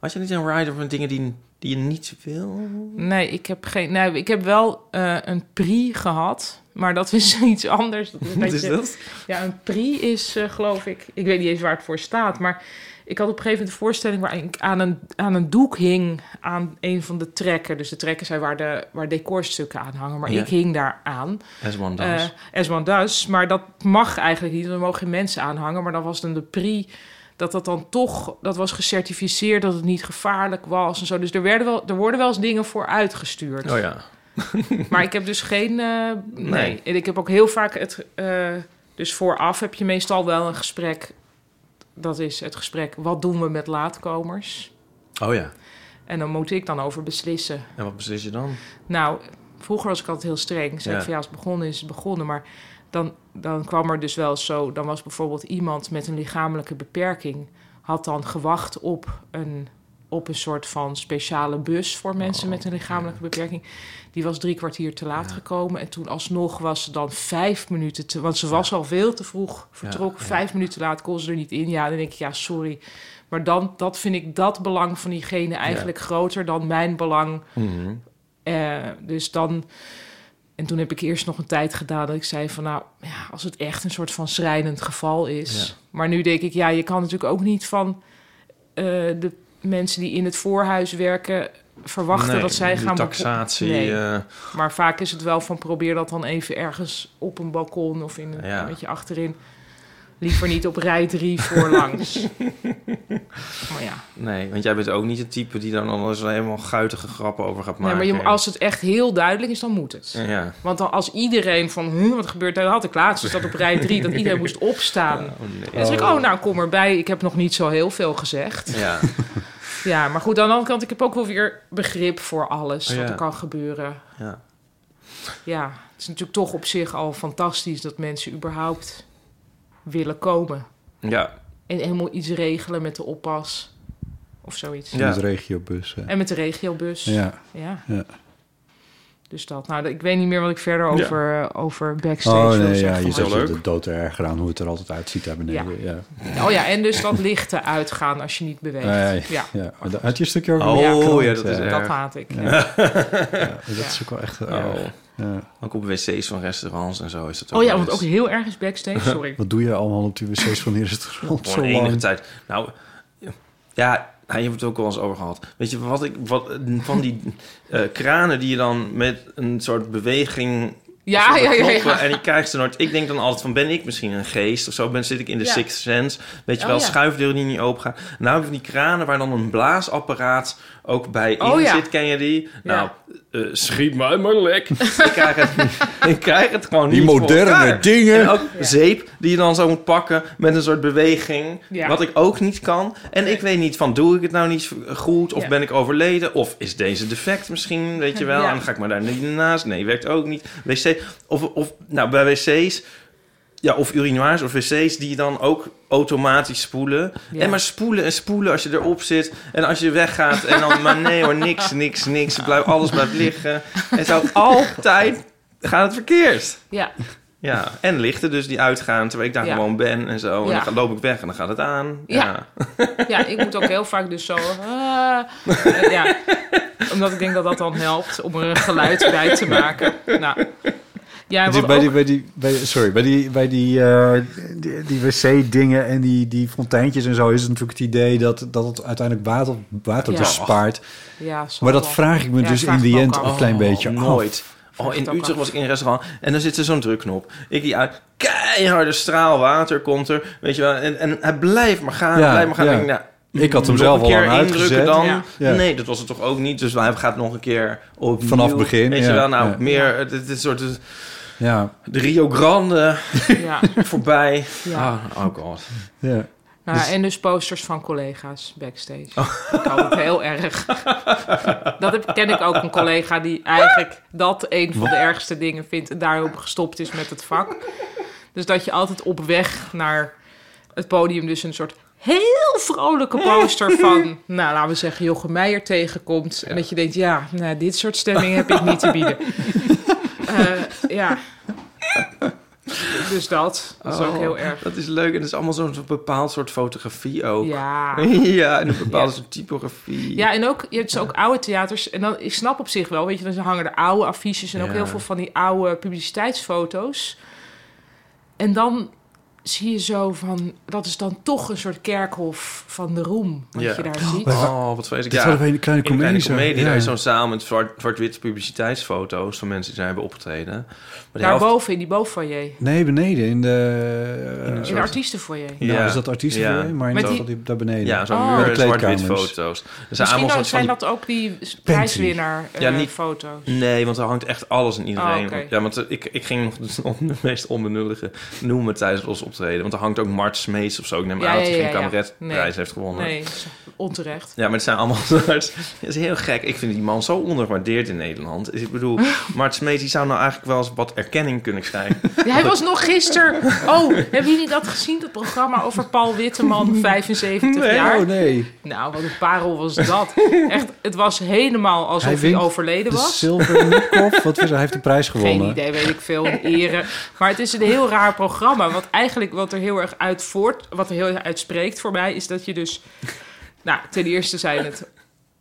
Speaker 5: had jij niet een rider van dingen die, die je niet wil?
Speaker 4: Nee, ik heb, geen, nee, ik heb wel eh, een prix gehad. Maar dat is iets anders. Dat een
Speaker 5: Wat is
Speaker 4: beetje-
Speaker 5: dat?
Speaker 4: Ja, een prix is, eh, geloof ik... Ik weet niet eens waar het voor staat, maar... Ik had op een gegeven moment een voorstelling waar ik aan een, aan een doek hing aan een van de trekken. Dus de trekken zijn waar, de, waar decorstukken aan hangen, maar
Speaker 5: Ja.
Speaker 4: ik hing daar aan.
Speaker 5: As one does.
Speaker 4: eh as one does. Maar dat mag eigenlijk niet. want Er mogen geen mensen aanhangen. Maar dan was dan de prix dat dat dan toch... Dat was gecertificeerd dat het niet gevaarlijk was en zo. Dus er, werden wel, er worden wel eens dingen voor uitgestuurd.
Speaker 5: oh ja.
Speaker 4: Maar ik heb dus geen... eh, nee.
Speaker 5: Nee.
Speaker 4: En ik heb ook heel vaak het... eh, dus vooraf heb je meestal wel een gesprek. Dat is het gesprek, wat doen we met laatkomers?
Speaker 5: Oh ja.
Speaker 4: En dan moet ik dan over beslissen.
Speaker 5: En wat beslis je dan?
Speaker 4: Nou, vroeger was ik altijd heel streng. Zei
Speaker 5: Ja.
Speaker 4: ik van ja, als het begonnen is, het begonnen. Maar dan, dan kwam er dus wel zo... Dan was bijvoorbeeld iemand met een lichamelijke beperking... had dan gewacht op een, op een soort van speciale bus... voor mensen
Speaker 5: Oh,
Speaker 4: met een lichamelijke beperking. Die was drie kwartier te laat gekomen. En toen alsnog was ze dan vijf minuten te... Want ze was al veel te vroeg vertrokken.
Speaker 5: ja.
Speaker 4: Vijf minuten te laat kon ze er niet in. Ja, dan denk ik, ja, sorry. Maar dan, dat vind ik dat belang van diegene eigenlijk groter... dan mijn belang
Speaker 5: Mhm.
Speaker 4: eh, dus dan. En toen heb ik eerst nog een tijd gedaan dat ik zei van nou, ja, als het echt een soort van schrijnend geval is.
Speaker 5: Ja.
Speaker 4: Maar nu denk ik, ja, je kan natuurlijk ook niet van eh, de mensen die in het voorhuis werken verwachten
Speaker 5: Nee,
Speaker 4: dat zij
Speaker 5: die
Speaker 4: gaan. bepo-
Speaker 5: taxatie.
Speaker 4: Nee.
Speaker 5: eh,
Speaker 4: Maar vaak is het wel van probeer dat dan even ergens op een balkon of in een
Speaker 5: Ja.
Speaker 4: een beetje achterin. Liever niet op rij drie voorlangs. maar ja.
Speaker 5: nee, want jij bent ook niet het type die dan al eens helemaal guitige grappen over gaat
Speaker 4: Nee,
Speaker 5: maken.
Speaker 4: maar je, als het echt heel duidelijk is, dan moet het.
Speaker 5: Ja.
Speaker 4: Want dan als iedereen van, hm, wat gebeurt daar? Dan had ik laatst, dus dat op rij 3, dat iedereen moest opstaan.
Speaker 5: Oh, nee.
Speaker 4: En dan zeg ik, oh, nou kom erbij, ik heb nog niet zo heel veel gezegd.
Speaker 5: Ja.
Speaker 4: Ja, maar goed, aan de andere kant, ik heb ook wel weer begrip voor alles
Speaker 5: Oh, ja.
Speaker 4: wat er kan gebeuren.
Speaker 5: ja.
Speaker 4: Ja, het is natuurlijk toch op zich al fantastisch dat mensen überhaupt willen komen.
Speaker 5: Ja.
Speaker 4: En helemaal iets regelen met de oppas of zoiets.
Speaker 5: Ja.
Speaker 3: Met regiobus. hè.
Speaker 4: En met de regiobus.
Speaker 3: Ja.
Speaker 4: Ja.
Speaker 3: Ja.
Speaker 4: Dus dat. Nou, ik weet niet meer wat ik verder
Speaker 5: Ja.
Speaker 4: over, eh, over backstage
Speaker 3: Oh
Speaker 4: wil
Speaker 3: nee, ja,
Speaker 4: zeggen.
Speaker 3: je
Speaker 5: Zo
Speaker 3: zet je
Speaker 5: leuk.
Speaker 3: de dood erger aan hoe het er altijd uitziet daar beneden. Ja.
Speaker 4: Oh ja, en dus dat lichten uitgaan als je niet beweegt.
Speaker 3: Ja.
Speaker 4: Ja,
Speaker 3: ja. Maar dat- Had je een stukje over?
Speaker 5: Oh,
Speaker 4: Ja,
Speaker 5: ja,
Speaker 4: klopt.
Speaker 5: dat is
Speaker 3: Ja.
Speaker 5: erg.
Speaker 4: dat haat ik. Ja.
Speaker 3: Ja, Dat is ook wel echt erg.
Speaker 5: Oh.
Speaker 3: Ja.
Speaker 5: Ook op wc's van restaurants en zo is dat ook
Speaker 4: Oh ja,
Speaker 5: wel
Speaker 4: want
Speaker 5: eens.
Speaker 4: ook heel erg is backstage, sorry.
Speaker 3: Wat doe je allemaal op die wc's van hier restaurant
Speaker 5: Gewoon
Speaker 3: zo
Speaker 5: enige
Speaker 3: lang?
Speaker 5: tijd. Nou, ja, je hebt het ook al eens over gehad. Weet je, wat ik, wat, van die eh, kranen die je dan met een soort beweging
Speaker 4: Ja,
Speaker 5: Of
Speaker 4: ja, ja,
Speaker 5: knoppen,
Speaker 4: ja.
Speaker 5: En die krijgt ze nooit. Ik denk dan altijd van, ben ik misschien een geest of zo? Ben, zit ik in de
Speaker 4: Ja.
Speaker 5: Sixth Sense? Weet je
Speaker 4: Oh,
Speaker 5: wel,
Speaker 4: ja.
Speaker 5: schuifdeuren die niet open gaan. Nou heb je van die kranen waar dan een blaasapparaat ook bij
Speaker 4: Oh,
Speaker 5: in
Speaker 4: ja.
Speaker 5: zit. Ken je die? Nou,
Speaker 4: Ja.
Speaker 5: eh, schiet mij maar lek. ik, krijg het, ik krijg het gewoon
Speaker 3: Die
Speaker 5: niet voor
Speaker 3: moderne
Speaker 5: elkaar.
Speaker 3: dingen.
Speaker 5: En ook zeep die je dan zo moet pakken met een soort beweging.
Speaker 4: Ja.
Speaker 5: Wat ik ook niet kan. En ik weet niet van, doe ik het nou niet goed? Of
Speaker 4: Ja.
Speaker 5: ben ik overleden? Of is deze defect misschien, weet je wel?
Speaker 4: Ja.
Speaker 5: En dan ga ik maar daar niet naast. Nee, werkt ook niet. Wc, of, of nou, bij wc's... Ja, of urinoirs of wc's die dan ook automatisch spoelen.
Speaker 4: Ja.
Speaker 5: En maar spoelen en spoelen als je erop zit. En als je weggaat en dan... maar nee hoor, niks, niks, niks. Het Blijft, alles blijft liggen. En zo altijd gaat het verkeerd.
Speaker 4: Ja,
Speaker 5: Ja, en lichten dus die uitgaan terwijl ik daar
Speaker 4: Ja.
Speaker 5: gewoon ben en zo. En
Speaker 4: Ja.
Speaker 5: dan ga- loop ik weg en dan gaat het aan. Ja.
Speaker 4: Ja. ja, ik moet ook heel vaak dus zo... eh, eh, ja. Omdat ik denk dat dat dan helpt om er een geluid bij te maken. Nou. Ja, en
Speaker 3: Het is
Speaker 4: wat
Speaker 3: bij,
Speaker 4: ook-
Speaker 3: die, bij, die, bij, sorry, bij die, bij die, eh, die, die wc-dingen en die, die fonteintjes en zo is het natuurlijk het idee dat, dat het uiteindelijk water, water
Speaker 4: Ja.
Speaker 3: bespaart.
Speaker 4: ja, zal
Speaker 3: Maar dat
Speaker 4: wel.
Speaker 3: vraag ik me
Speaker 4: Ja,
Speaker 3: dus
Speaker 4: vraag
Speaker 3: in
Speaker 4: ik
Speaker 3: the
Speaker 4: me
Speaker 3: end
Speaker 4: ook Oh,
Speaker 3: een
Speaker 4: af.
Speaker 3: klein beetje af.
Speaker 5: Nooit.
Speaker 4: Vraag
Speaker 5: Oh, in
Speaker 4: het ook
Speaker 5: Utrecht
Speaker 4: af.
Speaker 5: was ik in een restaurant en dan zit er zo'n drukknop. Ik die uit, keiharde straal water komt er, weet je wel. En, en hij blijft maar gaan,
Speaker 3: Ja,
Speaker 5: blijft maar gaan.
Speaker 3: ja.
Speaker 5: Ik denk, nou,
Speaker 3: Ik had hem
Speaker 5: nog
Speaker 3: zelf
Speaker 5: een
Speaker 3: al
Speaker 5: keer
Speaker 3: lang uitgezet.
Speaker 5: indrukken dan.
Speaker 4: Ja.
Speaker 3: Ja.
Speaker 5: Nee, dat was het toch ook niet. Dus hij gaat nog een keer op
Speaker 3: Vanaf begin,
Speaker 5: Weet
Speaker 3: ja,
Speaker 5: je wel, nou,
Speaker 3: ja.
Speaker 5: meer het, het is soort het-
Speaker 3: Ja,
Speaker 5: de Rio Grande
Speaker 4: Ja,
Speaker 5: voorbij.
Speaker 4: ja.
Speaker 5: Ah, oh god.
Speaker 3: ja.
Speaker 4: Nou,
Speaker 3: Dus-
Speaker 4: En dus posters van collega's backstage. Ik hou het heel erg. Dat heb, ken ik ook een collega die eigenlijk dat een van de ergste dingen vindt... en daarop gestopt is met het vak. Dus dat je altijd op weg naar het podium dus een soort heel vrolijke poster van... nou, laten we zeggen, Jochem Meijer tegenkomt. En dat je denkt, ja, nou, dit soort stemming heb ik niet te bieden. Eh, ja. Dus dat. Dat is ook
Speaker 5: Oh,
Speaker 4: heel erg.
Speaker 5: Dat is leuk en het is allemaal zo'n zo'n bepaald soort fotografie ook.
Speaker 4: Ja.
Speaker 5: Ja, en een bepaalde
Speaker 4: Ja.
Speaker 5: soort typografie.
Speaker 4: Ja, en ook, je hebt dus ook oude theaters. En dan, ik snap op zich wel, weet je, dan hangen er oude affiches en ook
Speaker 5: Ja.
Speaker 4: heel veel van die oude publiciteitsfoto's. En dan zie je zo van, dat is dan toch een soort kerkhof van de roem, wat
Speaker 5: Ja.
Speaker 4: je daar ziet.
Speaker 5: Oh, wat weet ik.
Speaker 3: Dit
Speaker 5: Ja.
Speaker 3: hadden we in de kleine
Speaker 5: In een kleine
Speaker 3: comedie. zo.
Speaker 5: comedie,
Speaker 3: Ja.
Speaker 5: daar is zo'n zaal met zwart- zwart-wit publiciteitsfoto's van mensen die daar hebben opgetreden. Maar de helft-
Speaker 4: Daarboven, in die bovenfoyer.
Speaker 3: Nee, beneden in de... eh,
Speaker 4: In de artiestenfoyer.
Speaker 3: nou,
Speaker 5: Ja.
Speaker 3: is dat artiesten
Speaker 5: Ja.
Speaker 3: weer, maar in
Speaker 4: Met
Speaker 3: dat,
Speaker 4: die-
Speaker 3: die- daar beneden.
Speaker 5: ja, zo'n
Speaker 4: Oh.
Speaker 5: muur
Speaker 3: De
Speaker 5: zwart-wit
Speaker 3: kleedkamers.
Speaker 5: foto's. Er zijn
Speaker 4: Misschien
Speaker 5: allemaal
Speaker 4: ook,
Speaker 5: soort van
Speaker 4: zijn
Speaker 5: die-
Speaker 4: dat ook die prijswinnaar eh,
Speaker 5: Ja, niet-
Speaker 4: foto's.
Speaker 5: Nee, want er hangt echt alles en iedereen.
Speaker 4: Oh, oké.
Speaker 5: Ja, want eh, ik, ik ging nog de- om de meest onbenullige noemen tijdens ons optreden. Want er hangt ook Mart Smeets of zo. Ik neem
Speaker 4: Ja,
Speaker 5: aan dat
Speaker 4: ja,
Speaker 5: hij
Speaker 4: ja,
Speaker 5: geen
Speaker 4: ja.
Speaker 5: kameretprijs
Speaker 4: Nee.
Speaker 5: heeft gewonnen.
Speaker 4: Nee, dat is onterecht.
Speaker 5: Ja, maar het zijn allemaal soort... Het is heel gek. Ik vind die man zo ondergewaardeerd in Nederland. Ik bedoel, Mart Smeets die zou nou eigenlijk wel eens wat erkenning kunnen krijgen.
Speaker 4: Ja, hij was nog gisteren... Oh, hebben jullie dat gezien, dat programma over Paul Witteman, 75 jaar?
Speaker 3: Oh, nee.
Speaker 4: Nou, wat een parel was dat. Echt, het was helemaal alsof
Speaker 3: Hij
Speaker 4: hij,
Speaker 3: wint
Speaker 4: overleden
Speaker 3: De
Speaker 4: was.
Speaker 3: Silvernikov, wat was hij? heeft de prijs gewonnen.
Speaker 4: Geen idee, weet ik veel, een ere. Maar het is een heel raar programma. Want eigenlijk wat er heel erg uit voort, wat er heel erg uitspreekt voor mij, is dat je dus... Nou, ten eerste zijn het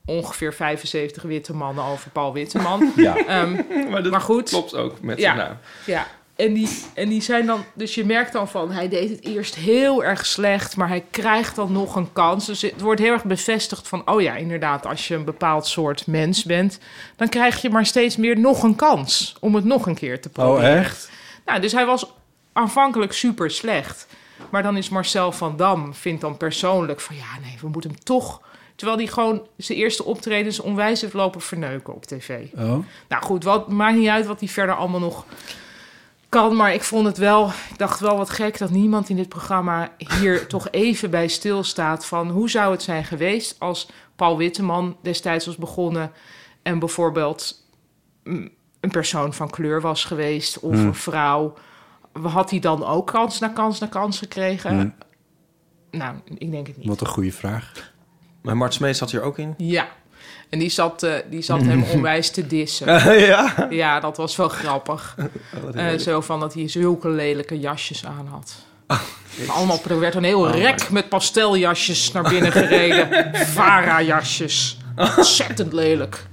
Speaker 4: ongeveer 75 witte mannen over Paul Witteman.
Speaker 3: Ja.
Speaker 4: Ehm,
Speaker 5: Maar dat
Speaker 4: maar goed,
Speaker 5: klopt ook met
Speaker 4: Ja.
Speaker 5: zijn naam.
Speaker 4: Ja, en die, en die zijn dan... Dus je merkt dan van, hij deed het eerst heel erg slecht... maar hij krijgt dan nog een kans. Dus het wordt heel erg bevestigd van... oh ja, inderdaad, als je een bepaald soort mens bent... dan krijg je maar steeds meer nog een kans... om het nog een keer te proberen.
Speaker 3: Oh, echt?
Speaker 4: Nou, dus hij was aanvankelijk super slecht. Maar dan is Marcel van Dam, vindt dan persoonlijk van ja, nee, we moeten hem toch. Terwijl hij gewoon zijn eerste optredens onwijs heeft lopen verneuken op tv.
Speaker 3: Oh.
Speaker 4: Nou goed, wat, maakt niet uit wat hij verder allemaal nog kan. Maar ik vond het wel, ik dacht wel wat gek dat niemand in dit programma hier toch even bij stilstaat. Van hoe zou het zijn geweest als Paul Witteman destijds was begonnen en bijvoorbeeld mm, een persoon van kleur was geweest of een vrouw. Had hij dan ook kans na kans na kans gekregen? Nou, ik denk het niet.
Speaker 3: Wat een goede vraag.
Speaker 5: Maar Mart Smeets zat hier ook in.
Speaker 4: Ja. En die zat, eh, die zat hem onwijs te dissen.
Speaker 5: ja.
Speaker 4: Ja, dat was wel grappig. Eh, zo van dat hij zulke lelijke jasjes aan had. Allemaal, er werd een heel rek met pasteljasjes naar binnen gereden. Vara-jasjes. Ontzettend lelijk.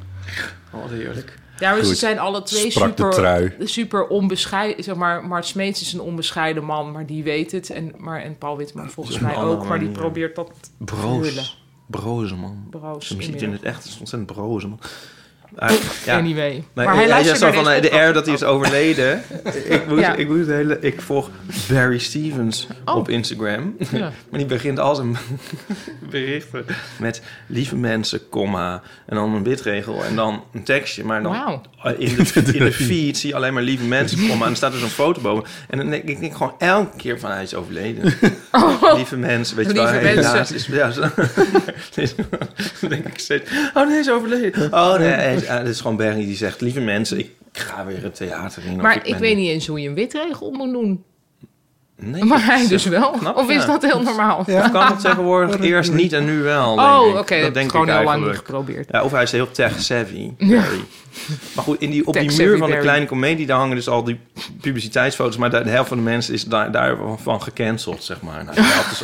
Speaker 5: Oh, Wat heerlijk.
Speaker 4: Ja, maar ze
Speaker 3: Goed.
Speaker 4: zijn alle twee
Speaker 3: Sprak de trui.
Speaker 4: super, super onbescheiden. Zeg maar, Mart Smeets is een onbescheiden man, maar die weet het. En, maar, en Paul Witman volgens
Speaker 5: Op een
Speaker 4: mij
Speaker 5: andere
Speaker 4: ook, maar die
Speaker 5: manier.
Speaker 4: probeert dat
Speaker 5: Broos.
Speaker 4: Heerlijk.
Speaker 5: Broze man.
Speaker 4: broos.
Speaker 5: Ze muziek in het echt is ontzettend broze man. Ah, ja.
Speaker 4: Anyway.
Speaker 5: Nee,
Speaker 4: maar hij
Speaker 5: hij
Speaker 4: luistert
Speaker 5: zegt
Speaker 4: naar
Speaker 5: zo
Speaker 4: deze
Speaker 5: van eh, de
Speaker 4: podcast.
Speaker 5: air dat hij is overleden. ik, moet,
Speaker 4: Ja.
Speaker 5: ik, moet het hele, ik volg Barry Stevens
Speaker 4: Oh.
Speaker 5: op Instagram.
Speaker 4: Ja.
Speaker 5: maar die begint al zijn berichten met lieve mensen, comma. En dan een witregel en dan een tekstje. Maar dan
Speaker 4: Wauw.
Speaker 5: eh, in, de, in de feed zie je alleen maar lieve mensen, comma. En er staat dus een foto boven. En dan denk ik, ik denk gewoon elke keer van hij is overleden. Oh. Lieve mensen, weet je wel.
Speaker 4: Lieve
Speaker 5: hey,
Speaker 4: mensen.
Speaker 5: helaas is- ja, zo- Dus dan denk ik steeds, oh nee, hij is overleden. Oh nee, hij is- ah, dit is gewoon Bernie die zegt, lieve mensen, ik ga weer het theater in. of
Speaker 4: Maar ik,
Speaker 5: ben-
Speaker 4: weet niet eens hoe je een witregel moet doen.
Speaker 5: Nee,
Speaker 4: Maar hij
Speaker 5: dat
Speaker 4: dus
Speaker 5: is, eh,
Speaker 4: wel.
Speaker 5: knap,
Speaker 4: of is
Speaker 5: ja.
Speaker 4: dat heel normaal?
Speaker 5: Of kan het tegenwoordig eerst niet en nu wel, denk
Speaker 4: oh, oké.
Speaker 5: ik. Dat
Speaker 4: dat heb
Speaker 5: denk
Speaker 4: ik gewoon
Speaker 5: ik
Speaker 4: heel lang niet
Speaker 5: eigenlijk.
Speaker 4: geprobeerd.
Speaker 5: Ja, of hij is heel tech-savvy.
Speaker 4: Ja.
Speaker 5: Barry. Maar goed, in die, op die
Speaker 4: Tech-savvy
Speaker 5: muur van de
Speaker 4: Barry.
Speaker 5: kleine comedie... daar hangen dus al die publiciteitsfoto's... maar de, de helft van de mensen is daar, daarvan gecanceld, zeg maar. Nou, dat is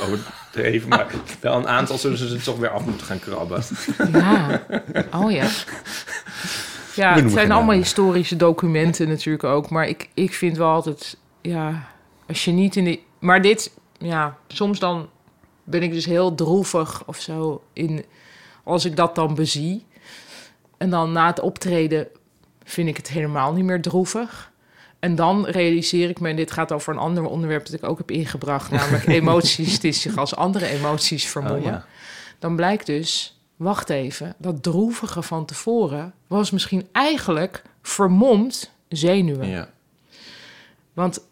Speaker 5: overdreven, maar wel een aantal... zullen ze er toch weer af moeten gaan krabben.
Speaker 4: Ja. Oh ja. Ja,
Speaker 3: noemen
Speaker 4: het zijn
Speaker 3: geen
Speaker 4: allemaal
Speaker 3: namen.
Speaker 4: historische documenten natuurlijk ook. Maar ik, ik vind wel altijd... Ja, als je niet in die... Maar dit... Ja, soms dan ben ik dus heel droevig of zo. In, als ik dat dan bezie. En dan na het optreden vind ik het helemaal niet meer droevig. En dan realiseer ik me, en dit gaat over een ander onderwerp... dat ik ook heb ingebracht, namelijk emoties... die zich als andere emoties vermommen
Speaker 5: Oh, ja.
Speaker 4: dan blijkt dus, wacht even, dat droevige van tevoren was misschien eigenlijk vermomd zenuwen.
Speaker 5: Ja.
Speaker 4: Want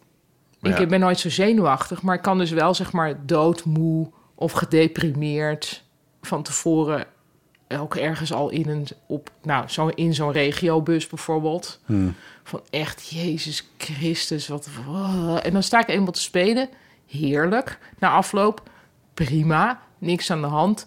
Speaker 5: Ja.
Speaker 4: ik ben nooit zo zenuwachtig, maar ik kan dus wel zeg maar doodmoe of gedeprimeerd van tevoren ook ergens al in een op nou zo in zo'n regiobus bijvoorbeeld van echt Jezus Christus wat en dan sta ik eenmaal te spelen heerlijk na afloop prima niks aan de hand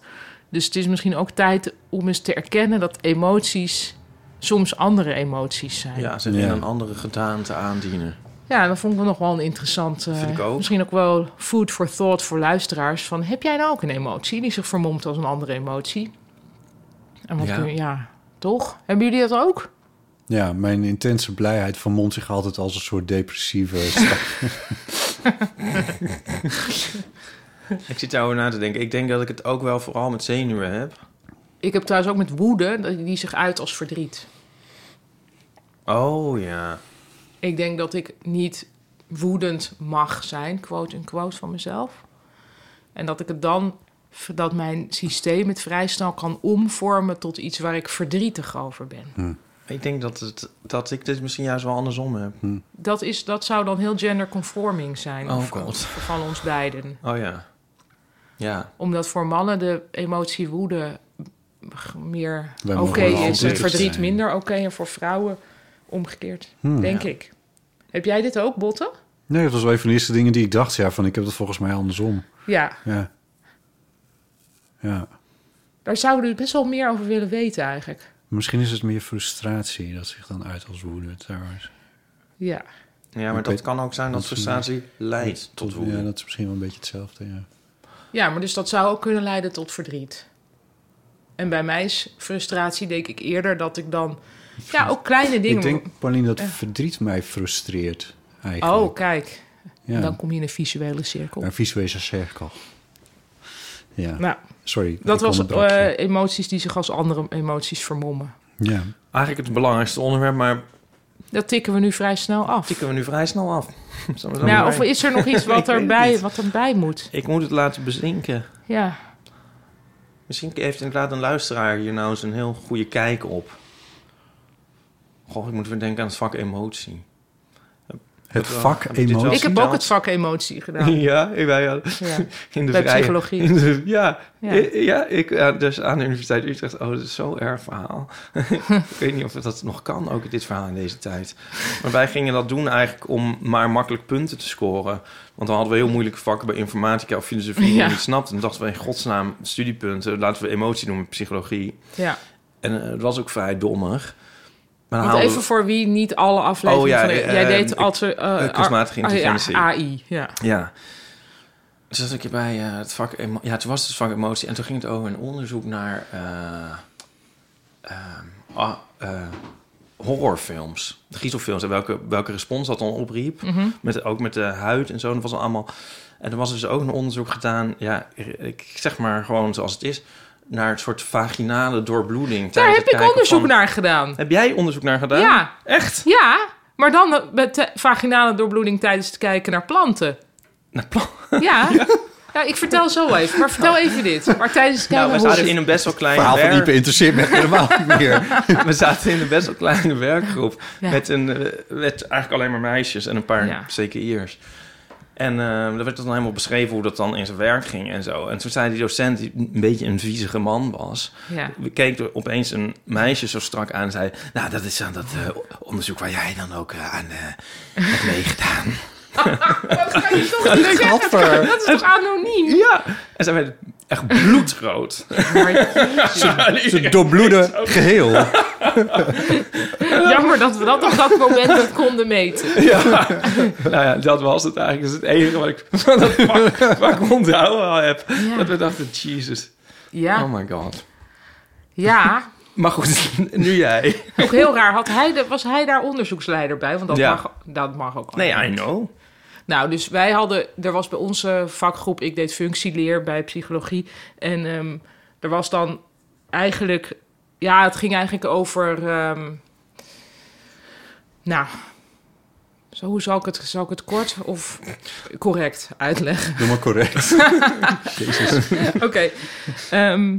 Speaker 4: dus het is misschien ook tijd om eens te erkennen dat emoties soms andere emoties zijn
Speaker 5: Ja, ze
Speaker 3: Ja.
Speaker 5: in een andere gedaante aandienen.
Speaker 4: ja, dat vond ik nog wel een interessant. eh,
Speaker 5: Vind ik ook.
Speaker 4: Misschien ook wel food for thought voor luisteraars. Van, heb jij nou ook een emotie die zich vermomt als een andere emotie? En wat
Speaker 5: Ja.
Speaker 4: kun je, ja, toch? Hebben jullie dat ook?
Speaker 3: Ja, mijn intense blijheid vermomt zich altijd als een soort depressieve...
Speaker 5: Ik zit daarover na te denken. Ik denk dat ik het ook wel vooral met zenuwen heb.
Speaker 4: Ik heb trouwens ook met woede, dat- die zich uit als verdriet.
Speaker 5: Oh ja.
Speaker 4: Ik denk dat ik niet woedend mag zijn, quote en quote van mezelf. En dat ik het dan, dat mijn systeem het vrij snel kan omvormen tot iets waar ik verdrietig over ben.
Speaker 5: Ik denk dat, het, dat ik dit misschien juist wel andersom heb.
Speaker 4: Dat, is, dat zou dan heel genderconforming zijn
Speaker 5: Oh,
Speaker 4: of-
Speaker 5: God.
Speaker 4: van ons beiden.
Speaker 5: Oh ja. Ja.
Speaker 4: Omdat voor mannen de emotie woede g- meer
Speaker 3: Wij
Speaker 4: oké
Speaker 3: mogen wel
Speaker 4: is en
Speaker 5: verdrietig
Speaker 4: verdriet
Speaker 3: zijn. Hmm,
Speaker 4: minder oké. en voor vrouwen omgekeerd, denk ik. Heb jij dit ook, Botte?
Speaker 3: nee, dat was wel een van de eerste dingen die ik dacht. Ja, van ik heb dat volgens mij andersom.
Speaker 4: Ja,
Speaker 3: Ja. Ja.
Speaker 4: daar zouden we best wel meer over willen weten eigenlijk.
Speaker 3: Misschien is het meer frustratie dat zich dan uit als woede trouwens.
Speaker 4: Ja,
Speaker 5: Ja, maar
Speaker 3: Oké.
Speaker 5: dat kan ook zijn dat frustratie leidt tot woede.
Speaker 3: Ja, dat is misschien wel een beetje hetzelfde, ja.
Speaker 4: ja maar dus dat zou ook kunnen leiden tot verdriet. En bij mij is frustratie, denk ik eerder, dat ik dan... Ja, ook kleine dingen...
Speaker 3: Ik denk, Paulien, dat verdriet mij frustreert eigenlijk.
Speaker 4: oh, kijk,
Speaker 3: ja.
Speaker 4: dan kom je in een visuele cirkel.
Speaker 3: Een visuele cirkel. Ja,
Speaker 4: Nou,
Speaker 3: sorry.
Speaker 4: dat
Speaker 3: ik
Speaker 4: was
Speaker 3: onderbrak je.
Speaker 4: eh, emoties die zich als andere emoties vermommen.
Speaker 3: ja.
Speaker 5: Eigenlijk het belangrijkste onderwerp, maar
Speaker 4: Dat tikken we nu vrij snel af.
Speaker 5: tikken we nu vrij snel af. Zullen we dan
Speaker 4: Nou,
Speaker 5: maar-
Speaker 4: of is er nog iets wat,
Speaker 5: weet
Speaker 4: erbij,
Speaker 5: het
Speaker 4: wat erbij moet?
Speaker 5: Ik moet het laten bezinken.
Speaker 4: Ja.
Speaker 5: Misschien heeft inderdaad een luisteraar hier nou eens een heel goede kijk op. Goh, ik moet weer denken aan het vak emotie.
Speaker 3: Het
Speaker 5: wel-
Speaker 3: vak
Speaker 5: heb je dit wel-
Speaker 3: emotie.
Speaker 4: Ik heb
Speaker 5: dat-
Speaker 4: ook het vak emotie gedaan.
Speaker 5: Ja, wij hadden...
Speaker 4: Ja.
Speaker 5: In de
Speaker 4: Bij
Speaker 5: vrije-
Speaker 4: psychologie.
Speaker 5: in de- ja,
Speaker 4: Ja.
Speaker 5: ja. ja ik, ja, dus aan de Universiteit Utrecht. Oh, dat is zo'n erg verhaal. ik weet niet of dat nog kan, ook dit verhaal in deze tijd. Maar wij gingen dat doen eigenlijk om maar makkelijk punten te scoren. Want dan hadden we heel moeilijke vakken bij informatica of filosofie die
Speaker 4: Ja.
Speaker 5: je niet snapt. En dachten we, in godsnaam, studiepunten. Laten we emotie doen met psychologie.
Speaker 4: ja.
Speaker 5: En eh, het was ook vrij dommig. Maar dan
Speaker 4: Want
Speaker 5: haalden
Speaker 4: even
Speaker 5: we-
Speaker 4: voor wie niet alle afleveringen...
Speaker 5: Nou, Oh ja,
Speaker 4: van de- jij
Speaker 5: eh,
Speaker 4: deed
Speaker 5: ik-
Speaker 4: altijd... eh,
Speaker 5: eh, kunstmatige
Speaker 4: ah, ja,
Speaker 5: intelligentie.
Speaker 4: AI, ja.
Speaker 5: Ja. Toen zat ik bij eh, het vak... emo- Ja, toen was het dus vak emotie. En toen ging het over een onderzoek naar... eh, ehm, ah, eh, horrorfilms. Giezelfilms. En welke, welke respons dat dan opriep.
Speaker 4: Mhm.
Speaker 5: met, ook met de huid en zo. En dat was dan allemaal... En er was dus ook een onderzoek gedaan... Ja, ik zeg maar gewoon zoals het is... naar het soort vaginale doorbloeding.
Speaker 4: Daar
Speaker 5: tijdens
Speaker 4: heb
Speaker 5: het
Speaker 4: ik
Speaker 5: kijken
Speaker 4: onderzoek
Speaker 5: van-
Speaker 4: naar gedaan.
Speaker 5: Heb jij onderzoek naar gedaan?
Speaker 4: Ja.
Speaker 5: Echt?
Speaker 4: Ja, maar dan de- met de vaginale doorbloeding tijdens het kijken naar planten.
Speaker 5: Naar plan.
Speaker 4: Ja. ja, ik vertel zo even. Maar vertel even dit. Maar tijdens het kijken
Speaker 5: Nou, we
Speaker 4: naar
Speaker 5: zaten in een best wel klein
Speaker 3: Verhaal van
Speaker 5: werk-
Speaker 3: Ipe interesseert me echt helemaal niet meer.
Speaker 5: We zaten in een best wel kleine werkgroep.
Speaker 4: Ja.
Speaker 5: Met, een, eh, met eigenlijk alleen maar meisjes en een paar
Speaker 4: Ja.
Speaker 5: CKI'ers. En eh dat werd dan helemaal beschreven hoe dat dan in zijn werk ging en zo. En toen zei die docent, die een beetje een viezige man was...
Speaker 4: Ja.
Speaker 5: We keken er opeens een meisje zo strak aan en zei... Nou, dat is aan dat eh, onderzoek waar jij dan ook eh, aan eh, hebt meegedaan.
Speaker 4: Oh, Dat kan je toch niet zeggen? Dat is toch anoniem?
Speaker 5: Ja! En zij werd echt bloedrood.
Speaker 3: Ze doorbloeden geheel.
Speaker 4: Jammer dat we dat op dat moment niet konden meten.
Speaker 5: Ja, nou ja, dat was het eigenlijk. Dat is het enige wat ik van dat vak, vak onthouden al heb.
Speaker 4: Ja.
Speaker 5: Dat we dachten, Jesus,
Speaker 4: Ja,
Speaker 5: oh my god.
Speaker 4: ja.
Speaker 5: Maar goed, nu jij.
Speaker 4: Ook heel raar. Had hij de, was hij daar onderzoeksleider bij? Want dat,
Speaker 5: Ja.
Speaker 4: mag, dat mag ook.
Speaker 5: Nee,
Speaker 4: allemaal
Speaker 5: I know.
Speaker 4: Nou, dus wij hadden, er was bij onze vakgroep, ik deed functieleer bij psychologie. En ehm, er was dan eigenlijk, ja, het ging eigenlijk over, ehm, nou, zo, hoe zal ik, het, zal ik het kort of correct uitleggen?
Speaker 3: Doe maar correct.
Speaker 4: Oké. Ehm,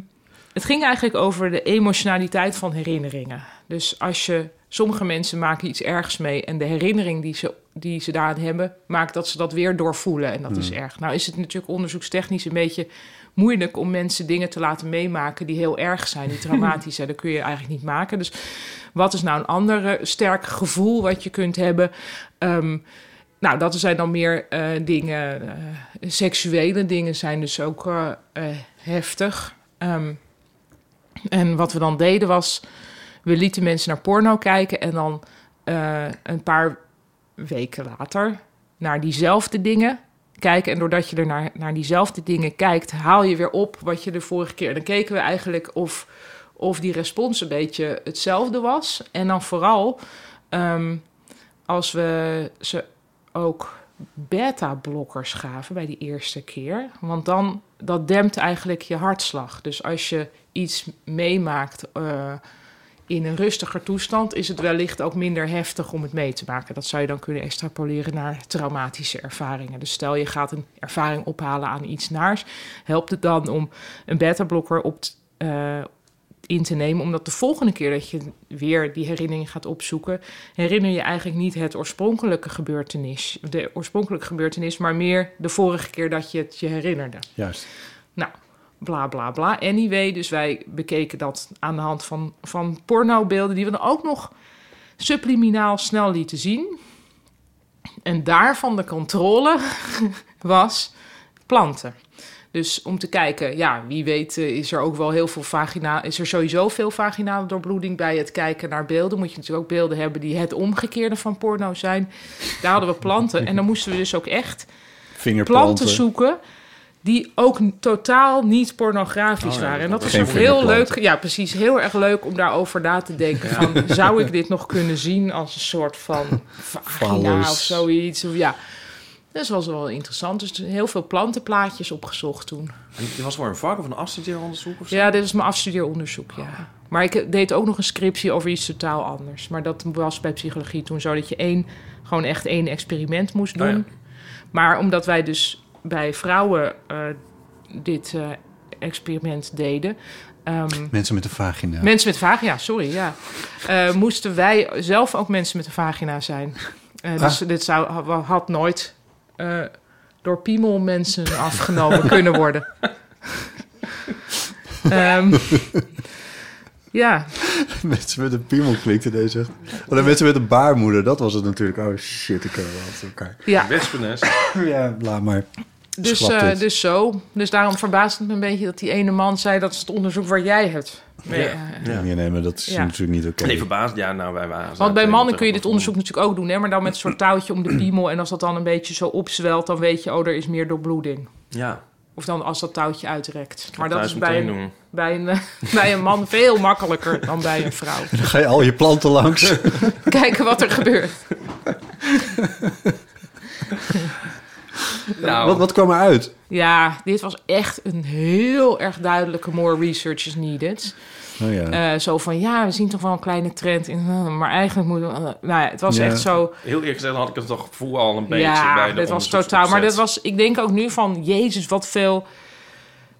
Speaker 4: het ging eigenlijk over de emotionaliteit van herinneringen. Dus als je, sommige mensen maken iets ergs mee en de herinnering die ze, die ze daaraan hebben, maakt dat ze dat weer doorvoelen. En dat is erg. Nou is het natuurlijk onderzoekstechnisch een beetje moeilijk om mensen dingen te laten meemaken die heel erg zijn, die traumatisch zijn. Dat kun je eigenlijk niet maken. Dus wat is nou een ander sterk gevoel wat je kunt hebben? Ehm, nou, dat zijn dan meer eh, dingen. eh, seksuele dingen zijn dus ook eh, eh, heftig. Ehm, en wat we dan deden was. We lieten mensen naar porno kijken en dan eh, een paar weken later naar diezelfde dingen kijken. En doordat je er naar, naar diezelfde dingen kijkt, haal je weer op wat je de vorige keer. En dan keken we eigenlijk of, of die respons een beetje hetzelfde was. En dan vooral ehm, als we ze ook beta-blokkers gaven bij die eerste keer. Want dan, dat dempt eigenlijk je hartslag. Dus als je iets meemaakt eh, in een rustiger toestand... is het wellicht ook minder heftig om het mee te maken. Dat zou je dan kunnen extrapoleren naar traumatische ervaringen. Dus stel je gaat een ervaring ophalen aan iets naars... helpt het dan om een beta-blokker op t- eh, in te nemen... omdat de volgende keer dat je weer die herinnering gaat opzoeken herinner je eigenlijk niet het oorspronkelijke gebeurtenis, de oorspronkelijke gebeurtenis, maar meer de vorige keer dat je het je herinnerde.
Speaker 3: Juist.
Speaker 4: Nou, bla bla bla. Anyway, dus wij bekeken dat aan de hand van, van pornobeelden, die we dan ook nog subliminaal snel lieten zien. En daarvan de controle was planten. Dus om te kijken, ja, wie weet eh, is er ook wel heel veel vagina, is er sowieso veel vaginale doorbloeding bij het kijken naar beelden. Moet je natuurlijk ook beelden hebben die het omgekeerde van porno zijn. Daar hadden we planten en dan moesten we dus ook echt planten
Speaker 3: Vingerplanten.
Speaker 4: zoeken die ook n- totaal niet pornografisch
Speaker 5: ja,
Speaker 4: waren. En
Speaker 5: dat
Speaker 4: dat is
Speaker 3: geen
Speaker 4: ook heel
Speaker 3: vingerplanten.
Speaker 4: leuk. ge- Ja, precies. Heel erg leuk om daarover na te denken. Van, zou ik dit nog kunnen zien als een soort van vagina
Speaker 3: Fallus.
Speaker 4: of zoiets? Of, ja. Dat was wel interessant. Dus heel veel plantenplaatjes opgezocht toen.
Speaker 5: Dit was voor een vak of een afstudeeronderzoek of zo? Ah.
Speaker 4: Ja, dit was mijn afstudeeronderzoek, ja. Maar ik deed ook nog een scriptie over iets totaal anders. Maar dat was bij psychologie toen zo dat je één, gewoon echt één experiment moest
Speaker 5: Oh
Speaker 4: doen.
Speaker 5: ja.
Speaker 4: Maar omdat wij dus bij vrouwen eh, dit eh, experiment deden. ehm,
Speaker 3: Mensen met een vagina.
Speaker 4: Mensen met vagina, sorry, ja. Eh, moesten wij zelf ook mensen met een vagina zijn. Eh, dus
Speaker 5: Ah.
Speaker 4: dit zou, ha- had nooit eh, door piemel mensen afgenomen kunnen worden. Ehm, ja,
Speaker 3: Mensen met een piemel klinkt in deze. echt. Oh, de mensen met een baarmoeder, dat was het natuurlijk. Oh shit, ik ken wel wat elkaar.
Speaker 4: ja.
Speaker 5: Wespennest.
Speaker 3: Ja, laat maar.
Speaker 4: Dus,
Speaker 3: Schlapt
Speaker 4: eh,
Speaker 3: het.
Speaker 4: dus zo. Dus daarom verbaasde het me een beetje dat die ene man zei... dat is het onderzoek waar jij hebt. mee,
Speaker 5: Ja.
Speaker 4: eh,
Speaker 5: Ja.
Speaker 3: Ja, nee, maar dat is
Speaker 4: Ja.
Speaker 3: natuurlijk niet oké.
Speaker 5: Nee, verbaasd. Ja, nou, wij waren...
Speaker 4: Want bij
Speaker 5: zaten
Speaker 4: mannen
Speaker 5: tegen
Speaker 4: kun je dit
Speaker 5: elkaar.
Speaker 4: onderzoek natuurlijk ook doen, hè? maar dan met een soort touwtje om de piemel. En als dat dan een beetje zo opzwelt, dan weet je, oh, er is meer doorbloeding.
Speaker 5: Ja,
Speaker 4: Of dan als dat touwtje uitrekt. Maar dat
Speaker 5: thuis
Speaker 4: is bij
Speaker 5: meteen
Speaker 4: een,
Speaker 5: doen.
Speaker 4: bij, een, eh, bij een man veel makkelijker dan bij een vrouw.
Speaker 3: Dan ga je al je planten langs.
Speaker 4: Kijken wat er gebeurt.
Speaker 5: Nou.
Speaker 3: Wat, wat kwam er uit?
Speaker 4: Ja, dit was echt een heel erg duidelijke more research is needed.
Speaker 3: Oh ja.
Speaker 4: Eh, zo van, ja, we zien toch wel een kleine trend in, eh, maar eigenlijk moeten we... eh, nou ja, het was
Speaker 3: Ja.
Speaker 4: echt zo...
Speaker 5: Heel eerlijk gezegd had ik het toch gevoel al een beetje bij
Speaker 4: Ja,
Speaker 5: de
Speaker 4: dit was totaal.
Speaker 5: onderzoeksopzet.
Speaker 4: Maar dit was, ik denk ook nu van, jezus, wat veel,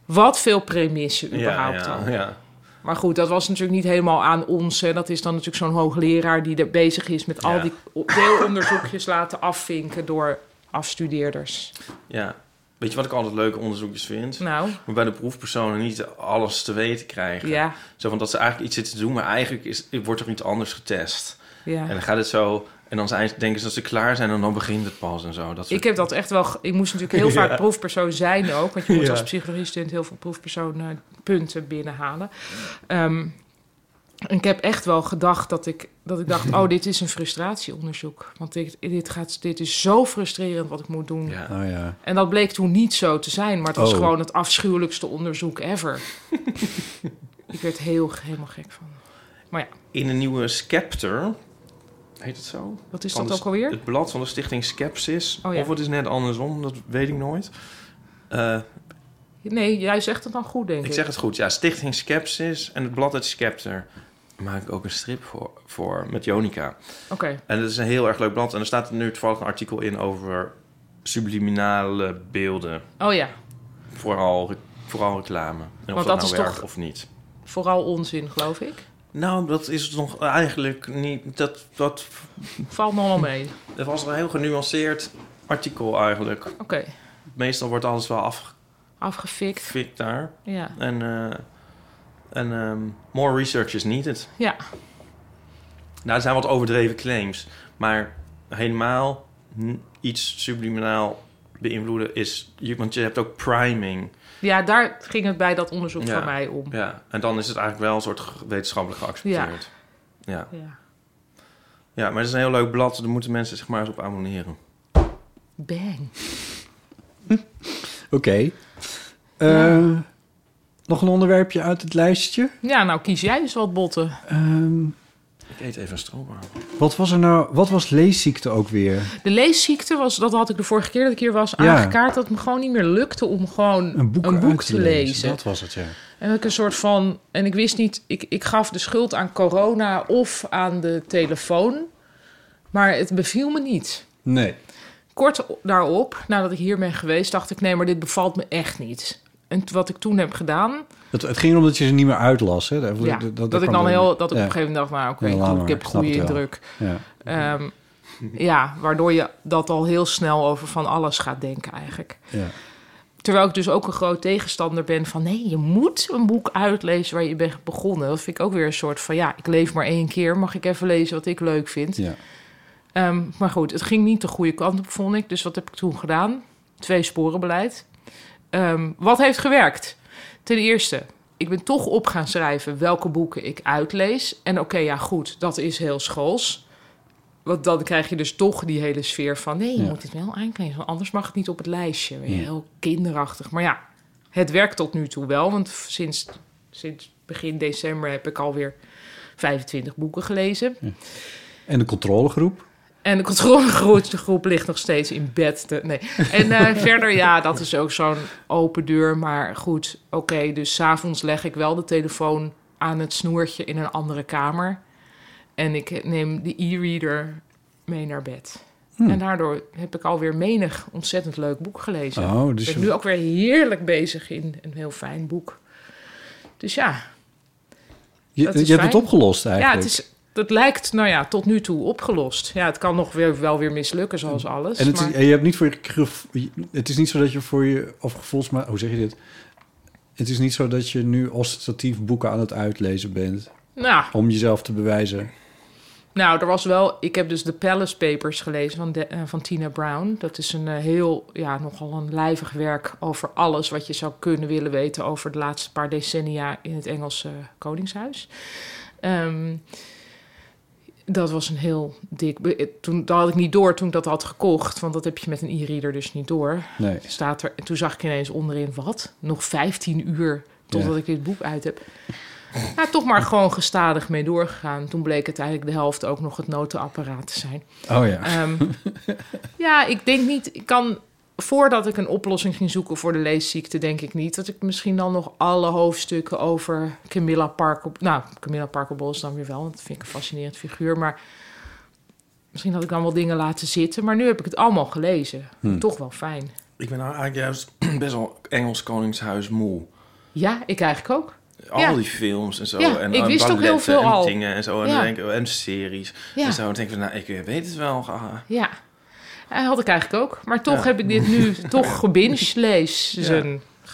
Speaker 4: wat veel premissen überhaupt
Speaker 5: ja,
Speaker 4: al.
Speaker 5: ja, ja.
Speaker 4: Maar goed, dat was natuurlijk niet helemaal aan ons. Hè. Dat is dan natuurlijk zo'n hoogleraar die er bezig is met al
Speaker 5: Ja.
Speaker 4: die o- deelonderzoekjes laten afvinken door afstudeerders.
Speaker 5: ja. Weet je wat ik altijd leuke onderzoekjes vind?
Speaker 4: Nou,
Speaker 5: Om bij de proefpersonen niet alles te weten krijgen.
Speaker 4: ja,
Speaker 5: Zo van dat ze eigenlijk iets zitten te doen, maar eigenlijk is, wordt er iets anders getest. En
Speaker 4: ja.
Speaker 5: dan gaat het zo... En dan zijn, denken ze dat ze klaar zijn en dan begint het pas en zo. Dat soort-
Speaker 4: Ik heb dat echt wel. ge- Ik moest natuurlijk heel vaak proefpersoon zijn ook. Want je moet
Speaker 3: Ja.
Speaker 4: als psychologie-student heel veel proefpersoonpunten binnenhalen. Ehm, en ik heb echt wel gedacht dat ik, dat ik dacht: oh, dit is een frustratieonderzoek. Want dit, dit, gaat, dit is zo frustrerend wat ik moet doen.
Speaker 5: Ja.
Speaker 3: Oh ja.
Speaker 4: En dat bleek toen niet zo te zijn, maar het was
Speaker 3: Oh.
Speaker 4: gewoon het afschuwelijkste onderzoek ever. ik werd heel, helemaal gek van. Maar ja,
Speaker 5: In een nieuwe Scepter... Heet het zo?
Speaker 4: wat is
Speaker 5: Van
Speaker 4: dat
Speaker 5: de
Speaker 4: ook alweer?
Speaker 5: Het blad van de stichting Skepsis.
Speaker 4: Oh ja.
Speaker 5: Of het is net andersom, dat weet ik nooit. Eh,
Speaker 4: Nee, jij zegt het dan goed, denk ik.
Speaker 5: ik zeg het goed, ja. Stichting Skepsis en het blad Het Scepter. Daar maak ik ook een strip voor, voor met Jonica.
Speaker 4: Oké,
Speaker 5: En dat is een heel erg leuk blad. En er staat nu toevallig een artikel in over subliminale beelden.
Speaker 4: oh ja,
Speaker 5: Vooral, re- vooral reclame. En of
Speaker 4: Want
Speaker 5: dat,
Speaker 4: dat
Speaker 5: nou
Speaker 4: is
Speaker 5: werkt
Speaker 4: toch-
Speaker 5: of niet.
Speaker 4: vooral onzin, geloof ik.
Speaker 5: Nou, dat is het nog eigenlijk niet. Dat, dat,
Speaker 4: Valt me allemaal mee.
Speaker 5: dat was een heel genuanceerd artikel eigenlijk.
Speaker 4: Oké,
Speaker 5: Meestal wordt alles wel
Speaker 4: afgefikt.
Speaker 5: afgefikt daar.
Speaker 4: Ja,
Speaker 5: En, eh, en ehm, more research is needed.
Speaker 4: ja.
Speaker 5: Nou, er zijn wat overdreven claims. Maar helemaal n- iets subliminaal beïnvloeden is... je- Want je hebt ook priming.
Speaker 4: ja daar ging het bij dat onderzoek
Speaker 5: Ja.
Speaker 4: van mij om.
Speaker 5: Ja. En dan is het eigenlijk wel een soort ge- wetenschappelijk geaccepteerd. Ja. Ja.
Speaker 4: Ja.
Speaker 5: maar het is een heel leuk blad. Daar moeten mensen zich maar eens op abonneren.
Speaker 4: Bang.
Speaker 3: Oké. Eh, Nog een onderwerpje uit het lijstje.
Speaker 4: Ja, nou kies jij eens wat botten.
Speaker 3: Ehm,
Speaker 5: Ik eet even een stroopwafel.
Speaker 3: wat was er nou? Wat was leesziekte ook weer?
Speaker 4: De leesziekte was, dat had ik de vorige keer dat ik hier was,
Speaker 3: Ja.
Speaker 4: aangekaart dat het me gewoon niet meer lukte om gewoon
Speaker 3: Een boek, uit
Speaker 4: te lezen.
Speaker 3: Dat was het, ja.
Speaker 4: En dat ik een soort van. En ik wist niet, ik, ik gaf de schuld aan corona of aan de telefoon. Maar het beviel me niet.
Speaker 3: Nee.
Speaker 4: Kort o- daarop, nadat ik hier ben geweest, dacht ik: nee, maar dit bevalt me echt niet. En t- wat ik toen heb gedaan,
Speaker 3: Het, het ging erom dat je ze niet meer uitlas. Hè? Daar-
Speaker 4: ja, dat, ik
Speaker 3: kwam
Speaker 4: dan
Speaker 3: er-
Speaker 4: heel, dat ik
Speaker 3: ja.
Speaker 4: op een gegeven moment dacht: nou, oké,
Speaker 3: Ja, laat
Speaker 4: goed,
Speaker 3: maar,
Speaker 4: ik heb
Speaker 3: ik
Speaker 4: een
Speaker 3: snap
Speaker 4: goede
Speaker 3: het wel.
Speaker 4: indruk.
Speaker 3: Ja.
Speaker 4: Ehm, ja, waardoor je dat al heel snel over van alles gaat denken eigenlijk.
Speaker 3: Ja.
Speaker 4: Terwijl ik dus ook een groot tegenstander ben van nee, je moet een boek uitlezen waar je bent begonnen. Dat vind ik ook weer een soort van ja, ik leef maar één keer, mag ik even lezen wat ik leuk vind.
Speaker 3: Ja.
Speaker 4: Ehm, maar goed, het ging niet de goede kant op, vond ik. Dus wat heb ik toen gedaan? Twee sporenbeleid. Ehm, wat heeft gewerkt? Ten eerste, ik ben toch op gaan schrijven welke boeken ik uitlees. En oké, ja goed, dat is heel schools. Want dan krijg je dus toch die hele sfeer van... nee, je
Speaker 3: Ja.
Speaker 4: moet het wel aankleven, want anders mag het niet op het lijstje. Weer
Speaker 3: Ja.
Speaker 4: Heel kinderachtig. Maar ja, het werkt tot nu toe wel. Want sinds, sinds begin december heb ik alweer 25 boeken gelezen.
Speaker 3: En de controlegroep.
Speaker 4: En de controlegrootste groep ligt nog steeds in bed. Te, nee. En eh, verder, ja, dat is ook zo'n open deur. Maar goed, oké. dus s'avonds leg ik wel de telefoon aan het snoertje in een andere kamer. En ik neem de e-reader mee naar bed.
Speaker 3: Hmm.
Speaker 4: En daardoor heb ik alweer menig ontzettend leuk boek gelezen.
Speaker 3: Oh,
Speaker 4: ik
Speaker 3: dus
Speaker 4: ben nu ook weer heerlijk bezig in een heel fijn boek. Dus ja,
Speaker 3: je,
Speaker 4: dat is
Speaker 3: je hebt het
Speaker 4: fijn.
Speaker 3: opgelost
Speaker 4: ja,
Speaker 3: eigenlijk.
Speaker 4: het is, dat lijkt nou ja, tot nu toe opgelost. Ja, het kan nog weer, wel weer mislukken, zoals alles.
Speaker 3: Hmm. En het,
Speaker 4: maar-
Speaker 3: is, en je hebt niet voor je gevoel- je- Het is niet zo dat je voor je. Of gevoelsmaat. Hoe zeg je dit? Het is niet zo dat je nu ostentatief boeken aan het uitlezen bent.
Speaker 4: nou,
Speaker 3: Om jezelf te bewijzen.
Speaker 4: nou, er was wel... Ik heb dus de Palace Papers gelezen van, de- eh, van Tina Brown. Dat is een eh, heel, ja, nogal een lijvig werk over alles... wat je zou kunnen willen weten over de laatste paar decennia... in het Engelse koningshuis. Ehm, dat was een heel dik... be- Toen, dat had ik niet door toen ik dat had gekocht... want dat heb je met een e-reader dus niet door.
Speaker 3: Nee.
Speaker 4: staat er. En toen zag ik ineens onderin wat? Nog 15 uur totdat
Speaker 3: Ja.
Speaker 4: ik dit boek uit heb. Ja, toch maar gewoon gestadig mee doorgegaan. Toen bleek het eigenlijk de helft ook nog het notenapparaat te zijn.
Speaker 3: Oh ja.
Speaker 4: Ehm, ja, ik denk niet. Ik kan. voordat ik een oplossing ging zoeken voor de leesziekte, denk ik niet. Dat ik misschien dan nog alle hoofdstukken over Camilla Parker. Nou, Camilla Parkerbos dan weer wel, want dat vind ik een fascinerend figuur. Maar misschien had ik dan wel dingen laten zitten. Maar nu heb ik het allemaal gelezen. Toch wel fijn.
Speaker 5: Ik ben nou eigenlijk juist best wel Engels Koningshuis moe.
Speaker 4: Ja, ik eigenlijk ook.
Speaker 5: Al
Speaker 4: Ja.
Speaker 5: die films en zo.
Speaker 4: Ja,
Speaker 5: en,
Speaker 4: ik
Speaker 5: en
Speaker 4: wist ook heel
Speaker 5: balletten
Speaker 4: veel
Speaker 5: en
Speaker 4: al.
Speaker 5: dingen en zo. En,
Speaker 4: Ja.
Speaker 5: dan denk ik- en series.
Speaker 4: Ja.
Speaker 5: En zo. En dan denk ik van, nou, ik weet het wel. ah.
Speaker 4: Ja, Eh, had ik eigenlijk ook. Maar toch
Speaker 5: Ja.
Speaker 4: heb ik dit nu toch gebinged lezen. Ja.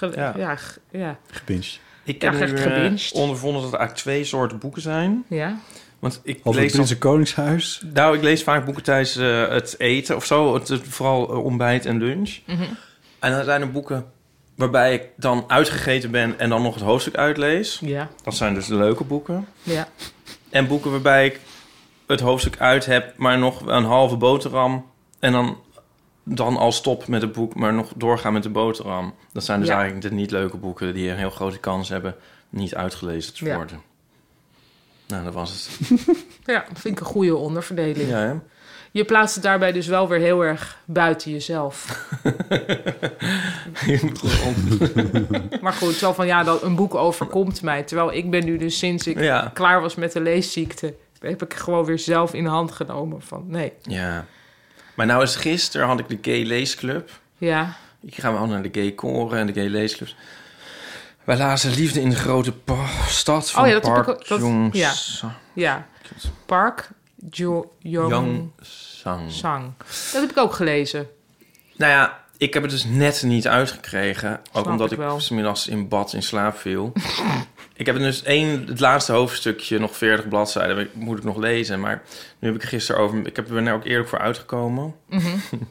Speaker 5: Ja.
Speaker 4: ja. ja, g- ja.
Speaker 3: Gebinged.
Speaker 5: Ik
Speaker 4: Ja,
Speaker 5: heb
Speaker 4: echt
Speaker 5: nu eh,
Speaker 4: gebinged.
Speaker 5: ondervonden dat er eigenlijk twee soorten boeken zijn.
Speaker 4: ja.
Speaker 5: Want ik
Speaker 3: Over het
Speaker 5: lees dan
Speaker 3: Britse Koningshuis.
Speaker 5: Nou, ik lees vaak boeken tijdens eh, het eten of zo. Het, het- vooral eh, ontbijt en lunch.
Speaker 4: Mhm.
Speaker 5: En dan zijn er boeken waarbij ik dan uitgegeten ben en dan nog het hoofdstuk uitlees.
Speaker 4: Ja,
Speaker 5: Dat zijn dus de leuke boeken.
Speaker 4: ja.
Speaker 5: En boeken waarbij ik het hoofdstuk uit heb, maar nog een halve boterham. En dan, dan al stop met het boek, maar nog doorgaan met de boterham. Dat zijn dus
Speaker 4: Ja.
Speaker 5: eigenlijk de niet leuke boeken die een heel grote kans hebben niet uitgelezen te
Speaker 4: Ja.
Speaker 5: worden. Nou, dat was het.
Speaker 4: Ja, vind ik een goede onderverdeling.
Speaker 5: Ja, hè?
Speaker 4: Je plaatst het daarbij dus wel weer heel erg buiten jezelf. Maar goed, zo van ja, dat een boek overkomt mij. Terwijl ik ben nu dus sinds ik
Speaker 5: ja.
Speaker 4: klaar was met de leesziekte, heb ik gewoon weer zelf in de hand genomen van nee.
Speaker 5: Ja. Maar nou is gisteren had ik de gay leesclub.
Speaker 4: Ja,
Speaker 5: Ik ga wel naar de gay koren en de gay leesclubs. Wij lazen Liefde in de grote pa- stad van
Speaker 4: Oh ja, dat heb ik
Speaker 5: Park
Speaker 4: ook- dat-
Speaker 5: Jong
Speaker 4: ja.
Speaker 5: Sa-
Speaker 4: ja. Park Jo
Speaker 5: Jong
Speaker 4: Jong
Speaker 5: Sang.
Speaker 4: Sang. Dat heb ik ook gelezen.
Speaker 5: Nou ja, ik heb het dus net niet uitgekregen. Ook
Speaker 4: Snap
Speaker 5: omdat
Speaker 4: ik
Speaker 5: ik,
Speaker 4: wel.
Speaker 5: smiddags in bad in slaap viel. ik heb dus één, het laatste hoofdstukje, nog 40 bladzijden, maar ik- moet ik nog lezen. Maar nu heb ik gisteren over, ik heb er nou ook eerlijk voor uitgekomen. We hebben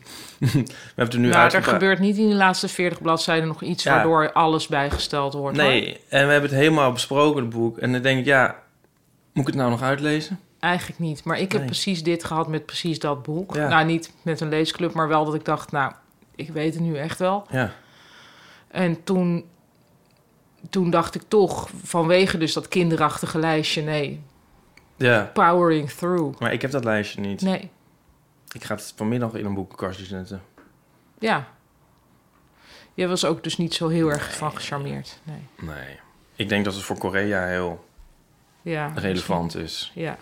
Speaker 5: er nu
Speaker 4: Mhm. Nou, er
Speaker 5: uitgepra-
Speaker 4: gebeurt niet in de laatste 40 bladzijden nog iets
Speaker 5: Ja.
Speaker 4: waardoor alles bijgesteld wordt.
Speaker 5: Nee,
Speaker 4: hoor.
Speaker 5: en we hebben het helemaal besproken, het boek. En dan denk ik, ja, moet ik het nou nog uitlezen?
Speaker 4: Eigenlijk niet. Maar ik heb
Speaker 5: Nee.
Speaker 4: precies dit gehad met precies dat boek.
Speaker 5: Ja.
Speaker 4: Nou, niet met een leesclub, maar wel dat ik dacht, nou, ik weet het nu echt wel.
Speaker 5: Ja,
Speaker 4: En toen, toen dacht ik toch, vanwege dus dat kinderachtige lijstje, nee,
Speaker 5: ja.
Speaker 4: powering through.
Speaker 5: Maar ik heb dat lijstje niet.
Speaker 4: Nee,
Speaker 5: Ik ga het vanmiddag in een boekenkastje zetten.
Speaker 4: ja. Jij was ook dus niet zo heel erg van gecharmeerd. Nee.
Speaker 5: Nee. Ik denk dat het voor Korea heel
Speaker 4: Ja,
Speaker 5: relevant is.
Speaker 4: Ja.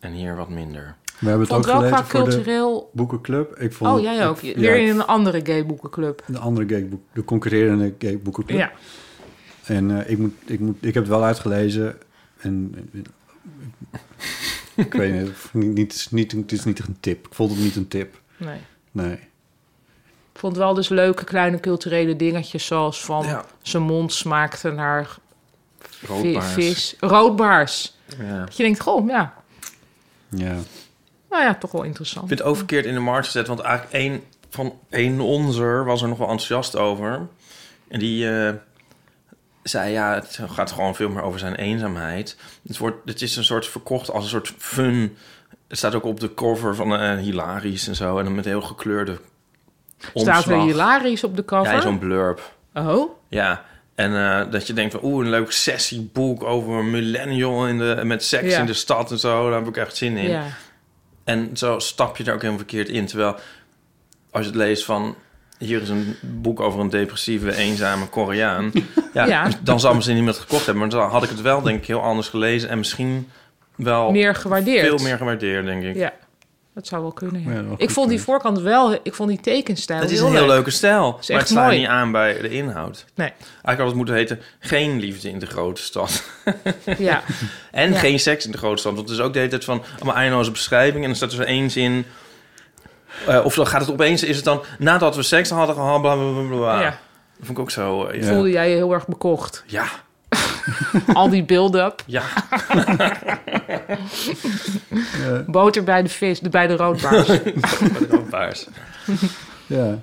Speaker 5: En hier wat minder.
Speaker 3: We hebben het
Speaker 4: Vond
Speaker 3: ook
Speaker 4: wel qua
Speaker 3: gelezen voor de
Speaker 4: cultureel...
Speaker 3: boekenclub. Ik vond
Speaker 4: Oh,
Speaker 3: het-
Speaker 4: jij ook.
Speaker 3: ik- ja,
Speaker 4: Weer
Speaker 3: ik-
Speaker 4: in een andere gay boekenclub.
Speaker 3: de andere gayboek, de concurrerende gayboekenclub.
Speaker 4: Ja.
Speaker 3: En eh, ik, moet, ik, moet, ik heb het wel uitgelezen. En, eh, ik weet niet, het is niet, het is niet, het is niet echt een tip. Ik vond het niet een tip.
Speaker 4: Nee.
Speaker 3: Nee.
Speaker 4: Ik vond wel dus leuke kleine culturele dingetjes, zoals van
Speaker 5: Ja.
Speaker 4: zijn mond smaakte naar vi-
Speaker 5: Roodbaars.
Speaker 4: vis. Roodbaars.
Speaker 5: Ja.
Speaker 4: Dat je denkt, goh, ja,
Speaker 3: Ja.
Speaker 4: nou ja, toch wel
Speaker 5: Ik
Speaker 4: interessant.
Speaker 5: vind het ook verkeerd in de markt gezet. Want eigenlijk één van één onzer was er nog wel enthousiast over. En die eh, zei, ja, het gaat gewoon veel meer over zijn eenzaamheid. Het, wordt, het is een soort verkocht als een soort fun. Het staat ook op de cover van eh Hilarisch en zo. En dan met heel gekleurde omslag.
Speaker 4: Staat er hilarisch op de
Speaker 5: Ja,
Speaker 4: cover.
Speaker 5: zo'n blurb.
Speaker 4: oh,
Speaker 5: Ja. En eh, dat je denkt van, oeh, een leuk sessieboek over een millennial in de, met seks
Speaker 4: Ja.
Speaker 5: in de stad en zo. Daar heb ik echt zin in.
Speaker 4: ja.
Speaker 5: En zo stap je er ook helemaal verkeerd in. Terwijl als je het leest van... hier is een boek over een depressieve, eenzame Koreaan. Ja,
Speaker 4: Ja.
Speaker 5: Dan zou misschien niemand het gekocht hebben. Maar dan had ik het wel, denk ik, heel anders gelezen. En misschien wel
Speaker 4: meer gewaardeerd.
Speaker 5: Oh, veel meer gewaardeerd, denk ik.
Speaker 4: Ja, dat zou wel kunnen. ja.
Speaker 3: Ja, wel
Speaker 4: ik
Speaker 3: goed,
Speaker 4: vond die
Speaker 3: ja.
Speaker 4: voorkant wel, ik vond die tekenstijl
Speaker 5: Het is een heel
Speaker 4: leuk.
Speaker 5: leuke stijl.
Speaker 4: is
Speaker 5: Maar
Speaker 4: echt
Speaker 5: het slaat
Speaker 4: mooi.
Speaker 5: niet aan bij de inhoud.
Speaker 4: Nee,
Speaker 5: Eigenlijk had het moeten heten... geen liefde in de grote stad.
Speaker 4: ja,
Speaker 5: En
Speaker 4: Ja.
Speaker 5: geen seks in de grote stad. Want het is ook de hele tijd van... allemaal eindeloze beschrijving. En dan staat er zo één zin... eh, of dan gaat het opeens... is het dan... nadat we seks hadden gehad... bla bla bla bla.
Speaker 4: ja.
Speaker 5: Dat vond ik ook zo. eh,
Speaker 4: voelde jij je heel erg bekocht.
Speaker 5: Ja,
Speaker 4: Al die build-up,
Speaker 5: ja.
Speaker 4: boter bij de vis, bij de roodbaars.
Speaker 5: Met een paars.
Speaker 3: ja.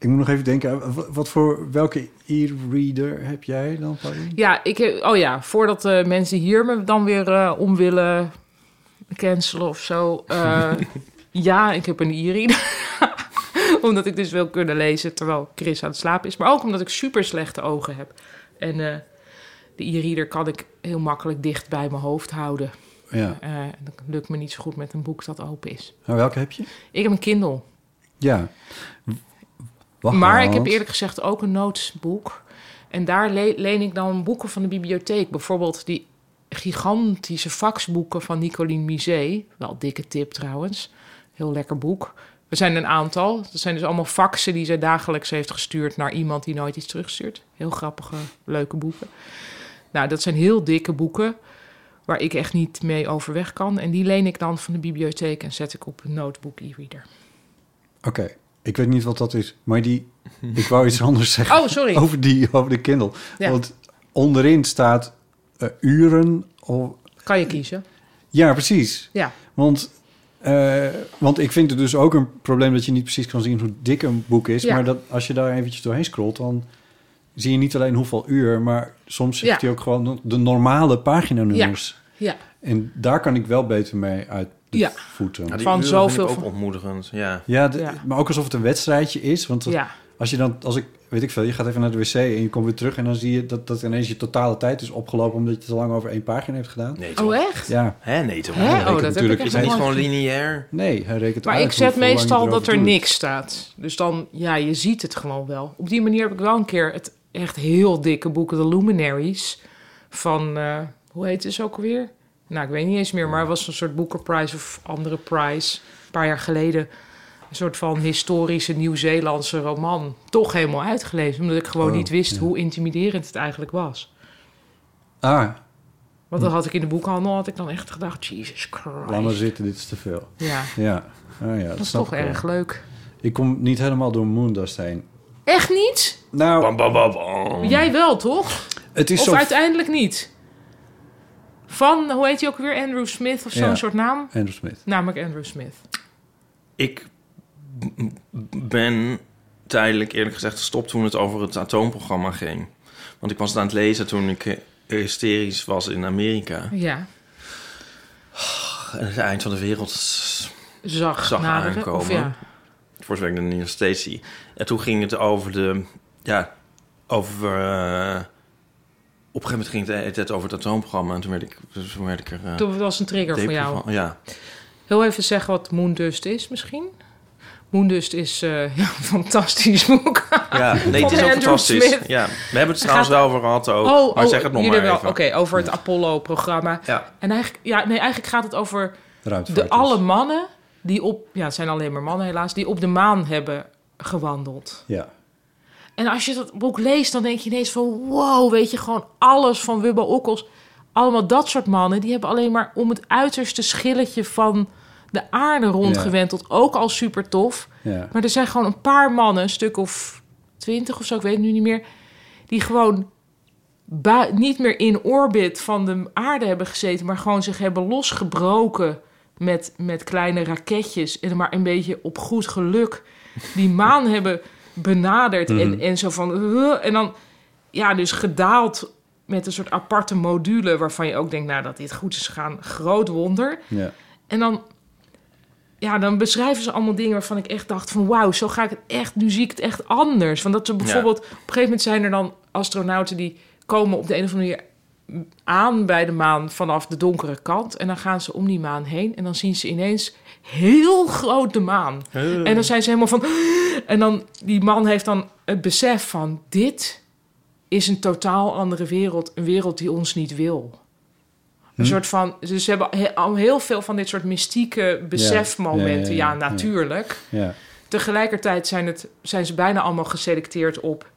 Speaker 3: Ik moet nog even denken. eh, wa- Wat voor, welke e-reader heb jij dan, Pauline?
Speaker 4: Ja, ik heb, oh ja, voordat eh, mensen hier me dan weer eh, om willen cancelen of zo. eh, ja, ik heb een e-reader. omdat ik dus wil kunnen lezen terwijl Chris aan het slapen is. Maar ook omdat ik super slechte ogen heb. En eh, de e-reader kan ik heel makkelijk dicht bij mijn hoofd houden.
Speaker 3: Ja.
Speaker 4: Eh, en dat lukt me niet zo goed met een boek dat open is.
Speaker 3: Maar Nou, welke heb je?
Speaker 4: Ik heb een Kindle.
Speaker 3: Ja. Wacht
Speaker 4: maar ik
Speaker 3: want-
Speaker 4: heb eerlijk gezegd ook een notesboek. En daar le- leen ik dan boeken van de bibliotheek. Bijvoorbeeld die gigantische faxboeken van Nicoline Misé. Wel dikke tip trouwens. Heel lekker boek. Er zijn een aantal. Dat zijn dus allemaal faxen die zij dagelijks heeft gestuurd naar iemand die nooit iets terugstuurt. Heel grappige, leuke boeken. Nou, dat zijn heel dikke boeken waar ik echt niet mee overweg kan. En die leen ik dan van de bibliotheek en zet ik op een notebook e-reader.
Speaker 3: Oké, ik weet niet wat dat is, maar die... Ik wou iets anders zeggen.
Speaker 4: Oh, sorry.
Speaker 3: Over, die, over de Kindle.
Speaker 4: Ja.
Speaker 3: Want onderin staat eh, uren... Of,
Speaker 4: Kan je kiezen?
Speaker 3: ja, precies.
Speaker 4: Ja.
Speaker 3: Want, eh, want ik vind het dus ook een probleem dat je niet precies kan zien hoe dik een boek is.
Speaker 4: Ja.
Speaker 3: Maar dat, als je daar eventjes doorheen scrolt, dan zie je niet alleen hoeveel uur... maar soms zegt
Speaker 4: Ja.
Speaker 3: hij ook gewoon de normale paginanummers.
Speaker 4: Ja.
Speaker 3: En daar kan ik wel beter mee uit de
Speaker 4: Ja.
Speaker 3: voeten.
Speaker 5: Ja,
Speaker 3: Ja,
Speaker 5: die
Speaker 4: Van
Speaker 5: uren vind
Speaker 4: zoveel
Speaker 5: ik ook
Speaker 4: van-
Speaker 5: ontmoedigend. Ja.
Speaker 3: de-
Speaker 4: Ja.
Speaker 3: maar ook alsof het een wedstrijdje is. Want dat-
Speaker 4: Ja.
Speaker 3: Als je dan, als ik, weet ik veel, je gaat even naar de wc en je komt weer terug en dan zie je dat, dat ineens je totale tijd is opgelopen omdat je te lang over één pagina hebt gedaan.
Speaker 5: Nee, toch?
Speaker 4: Oh, echt?
Speaker 3: Ja,
Speaker 5: Hè? Nee, toch?
Speaker 4: Hè? Oh, dat heb ik
Speaker 3: natuurlijk.
Speaker 5: Is
Speaker 4: echt
Speaker 5: het niet
Speaker 4: nog
Speaker 5: gewoon
Speaker 4: nooit gezien.
Speaker 5: lineair?
Speaker 3: nee, hij rekent
Speaker 4: Maar
Speaker 3: uit
Speaker 4: ik zet
Speaker 3: hoe- hoe lang je
Speaker 4: meestal
Speaker 3: erover
Speaker 4: dat er
Speaker 3: doet.
Speaker 4: niks staat. Dus dan, ja, je ziet het gewoon wel. Op die manier heb ik wel een keer het echt heel dikke boek, de Luminaries, van, eh, hoe heet het ook alweer? Nou, ik weet niet eens meer, maar het was een soort Booker Prize of andere prijs. Een paar jaar geleden een soort van historische Nieuw-Zeelandse roman. Toch helemaal uitgelezen, omdat ik gewoon
Speaker 3: Oh,
Speaker 4: niet wist
Speaker 3: ja.
Speaker 4: hoe intimiderend het eigenlijk was.
Speaker 3: Ah,
Speaker 4: Want dat had ik in de boekhandel, had ik dan echt gedacht, Jesus
Speaker 3: Hm. laat maar
Speaker 4: Christ.
Speaker 3: zitten, dit is te veel.
Speaker 4: Ja,
Speaker 3: Ja, ah, ja dat,
Speaker 4: dat is
Speaker 3: snap
Speaker 4: toch
Speaker 3: ik wel.
Speaker 4: erg leuk.
Speaker 3: Ik kom niet helemaal door Moondust heen.
Speaker 4: Echt niet?
Speaker 3: Nou,
Speaker 5: Bam, bam, bam, bam.
Speaker 4: Jij wel, toch?
Speaker 3: het is
Speaker 4: Of
Speaker 3: zo...
Speaker 4: uiteindelijk niet? Van, hoe heet hij ook weer? Andrew Smith of zo'n
Speaker 3: Ja.
Speaker 4: soort naam?
Speaker 3: Andrew Smith.
Speaker 4: Namelijk Andrew Smith.
Speaker 5: Ik b- b- ben tijdelijk eerlijk gezegd gestopt toen het over het atoomprogramma ging. Want ik was het aan het lezen toen ik eh, hysterisch was in Amerika.
Speaker 4: Ja,
Speaker 5: En het eind van de wereld, s-
Speaker 4: zag,
Speaker 5: Zag
Speaker 4: naderen,
Speaker 5: aankomen.
Speaker 4: Of ja.
Speaker 5: voor zover ik dat niet nog steeds zie. En toen ging het over de, ja, over... eh, op een gegeven moment ging het, het, het over het atoomprogramma. En toen werd ik, toen werd ik er... eh,
Speaker 4: Toen was een trigger voor
Speaker 5: depri
Speaker 4: jou.
Speaker 5: van. Ja,
Speaker 4: Heel even zeggen wat Moondust is misschien. Moondust is eh, ja, een fantastisch boek.
Speaker 5: ja. nee, het
Speaker 4: Van
Speaker 5: is ook
Speaker 4: Andrew
Speaker 5: fantastisch.
Speaker 4: Smith.
Speaker 5: Ja. We hebben het trouwens wel over gehad ook. maar Oh, zeg het nog maar
Speaker 4: Oh, jullie wel.
Speaker 5: even.
Speaker 4: Oké, over het Apollo-programma.
Speaker 5: Ja.
Speaker 4: En eigenlijk, ja, nee, eigenlijk gaat het over de
Speaker 3: Ruimtevaarters.
Speaker 4: alle mannen die op... Ja, het zijn alleen maar mannen helaas. Die op de maan hebben gewandeld.
Speaker 3: Ja,
Speaker 4: En als je dat boek leest, dan denk je ineens van... wow, weet je, gewoon alles van Wubbo Okkels. Allemaal dat soort mannen, die hebben alleen maar om het uiterste schilletje van de aarde rondgewenteld. Ook al super tof.
Speaker 3: ja.
Speaker 4: Maar er zijn gewoon een paar mannen, een stuk of twintig of zo, ik weet het nu niet meer... die gewoon bui- niet meer in orbit van de aarde hebben gezeten... maar gewoon zich hebben losgebroken met, met kleine raketjes... en maar een beetje op goed geluk die maan hebben benaderd. En, en zo van... "Huh?" en dan, ja, dus gedaald met een soort aparte module... waarvan je ook denkt, nou, dat dit goed is gegaan, groot wonder...
Speaker 3: ja.
Speaker 4: En dan, ja, dan beschrijven ze allemaal dingen waarvan ik echt dacht van... wauw, zo ga ik het echt, nu zie ik het echt anders. Want dat ze bijvoorbeeld... op een gegeven moment zijn er dan astronauten die komen op de een of andere manier aan bij de maan vanaf de donkere kant. En dan gaan ze om die maan heen en dan zien ze ineens heel groot de maan. En dan zijn ze helemaal van... En dan, die man heeft dan het besef van... dit is een totaal andere wereld. Een wereld die ons niet wil.
Speaker 3: Hm?
Speaker 4: Een soort van... Dus ze hebben he- al heel veel van dit soort mystieke besefmomenten.
Speaker 3: ja,
Speaker 4: Ja,
Speaker 3: ja, ja.
Speaker 4: natuurlijk.
Speaker 3: ja.
Speaker 4: Tegelijkertijd zijn, het, zijn ze bijna allemaal geselecteerd op...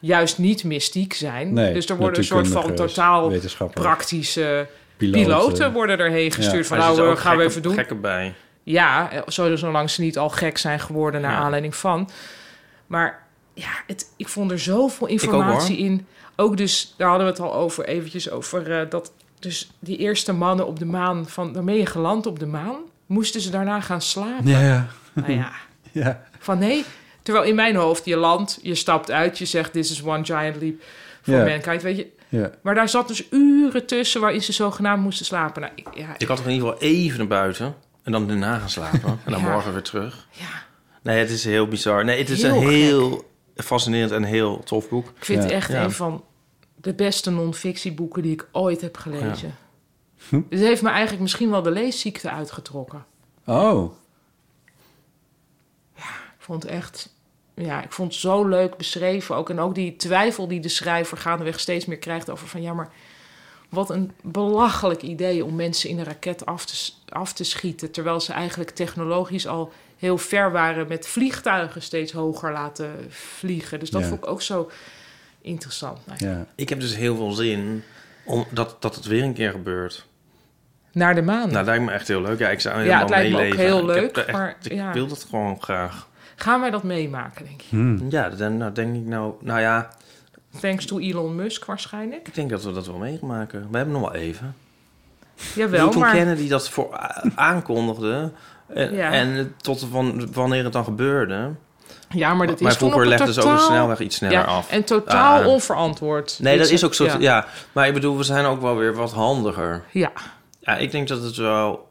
Speaker 4: juist niet mystiek zijn.
Speaker 3: Nee,
Speaker 4: dus er worden een soort van
Speaker 3: natuurkundigen,
Speaker 4: totaal
Speaker 3: wetenschappers,
Speaker 4: praktische...
Speaker 3: piloten.
Speaker 4: Piloten worden erheen gestuurd van
Speaker 5: Maar er
Speaker 4: nou,
Speaker 5: zitten
Speaker 4: eh,
Speaker 5: ook
Speaker 4: gaan we
Speaker 5: gekke-
Speaker 4: even doen.
Speaker 5: Gekken bij.
Speaker 4: Ja, eh, zo- zolang ze niet al gek zijn geworden naar
Speaker 5: Ja.
Speaker 4: aanleiding van. Maar ja, het, ik vond er zoveel
Speaker 5: ook, hoor.
Speaker 4: informatie in. Ook dus, daar hadden we het al over, eventjes over eh, dat... Dus die eerste mannen op de maan, van, daarmee je geland op de maan... moesten ze daarna gaan slapen.
Speaker 3: Ja,
Speaker 4: Nou ja,
Speaker 3: ja.
Speaker 4: van nee. Terwijl in mijn hoofd, je landt, je stapt uit, je zegt... This is one giant leap for
Speaker 3: Ja.
Speaker 4: mankind, weet je.
Speaker 3: ja.
Speaker 4: Maar daar zat dus uren tussen waarin ze zogenaamd moesten slapen. Nou, ik, ja,
Speaker 5: Ik had toch in ieder geval even naar buiten. En dan daarna gaan slapen. En dan
Speaker 4: Ja.
Speaker 5: morgen weer terug.
Speaker 4: ja,
Speaker 5: Nee, het is heel bizar. Nee, het is
Speaker 4: Heel
Speaker 5: een
Speaker 4: gek.
Speaker 5: heel fascinerend en heel tof boek.
Speaker 4: Ik vind
Speaker 3: Ja.
Speaker 4: het echt
Speaker 5: Ja.
Speaker 4: een van de beste non-fictieboeken die ik ooit heb gelezen. Het heeft me eigenlijk misschien wel de leesziekte uitgetrokken.
Speaker 3: Oh,
Speaker 4: Ik vond echt... Ja, ik vond het zo leuk beschreven ook. En ook die twijfel die de schrijver gaandeweg steeds meer krijgt over van... Ja, maar wat een belachelijk idee om mensen in een raket af te, s- af te schieten... terwijl ze eigenlijk technologisch al heel ver waren... met vliegtuigen steeds hoger laten vliegen. Dus dat
Speaker 3: Ja.
Speaker 4: vond ik ook zo interessant. Nou ja.
Speaker 3: Ja.
Speaker 5: Ik heb dus heel veel zin om dat, dat het weer een keer gebeurt.
Speaker 4: Naar de maan.
Speaker 5: Nou, dat lijkt me echt heel leuk. Ja, ik zou
Speaker 4: Ja,
Speaker 5: helemaal
Speaker 4: het lijkt me ook
Speaker 5: meeleven.
Speaker 4: heel
Speaker 5: Ik heb
Speaker 4: leuk,
Speaker 5: daar echt-
Speaker 4: maar
Speaker 5: ik
Speaker 4: ja.
Speaker 5: wil dat gewoon graag.
Speaker 4: Gaan wij dat meemaken, denk je?
Speaker 5: Ja, dan nou, denk ik nou... Nou ja,
Speaker 4: Thanks to Elon Musk waarschijnlijk.
Speaker 5: ik denk dat we dat wel meemaken. We hebben nog wel even.
Speaker 4: Jawel,
Speaker 5: Newton
Speaker 4: maar...
Speaker 5: Kennedy dat voor a- aankondigde. En,
Speaker 4: Ja.
Speaker 5: en tot van, wanneer het dan gebeurde.
Speaker 4: Ja, maar dat
Speaker 5: maar
Speaker 4: is toen op
Speaker 5: vroeger
Speaker 4: een
Speaker 5: legden ze over de
Speaker 4: totaal-
Speaker 5: snelweg iets sneller
Speaker 4: ja,
Speaker 5: af.
Speaker 4: En totaal
Speaker 5: Ah.
Speaker 4: onverantwoord.
Speaker 5: Nee,
Speaker 4: Dit
Speaker 5: dat is ook zo.
Speaker 4: Ja.
Speaker 5: Ja. maar ik bedoel, we zijn ook wel weer wat handiger.
Speaker 4: Ja.
Speaker 5: Ja, ik denk dat het wel...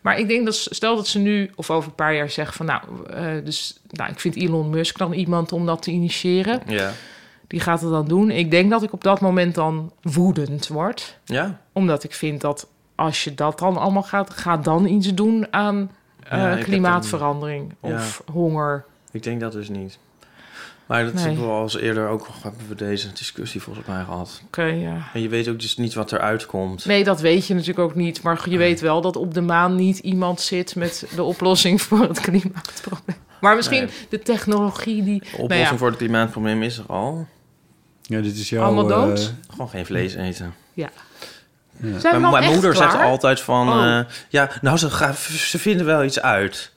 Speaker 4: Maar ik denk dat s- stel dat ze nu of over een paar jaar zeggen van nou, eh, dus, nou ik vind Elon Musk dan iemand om dat te initiëren.
Speaker 5: Ja.
Speaker 4: Die gaat het dan doen. Ik denk dat ik op dat moment dan woedend word.
Speaker 5: Ja?
Speaker 4: Omdat ik vind dat als je dat dan allemaal gaat, ga dan iets doen aan eh,
Speaker 5: Ja, ik heb
Speaker 4: klimaatverandering of honger.
Speaker 5: Ik denk dat dus niet. Maar dat
Speaker 4: Nee.
Speaker 5: hebben we al eens eerder ook hebben we deze discussie volgens mij gehad.
Speaker 4: Oké, ja.
Speaker 5: En je weet ook dus niet wat eruit komt.
Speaker 4: Nee, dat weet je natuurlijk ook niet. Maar je weet wel dat op de maan niet iemand zit met de oplossing voor het klimaatprobleem. Maar misschien
Speaker 5: Nee.
Speaker 4: de technologie die.
Speaker 5: De oplossing
Speaker 4: Nou ja,
Speaker 5: voor het klimaatprobleem is er al.
Speaker 3: ja, dit is jouw...
Speaker 4: Allemaal dood?
Speaker 3: eh,
Speaker 5: Gewoon geen vlees eten.
Speaker 4: zijn we
Speaker 5: Mijn,
Speaker 4: nou
Speaker 5: mijn
Speaker 4: echt
Speaker 5: moeder
Speaker 4: klaar?
Speaker 5: zegt altijd van...
Speaker 4: Oh.
Speaker 5: eh, ja, nou, ze, gaan- ze vinden wel iets uit.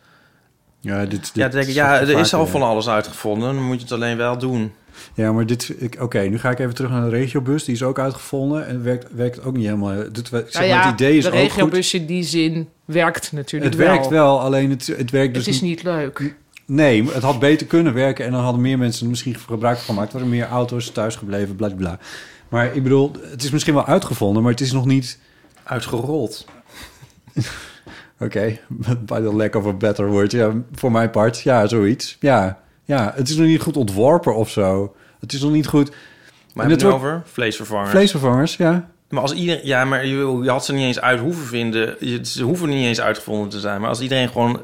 Speaker 3: ja, dit, dit
Speaker 5: Ja, dan denk ik,
Speaker 3: zag
Speaker 5: ja,
Speaker 3: je
Speaker 5: er is
Speaker 3: vaker,
Speaker 5: al
Speaker 3: ja.
Speaker 5: van alles uitgevonden. Dan moet je het alleen wel doen.
Speaker 3: Ja, maar dit... ik- Oké, nu ga ik even terug naar de regiobus. Die is ook uitgevonden en werkt, werkt ook niet helemaal... eh, Dit, zeg
Speaker 4: Nou
Speaker 3: maar,
Speaker 4: ja,
Speaker 3: het idee is
Speaker 4: de
Speaker 3: ook goed.
Speaker 4: regiobus in die zin werkt natuurlijk
Speaker 3: Het werkt
Speaker 4: wel.
Speaker 3: wel, alleen het, het werkt dus
Speaker 4: het is niet leuk.
Speaker 3: Nee, het had beter kunnen werken en dan hadden meer mensen er misschien gebruik van gemaakt. Er waren meer auto's thuis gebleven, bla bla, bla. Maar ik bedoel, het is misschien wel uitgevonden, maar het is nog niet.
Speaker 5: Uitgerold.
Speaker 3: Oké, bij de lack of a better word. Ja, voor mijn part, ja, zoiets. Ja, ja, het is nog niet goed ontworpen of zo. Het is nog niet goed.
Speaker 5: Maar
Speaker 3: En
Speaker 5: heb
Speaker 3: het
Speaker 5: je het
Speaker 3: wordt-
Speaker 5: over? Vleesvervangers.
Speaker 3: Vleesvervangers, ja.
Speaker 5: Maar als iedereen... Ja, maar je, je had ze niet eens uit hoeven vinden. Je- ze hoeven niet eens uitgevonden te zijn. Maar als iedereen gewoon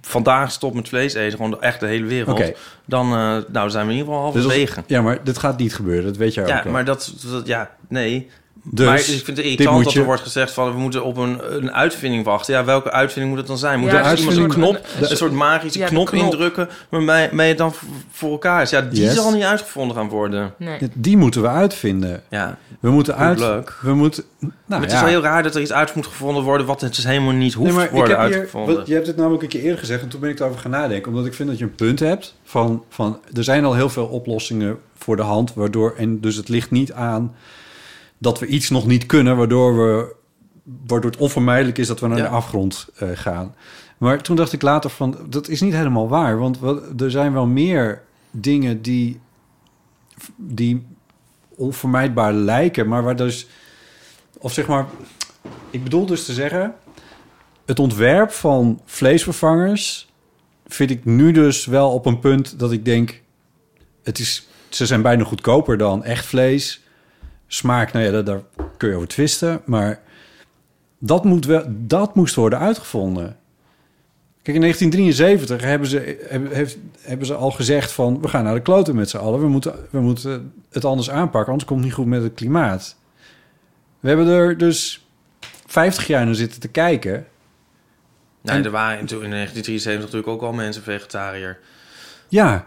Speaker 5: vandaag stopt met vlees eten... gewoon de- echt de hele wereld...
Speaker 3: Oké.
Speaker 5: dan eh, nou, zijn we in ieder geval
Speaker 3: Dus als-
Speaker 5: halverwege.
Speaker 3: ja, maar dit gaat niet gebeuren, dat weet jij ook.
Speaker 5: ja,
Speaker 3: wel.
Speaker 5: maar dat, dat... Ja, nee.
Speaker 3: dus,
Speaker 5: maar ik vind het
Speaker 3: dit
Speaker 5: irritant
Speaker 3: moet
Speaker 5: dat
Speaker 3: je-
Speaker 5: er wordt gezegd van... we moeten op een, een uitvinding wachten. Ja, welke uitvinding moet het dan zijn? Moet
Speaker 4: Ja,
Speaker 5: er
Speaker 3: de
Speaker 5: iemand zo'n knop,
Speaker 3: uitvinding-
Speaker 5: een,
Speaker 3: de-
Speaker 5: soort magische
Speaker 4: Ja, de
Speaker 5: knop,
Speaker 4: knop.
Speaker 5: indrukken... waarmee waarmee het dan v- voor elkaar is? Ja, die
Speaker 3: Yes.
Speaker 5: zal niet uitgevonden gaan worden.
Speaker 4: Nee.
Speaker 3: Die moeten we uitvinden.
Speaker 5: Ja,
Speaker 3: We moeten uit.
Speaker 5: leuk.
Speaker 3: We moeten. Nou,
Speaker 5: maar
Speaker 3: ja.
Speaker 5: het is wel heel raar dat er iets uit moet gevonden worden... wat het dus helemaal niet hoeft
Speaker 3: Nee, maar
Speaker 5: te worden
Speaker 3: ik heb hier-
Speaker 5: uitgevonden.
Speaker 3: wat- je hebt het namelijk een keer eerder gezegd en toen ben ik erover gaan nadenken. Omdat ik vind dat je een punt hebt van, van er zijn al heel veel oplossingen voor de hand. Waardoor, en dus het ligt niet aan dat we iets nog niet kunnen. Waardoor, we, waardoor het onvermijdelijk is dat we naar
Speaker 5: Ja.
Speaker 3: de afgrond eh, gaan. Maar toen dacht ik later van dat is niet helemaal waar. Want wat- er zijn wel meer dingen die, die onvermijdbaar lijken. Maar waar dus... Of zeg maar... Ik bedoel dus te zeggen... Het ontwerp van vleesvervangers... vind ik nu dus wel op een punt dat ik denk... Het is, ze zijn bijna goedkoper dan echt vlees. Smaak, nou ja, daar, daar kun je over twisten. Maar dat, moet wel, dat moest worden uitgevonden. Kijk, in 1973 hebben ze, hebben, heeft- hebben ze al gezegd van... we gaan naar de kloten met z'n allen. We moeten, we moeten het anders aanpakken, anders komt het niet goed met het klimaat. We hebben er dus 50 jaar naar zitten te kijken.
Speaker 5: Nee, er waren toen in 1973 natuurlijk ook al mensen vegetariër.
Speaker 3: Ja,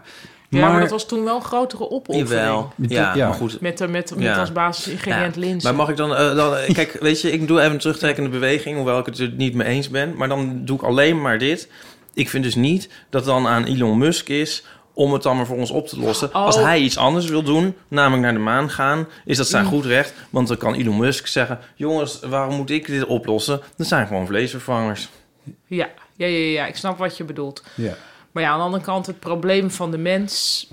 Speaker 4: Ja,
Speaker 3: maar...
Speaker 4: maar dat was toen wel een grotere opoffering.
Speaker 5: Jawel. Ja,
Speaker 3: Ja.
Speaker 5: maar goed.
Speaker 4: Met, de- met, met
Speaker 5: Ja.
Speaker 4: als basisingrediënt
Speaker 5: Ja.
Speaker 4: linzen.
Speaker 5: Maar mag ik dan, eh, dan... eh, Kijk, weet je, ik doe even een terugtrekkende beweging... hoewel ik het er niet mee eens ben. Maar dan doe ik alleen maar dit. Ik vind dus niet dat het dan aan Elon Musk is... om het dan maar voor ons op te lossen.
Speaker 4: Oh.
Speaker 5: Als hij iets anders wil doen, namelijk naar de maan gaan... is dat zijn goed recht. Want dan kan Elon Musk zeggen... jongens, waarom moet ik dit oplossen? Dat zijn gewoon vleesvervangers.
Speaker 4: ja. Ja, ja, ja, ja, ik snap wat je bedoelt.
Speaker 3: Ja.
Speaker 4: Maar ja, aan de andere kant, het probleem van de mens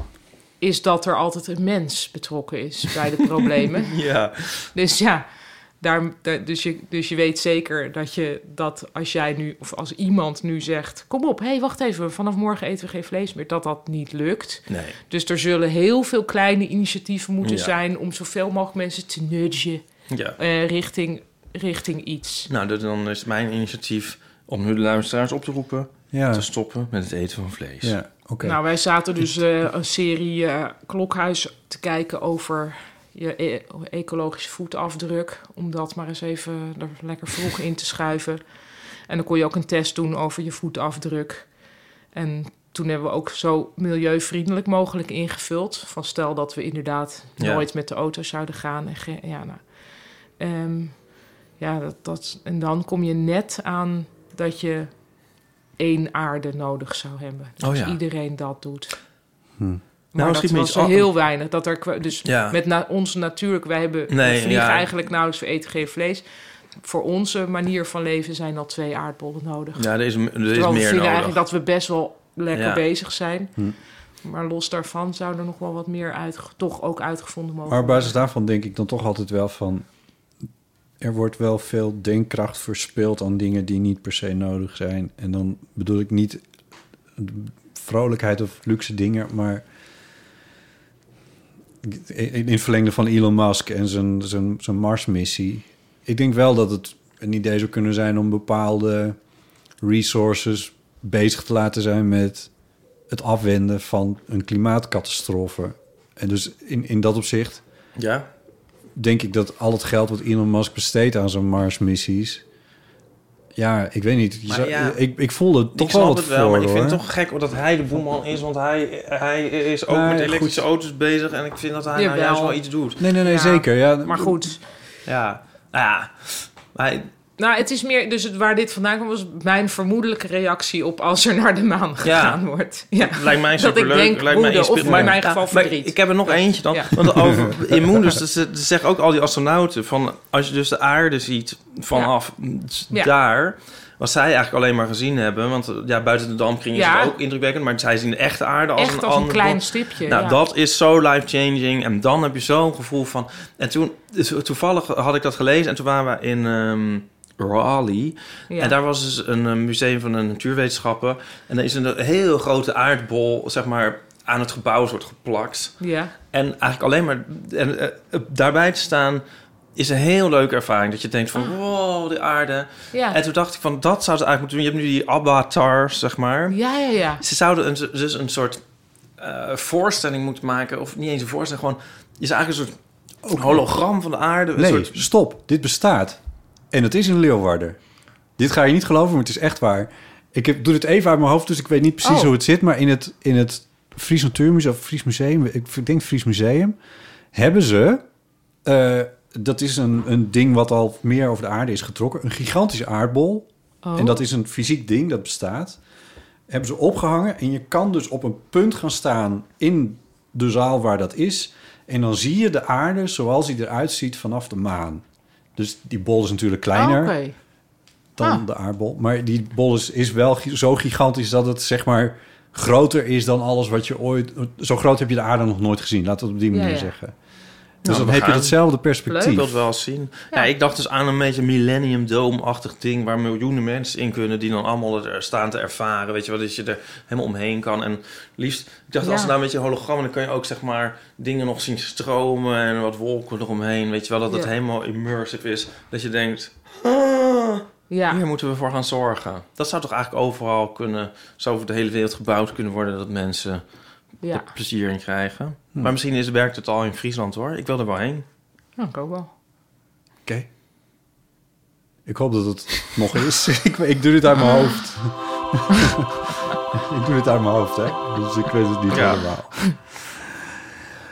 Speaker 4: is dat er altijd een mens betrokken is bij de problemen.
Speaker 5: Ja.
Speaker 4: dus ja, daar, daar- dus, je, dus je weet zeker dat je dat als jij nu, of als iemand nu zegt: Kom op, hé, hey, wacht even, vanaf morgen eten we geen vlees meer, dat dat niet lukt.
Speaker 5: Nee.
Speaker 4: Dus er zullen heel veel kleine initiatieven moeten
Speaker 5: Ja.
Speaker 4: zijn om zoveel mogelijk mensen te nudgen
Speaker 5: Ja.
Speaker 4: eh, richting, richting iets.
Speaker 5: Nou, dat- dan is het mijn initiatief om nu de luisteraars op te roepen...
Speaker 3: Ja,
Speaker 5: te stoppen met het eten van vlees.
Speaker 3: ja. Oké.
Speaker 4: Nou, wij zaten dus eh, een serie eh, Klokhuis te kijken over je e- ecologische voetafdruk. Om dat maar eens even er lekker vroeg in te schuiven. En dan kon je ook een test doen over je voetafdruk. En toen hebben we ook zo milieuvriendelijk mogelijk ingevuld. Van stel dat we inderdaad
Speaker 5: Ja.
Speaker 4: nooit met de auto zouden gaan. En ge- ja, nou, Ehm, ja dat, dat, en dan kom je net aan dat je één aarde nodig zou hebben. Dus
Speaker 5: Oh
Speaker 4: als
Speaker 5: ja.
Speaker 4: iedereen dat doet.
Speaker 5: Nou,
Speaker 4: maar
Speaker 5: schiet
Speaker 4: dat
Speaker 5: me
Speaker 4: was
Speaker 5: iets op.
Speaker 4: heel weinig. Dat er, kwa- dus
Speaker 5: Ja.
Speaker 4: met na, ons natuurlijk, wij hebben we
Speaker 5: Nee,
Speaker 4: vliegen
Speaker 5: ja.
Speaker 4: eigenlijk nauwelijks, we eten geen vlees. Voor onze manier van leven zijn al twee aardbollen nodig.
Speaker 5: Ja, er is, er is
Speaker 4: Terwijl we
Speaker 5: meer
Speaker 4: vinden
Speaker 5: nodig.
Speaker 4: eigenlijk dat we best wel lekker
Speaker 5: Ja. Hm.
Speaker 4: bezig zijn. Maar los daarvan zou er nog wel wat meer uit, toch ook uitgevonden mogen
Speaker 3: Maar op basis daarvan denk ik dan toch altijd wel van... er wordt wel veel denkkracht verspild aan dingen die niet per se nodig zijn. En dan bedoel ik niet vrolijkheid of luxe dingen, maar... in het verlengde van Elon Musk en zijn, zijn, zijn Mars-missie. Ik denk wel dat het een idee zou kunnen zijn om bepaalde resources bezig te laten zijn met het afwenden van een klimaatcatastrofe. En dus in, in dat opzicht
Speaker 5: Ja,
Speaker 3: denk ik dat al het geld wat Elon Musk besteedt aan zijn Mars-missies. Ja, ik weet niet. Je
Speaker 5: Maar
Speaker 3: zou-
Speaker 5: ja,
Speaker 3: ik, ik voelde
Speaker 5: ik
Speaker 3: toch wel
Speaker 5: snap
Speaker 3: wat
Speaker 5: het wel,
Speaker 3: voor,
Speaker 5: maar ik vind
Speaker 3: hoor.
Speaker 5: het toch gek dat hij de boeman is, want hij, hij is ook
Speaker 3: Nee,
Speaker 5: met
Speaker 3: goed.
Speaker 5: elektrische auto's bezig en ik vind dat hij nou
Speaker 4: Jawel.
Speaker 5: juist wel iets doet.
Speaker 3: Nee, nee, nee,
Speaker 4: Ja,
Speaker 3: zeker. Ja,
Speaker 4: Maar goed,
Speaker 5: Ja, nou ja. Hij,
Speaker 4: Nou, het is meer, dus het, waar dit vandaan kwam, was mijn vermoedelijke reactie op als er naar de maan gegaan wordt. Ja.
Speaker 5: lijkt mij
Speaker 4: Dat ik
Speaker 5: superleuk.
Speaker 4: denk
Speaker 5: lijkt mij
Speaker 4: woede, of
Speaker 5: inspirerend.
Speaker 4: in mijn geval
Speaker 5: maar
Speaker 4: verdriet.
Speaker 5: Ik heb er nog eentje dan.
Speaker 4: Ja.
Speaker 5: Want over immuundus, dat dus, eh, ze- dat zeggen ook al die astronauten... van als je dus de aarde ziet vanaf
Speaker 4: Ja.
Speaker 5: daar... wat zij eigenlijk alleen maar gezien hebben... want eh, ja, buiten de damkring is
Speaker 4: Ja.
Speaker 5: het ook indrukwekkend... maar zij zien de echte aarde als
Speaker 4: Echt
Speaker 5: een
Speaker 4: als een
Speaker 5: ander
Speaker 4: klein
Speaker 5: blok.
Speaker 4: stipje.
Speaker 5: Nou,
Speaker 4: ja.
Speaker 5: dat is zo life-changing. En dan heb je zo'n gevoel van... En toen, to- toevallig had ik dat gelezen... en toen waren we in ehm, Raleigh...
Speaker 4: Ja.
Speaker 5: En daar was dus een eh, museum van de natuurwetenschappen. En daar is een heel grote aardbol, zeg maar, aan het gebouw soort geplakt.
Speaker 4: ja.
Speaker 5: En eigenlijk alleen maar en, eh, daarbij te staan is een heel leuke ervaring. Dat je denkt van, wow, de aarde.
Speaker 4: Ah. Ja.
Speaker 5: En toen dacht ik van, dat zou ze eigenlijk moeten doen. Je hebt nu die avatars, zeg maar.
Speaker 4: ja, ja, ja.
Speaker 5: Ze zouden een, dus een soort eh, voorstelling moeten maken. Of niet eens een voorstelling, gewoon... is eigenlijk een soort hologram van de aarde. Een
Speaker 3: Nee,
Speaker 5: soort
Speaker 3: stop. Dit bestaat. En het is in Leeuwarden. Dit ga je niet geloven, maar het is echt waar. Ik heb, doe dit even uit mijn hoofd, dus ik weet niet precies
Speaker 4: Oh.
Speaker 3: hoe het zit. Maar in het, in het Fries Natuurmuseum, of Fries Museum, ik denk Fries Museum, hebben ze... eh, dat is een, een ding wat al meer over de aarde is getrokken. Een gigantische aardbol.
Speaker 4: Oh.
Speaker 3: En dat is een fysiek ding, dat bestaat. Hebben ze opgehangen. En je kan dus op een punt gaan staan in de zaal waar dat is. En dan zie je de aarde zoals die eruit ziet vanaf de maan. Dus die bol is natuurlijk kleiner
Speaker 4: Oh, Oké.
Speaker 3: dan
Speaker 4: Ah.
Speaker 3: de aardbol. Maar die bol is, is wel gi- zo gigantisch dat het zeg maar groter is dan alles wat je ooit... Zo groot heb je de aarde nog nooit gezien. Laat we het op die
Speaker 4: Ja,
Speaker 3: manier
Speaker 4: ja.
Speaker 3: zeggen. Dus
Speaker 5: Nou, we
Speaker 3: dan heb je
Speaker 5: gaan.
Speaker 3: datzelfde
Speaker 5: Ik
Speaker 3: perspectief.
Speaker 5: wil het wel eens zien. Ja. ik dacht dus aan een beetje Millennium Dome-achtig ding... waar miljoenen mensen in kunnen die dan allemaal er staan te ervaren. Weet je wel, dat je er helemaal omheen kan. En liefst, ik dacht,
Speaker 4: Ja.
Speaker 5: als het nou een beetje hologram... dan kun je ook zeg maar dingen nog zien stromen en wat wolken eromheen. Weet je wel, dat het
Speaker 4: Ja.
Speaker 5: helemaal immersive is. Dat je denkt, ah,
Speaker 4: Ja.
Speaker 5: hier moeten we voor gaan zorgen. Dat zou toch eigenlijk overal kunnen... zo over de hele wereld gebouwd kunnen worden... dat mensen
Speaker 4: ja.
Speaker 5: er plezier in krijgen. Maar misschien is, werkt het al in Friesland hoor. Ik wil er wel heen.
Speaker 4: Nou, ik ook wel.
Speaker 3: Oké. Ik hoop dat het nog is. ik, ik doe dit uit mijn hoofd. ik doe dit uit mijn hoofd, hè. Dus ik weet het niet
Speaker 5: Ja.
Speaker 3: helemaal.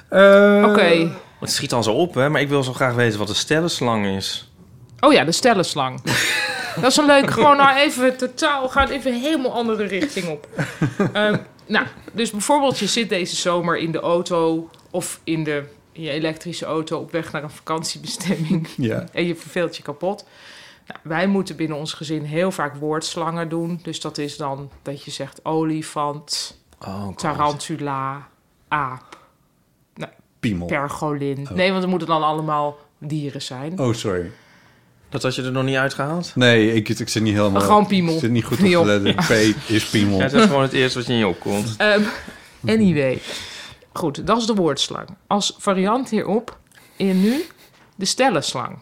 Speaker 3: Eh,
Speaker 5: Eh.
Speaker 4: Oké.
Speaker 5: Het schiet al zo op, hè? Maar ik wil zo graag weten wat een stellenslang is.
Speaker 4: Oh ja, de stellenslang. dat is een leuk. Gewoon nou even totaal. Gaat even een helemaal andere richting op. Ehm, nou, dus bijvoorbeeld, je zit deze zomer in de auto of in, de, in je elektrische auto op weg naar een vakantiebestemming.
Speaker 3: Ja.
Speaker 4: En je verveelt je kapot. Nou, wij moeten binnen ons gezin heel vaak woordslangen doen. Dus dat is dan dat je zegt olifant,
Speaker 5: Oh,
Speaker 4: tarantula,
Speaker 3: Oh.
Speaker 4: aap,
Speaker 3: Piemel.
Speaker 4: pergolin. Nee, want het moeten dan allemaal dieren zijn.
Speaker 3: Oh, sorry.
Speaker 5: Dat had je er nog niet uitgehaald?
Speaker 3: Nee, ik, ik zit niet helemaal...
Speaker 4: Gewoon piemel.
Speaker 3: Ik zit niet goed op
Speaker 4: Niet
Speaker 3: te
Speaker 4: op.
Speaker 3: letten. P is piemel.
Speaker 5: Ja, dat is gewoon het eerste wat je in je opkomt.
Speaker 4: Ehm, anyway. Goed, dat is de woordslang. Als variant hierop in nu de stellenslang.